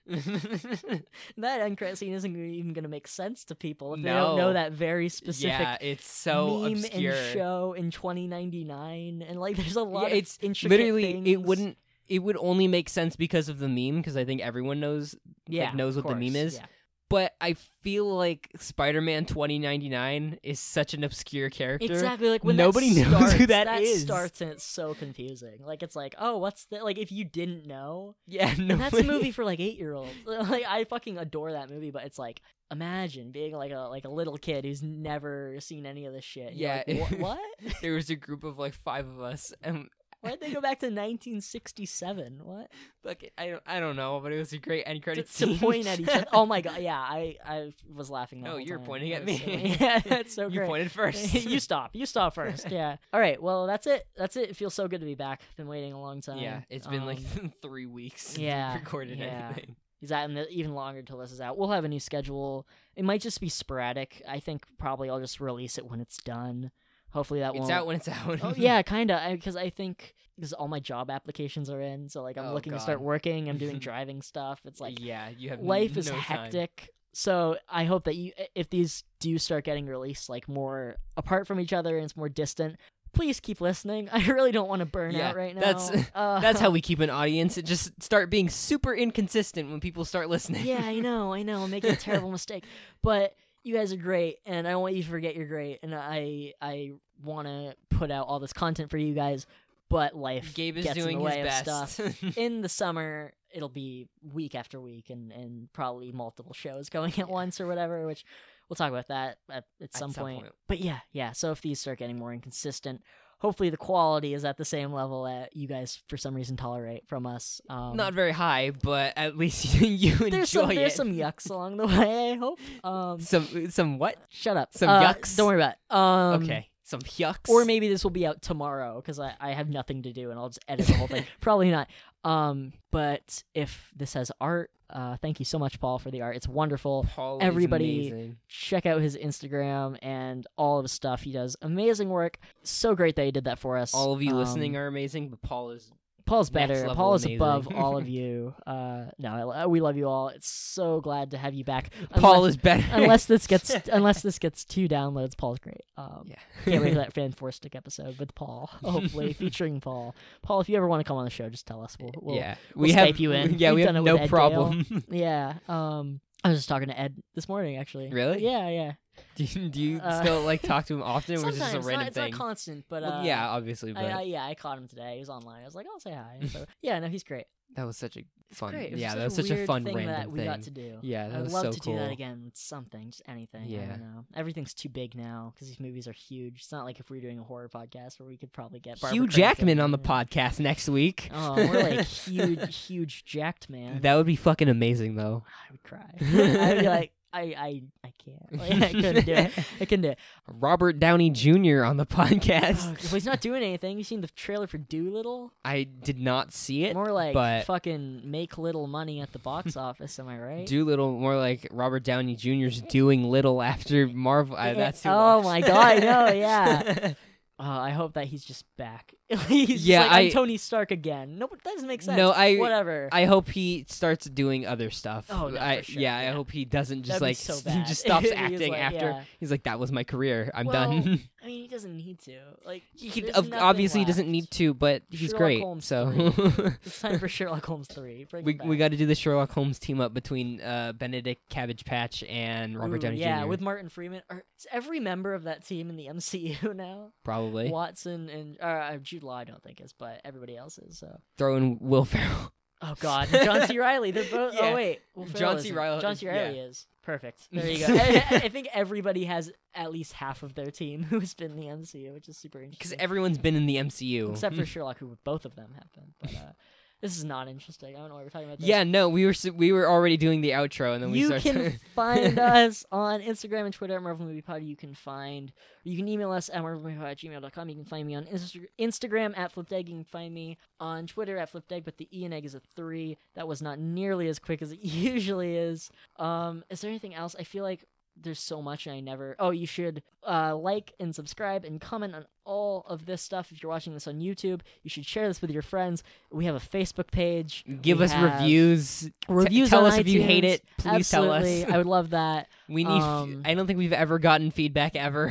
[SPEAKER 1] that end credit scene isn't even going to make sense to people if they don't know
[SPEAKER 2] No.
[SPEAKER 1] that very specific
[SPEAKER 2] yeah, it's so
[SPEAKER 1] meme
[SPEAKER 2] obscure.
[SPEAKER 1] and show in 2099, and like, there's a lot.
[SPEAKER 2] yeah,
[SPEAKER 1] of
[SPEAKER 2] it's
[SPEAKER 1] intricate
[SPEAKER 2] literally it
[SPEAKER 1] things.
[SPEAKER 2] wouldn't it would only make sense because of the meme because I think everyone knows
[SPEAKER 1] Yeah,
[SPEAKER 2] like knows
[SPEAKER 1] of
[SPEAKER 2] what the meme
[SPEAKER 1] course,
[SPEAKER 2] is.
[SPEAKER 1] yeah.
[SPEAKER 2] but I feel like Spider Man 2099 is such an obscure character.
[SPEAKER 1] Exactly, like when that
[SPEAKER 2] nobody knows
[SPEAKER 1] starts,
[SPEAKER 2] who
[SPEAKER 1] that
[SPEAKER 2] is.
[SPEAKER 1] starts and it's so confusing. Like it's like, oh, what's that? Like if you didn't know,
[SPEAKER 2] Yeah,
[SPEAKER 1] and that's a
[SPEAKER 2] nobody-
[SPEAKER 1] movie for like eight year olds. Like I fucking adore that movie, but it's like imagine being like a like a little kid who's never seen any of this shit. and you're
[SPEAKER 2] Yeah.
[SPEAKER 1] like, "Wha- what?
[SPEAKER 2] there was a group of like five of us, and
[SPEAKER 1] Why would they go back to 1967? What
[SPEAKER 2] like I don't, I don't know, but it was a great end
[SPEAKER 1] to,
[SPEAKER 2] credit
[SPEAKER 1] to
[SPEAKER 2] scene.
[SPEAKER 1] point at each other? Oh my god, yeah, I I was laughing. The
[SPEAKER 2] Oh,
[SPEAKER 1] whole
[SPEAKER 2] you're
[SPEAKER 1] time.
[SPEAKER 2] pointing
[SPEAKER 1] It was
[SPEAKER 2] at me.
[SPEAKER 1] so- yeah, that's so
[SPEAKER 2] You
[SPEAKER 1] great.
[SPEAKER 2] pointed first.
[SPEAKER 1] you stop. You stop first. Yeah. All right. Well, that's it. That's it. It feels so good to be back. Been waiting a long time.
[SPEAKER 2] Yeah, it's been like
[SPEAKER 1] Um,
[SPEAKER 2] three weeks. since we
[SPEAKER 1] yeah,
[SPEAKER 2] recorded
[SPEAKER 1] yeah.
[SPEAKER 2] anything.
[SPEAKER 1] Exactly, and even longer till this is out. We'll have a new schedule. It might just be sporadic. I think probably I'll just release it when it's done. Hopefully that
[SPEAKER 2] It's
[SPEAKER 1] won't-
[SPEAKER 2] out when it's out.
[SPEAKER 1] oh yeah, kind of. Because I think because all my job applications are in, so like I'm
[SPEAKER 2] Oh,
[SPEAKER 1] looking
[SPEAKER 2] God.
[SPEAKER 1] to start working. I'm doing driving stuff. It's like
[SPEAKER 2] yeah, you have
[SPEAKER 1] life is
[SPEAKER 2] no time.
[SPEAKER 1] hectic. So I hope that you, if these do start getting released like more apart from each other and it's more distant, please keep listening. I really don't want to burn
[SPEAKER 2] Yeah,
[SPEAKER 1] out right now.
[SPEAKER 2] that's
[SPEAKER 1] Uh,
[SPEAKER 2] that's how we keep an audience. It just start being super inconsistent when people start listening.
[SPEAKER 1] yeah, I know, I know, I'm making a terrible mistake. But you guys are great, and I don't want you to forget you're great. And I, I want to put out all this content for you guys, but life
[SPEAKER 2] Gabe is
[SPEAKER 1] gets
[SPEAKER 2] doing
[SPEAKER 1] in the way
[SPEAKER 2] his
[SPEAKER 1] of
[SPEAKER 2] best.
[SPEAKER 1] stuff. in the summer, it'll be week after week, and and probably multiple shows going at once or whatever. Which we'll talk about that at, at some,
[SPEAKER 2] some
[SPEAKER 1] point.
[SPEAKER 2] point.
[SPEAKER 1] But yeah, yeah. So if these start getting more inconsistent. Hopefully the quality is at the same level that you guys for some reason tolerate from us. Um,
[SPEAKER 2] Not very high, but at least you, you enjoy
[SPEAKER 1] there's some
[SPEAKER 2] it.
[SPEAKER 1] there's some yucks along the way. I hope. Um,
[SPEAKER 2] some some what?
[SPEAKER 1] shut up.
[SPEAKER 2] Some
[SPEAKER 1] Uh,
[SPEAKER 2] yucks.
[SPEAKER 1] Don't worry about. It. Um,
[SPEAKER 2] okay, some yucks.
[SPEAKER 1] Or maybe this will be out tomorrow because I, I have nothing to do and I'll just edit the whole thing. Probably not. Um, but if this has art, uh, thank you so much, Paul, for the art. It's wonderful.
[SPEAKER 2] Paul is
[SPEAKER 1] Everybody,
[SPEAKER 2] amazing.
[SPEAKER 1] check out his Instagram and all of his stuff. He does amazing work. So great that he did that for us.
[SPEAKER 2] all of you
[SPEAKER 1] Um,
[SPEAKER 2] listening are amazing, but Paul is
[SPEAKER 1] Paul's
[SPEAKER 2] Next
[SPEAKER 1] better.
[SPEAKER 2] level
[SPEAKER 1] Paul is
[SPEAKER 2] amazing.
[SPEAKER 1] above all of you. Uh, no, I, we love you all. It's so glad to have you back.
[SPEAKER 2] Paul
[SPEAKER 1] Unless-
[SPEAKER 2] is better.
[SPEAKER 1] unless this gets unless this gets two downloads, Paul's great. Um,
[SPEAKER 2] Yeah.
[SPEAKER 1] can't wait for that fan four stick episode with Paul. Hopefully, featuring Paul. Paul, if you ever want to come on the show, just tell us. We'll, we'll
[SPEAKER 2] Yeah.
[SPEAKER 1] we'll
[SPEAKER 2] We have-
[SPEAKER 1] Skype you in.
[SPEAKER 2] yeah,
[SPEAKER 1] We've
[SPEAKER 2] we have
[SPEAKER 1] done it with
[SPEAKER 2] no
[SPEAKER 1] Ed Dale.
[SPEAKER 2] problem.
[SPEAKER 1] yeah. Um, I was just talking to Ed this morning, actually.
[SPEAKER 2] Really?
[SPEAKER 1] Yeah, yeah.
[SPEAKER 2] do you, do you
[SPEAKER 1] Uh,
[SPEAKER 2] still like talk to him often, or is this a
[SPEAKER 1] Sometimes, not-
[SPEAKER 2] random
[SPEAKER 1] it's
[SPEAKER 2] thing?
[SPEAKER 1] not constant, but
[SPEAKER 2] Well,
[SPEAKER 1] uh,
[SPEAKER 2] yeah, obviously, but
[SPEAKER 1] I, I, yeah, I caught him today. He was online. I was like, I'll say hi. And so, yeah, no, he's great.
[SPEAKER 2] that was such a fun.
[SPEAKER 1] Great. It was
[SPEAKER 2] Yeah,
[SPEAKER 1] such
[SPEAKER 2] that was
[SPEAKER 1] a
[SPEAKER 2] such a
[SPEAKER 1] weird
[SPEAKER 2] fun
[SPEAKER 1] thing
[SPEAKER 2] random
[SPEAKER 1] that we
[SPEAKER 2] thing.
[SPEAKER 1] got to do.
[SPEAKER 2] Yeah, that
[SPEAKER 1] I'd
[SPEAKER 2] was
[SPEAKER 1] love
[SPEAKER 2] so
[SPEAKER 1] to
[SPEAKER 2] cool.
[SPEAKER 1] do that again with something, just anything. I
[SPEAKER 2] Yeah.
[SPEAKER 1] don't know. Everything's too big now because these movies are huge. It's not like if we were doing a horror podcast where we could probably get Barbara
[SPEAKER 2] Hugh
[SPEAKER 1] Cranston
[SPEAKER 2] Jackman on the
[SPEAKER 1] in.
[SPEAKER 2] podcast next week.
[SPEAKER 1] Oh, we're like huge, huge jacked man.
[SPEAKER 2] That would be fucking amazing, though.
[SPEAKER 1] I would cry. I'd be like, I, I, I can't. Like, I couldn't do it. I couldn't do it.
[SPEAKER 2] Robert Downey Jr. on the podcast.
[SPEAKER 1] Oh, well, he's not doing anything. You seen the trailer for Doolittle?
[SPEAKER 2] I did not see it.
[SPEAKER 1] More like
[SPEAKER 2] but
[SPEAKER 1] fucking make little money at the box office. Am I right?
[SPEAKER 2] Doolittle, more like Robert Downey Jr.'s doing little after Marvel. I,
[SPEAKER 1] Yeah,
[SPEAKER 2] that's too
[SPEAKER 1] oh
[SPEAKER 2] much.
[SPEAKER 1] my god, no, yeah. Uh, I hope that he's just back. he's just
[SPEAKER 2] Yeah,
[SPEAKER 1] like, I'm
[SPEAKER 2] I-
[SPEAKER 1] Tony Stark again. No, that doesn't make sense.
[SPEAKER 2] No, I
[SPEAKER 1] whatever.
[SPEAKER 2] I hope he starts doing other stuff.
[SPEAKER 1] Oh, no,
[SPEAKER 2] I,
[SPEAKER 1] for sure,
[SPEAKER 2] yeah,
[SPEAKER 1] yeah.
[SPEAKER 2] I hope he doesn't just
[SPEAKER 1] That'd be
[SPEAKER 2] like
[SPEAKER 1] so
[SPEAKER 2] s- he
[SPEAKER 1] bad.
[SPEAKER 2] just stops
[SPEAKER 1] He's
[SPEAKER 2] acting
[SPEAKER 1] like,
[SPEAKER 2] after.
[SPEAKER 1] yeah.
[SPEAKER 2] He's like, that was my career. I'm
[SPEAKER 1] Well,
[SPEAKER 2] done.
[SPEAKER 1] I mean, he doesn't need to. Like
[SPEAKER 2] he could,
[SPEAKER 1] there's
[SPEAKER 2] ob-
[SPEAKER 1] nothing
[SPEAKER 2] obviously he
[SPEAKER 1] left.
[SPEAKER 2] doesn't need to, but he's
[SPEAKER 1] Sherlock
[SPEAKER 2] great.
[SPEAKER 1] Holmes
[SPEAKER 2] so
[SPEAKER 1] three. it's time for Sherlock Holmes three. Bring
[SPEAKER 2] we
[SPEAKER 1] him back.
[SPEAKER 2] we got to do the Sherlock Holmes team up between uh, Benedict Cabbage Patch and Robert
[SPEAKER 1] Ooh,
[SPEAKER 2] Downey
[SPEAKER 1] yeah,
[SPEAKER 2] Jr.
[SPEAKER 1] with Martin Freeman. Are, is every member of that team in the MCU now?
[SPEAKER 2] probably
[SPEAKER 1] Watson and uh, Jude Law, I don't think is, but everybody else is. So.
[SPEAKER 2] throw in Will Ferrell.
[SPEAKER 1] Oh God, and John C. Riley. They're both.
[SPEAKER 2] Yeah.
[SPEAKER 1] Oh wait, Will Ferrell
[SPEAKER 2] John C.
[SPEAKER 1] isn't.
[SPEAKER 2] Reilly-
[SPEAKER 1] John C.
[SPEAKER 2] yeah.
[SPEAKER 1] Riley is perfect. There you go. I, I- I think everybody has at least half of their team who's been in the MCU, which is super
[SPEAKER 2] Because Mm.
[SPEAKER 1] interesting.
[SPEAKER 2] everyone's been in the MCU.
[SPEAKER 1] Except for Sherlock, who both of them have been. But uh, this is not interesting. I don't know why we're talking about. This.
[SPEAKER 2] yeah, no, we were s- we were already doing the outro, and then we
[SPEAKER 1] you
[SPEAKER 2] started.
[SPEAKER 1] can find us on Instagram and Twitter at Marvel Movie Pod. You can find, you can email us at marvelmoviepod at gmail.com. You can find me on Insta- Instagram at FlipDeg. You can find me on Twitter at FlipDeg, but the E and egg is a three. That was not nearly as quick as it usually is. Um, is there anything else? I feel like there's so much and I never. Oh, you should uh, like and subscribe and comment on all of this stuff. If you're watching this on YouTube, you should share this with your friends. We have a Facebook page.
[SPEAKER 2] Give
[SPEAKER 1] We
[SPEAKER 2] us
[SPEAKER 1] have
[SPEAKER 2] reviews. T-
[SPEAKER 1] Reviews.
[SPEAKER 2] tell
[SPEAKER 1] on
[SPEAKER 2] us if you hate
[SPEAKER 1] iTunes.
[SPEAKER 2] it. Please tell us.
[SPEAKER 1] Absolutely. I would love that.
[SPEAKER 2] We need. f-
[SPEAKER 1] Um,
[SPEAKER 2] I don't think we've ever gotten feedback ever.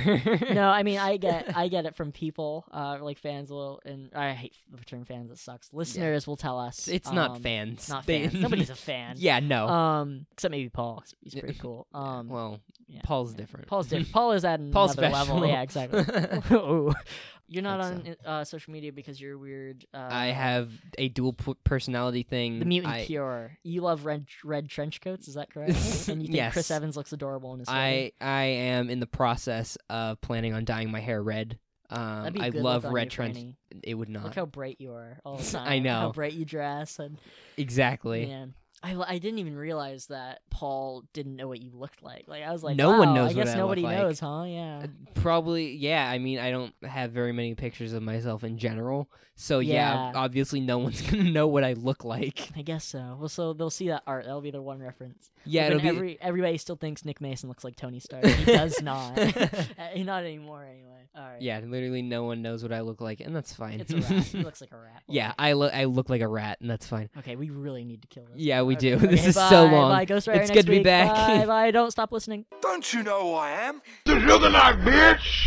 [SPEAKER 1] no, I mean I get I get it from people, uh, like fans will, and I hate the term fans. It sucks. Listeners will tell us
[SPEAKER 2] It's not
[SPEAKER 1] um,
[SPEAKER 2] fans.
[SPEAKER 1] Not
[SPEAKER 2] They-
[SPEAKER 1] fans. Nobody's a fan.
[SPEAKER 2] Yeah, no.
[SPEAKER 1] Um, except maybe Paul. 'cause He's pretty cool. Um,
[SPEAKER 2] well, Paul's different.
[SPEAKER 1] Paul's different. Paul is at
[SPEAKER 2] Paul's
[SPEAKER 1] another level.
[SPEAKER 2] special.
[SPEAKER 1] Yeah, exactly. Ooh. You're not
[SPEAKER 2] Think
[SPEAKER 1] on uh, social media because you're weird. Uh,
[SPEAKER 2] I have a dual p- personality thing.
[SPEAKER 1] the mutant
[SPEAKER 2] I,
[SPEAKER 1] cure. You love red red trench coats. Is that correct? and you think
[SPEAKER 2] Yes.
[SPEAKER 1] Chris Evans looks adorable in his. hoodie?
[SPEAKER 2] I I am in the process of planning on dyeing my hair red. Um,
[SPEAKER 1] That'd be
[SPEAKER 2] I
[SPEAKER 1] good
[SPEAKER 2] love
[SPEAKER 1] look on
[SPEAKER 2] red
[SPEAKER 1] you,
[SPEAKER 2] trench.
[SPEAKER 1] Franny.
[SPEAKER 2] It would
[SPEAKER 1] Look
[SPEAKER 2] not
[SPEAKER 1] how bright you are all the time.
[SPEAKER 2] I
[SPEAKER 1] How
[SPEAKER 2] know.
[SPEAKER 1] bright you dress and
[SPEAKER 2] exactly.
[SPEAKER 1] man. I, l- I didn't even realize that Paul didn't know what you looked like. Like I was like,
[SPEAKER 2] no one
[SPEAKER 1] wow,
[SPEAKER 2] knows.
[SPEAKER 1] I
[SPEAKER 2] what
[SPEAKER 1] guess
[SPEAKER 2] I look
[SPEAKER 1] nobody
[SPEAKER 2] like.
[SPEAKER 1] knows, huh? Yeah.
[SPEAKER 2] Uh, Probably, yeah. I mean, I don't have very many pictures of myself in general, so yeah,
[SPEAKER 1] Yeah.
[SPEAKER 2] obviously, no one's gonna know what I look like.
[SPEAKER 1] I guess so. Well, so they'll see that art. That'll be their one reference. But
[SPEAKER 2] Yeah,
[SPEAKER 1] then
[SPEAKER 2] it'll be-
[SPEAKER 1] every, everybody still thinks Nick Mason looks like Tony Stark. He does not. Uh, not anymore, anyway. All right.
[SPEAKER 2] Yeah, literally, no one knows what I look like, and that's fine.
[SPEAKER 1] It's a rat. He looks like a rat.
[SPEAKER 2] yeah, I look, I look like a rat, and that's fine.
[SPEAKER 1] Okay, we really need to kill this.
[SPEAKER 2] Yeah, we
[SPEAKER 1] Okay,
[SPEAKER 2] do. This
[SPEAKER 1] okay,
[SPEAKER 2] is so
[SPEAKER 1] bye,
[SPEAKER 2] long.
[SPEAKER 1] Bye, Ghost Rider
[SPEAKER 2] it's
[SPEAKER 1] next
[SPEAKER 2] good to be
[SPEAKER 1] week.
[SPEAKER 2] back.
[SPEAKER 1] Bye, bye. Don't stop listening.
[SPEAKER 14] Don't you know who I am?
[SPEAKER 9] The Juggernaut, bitch!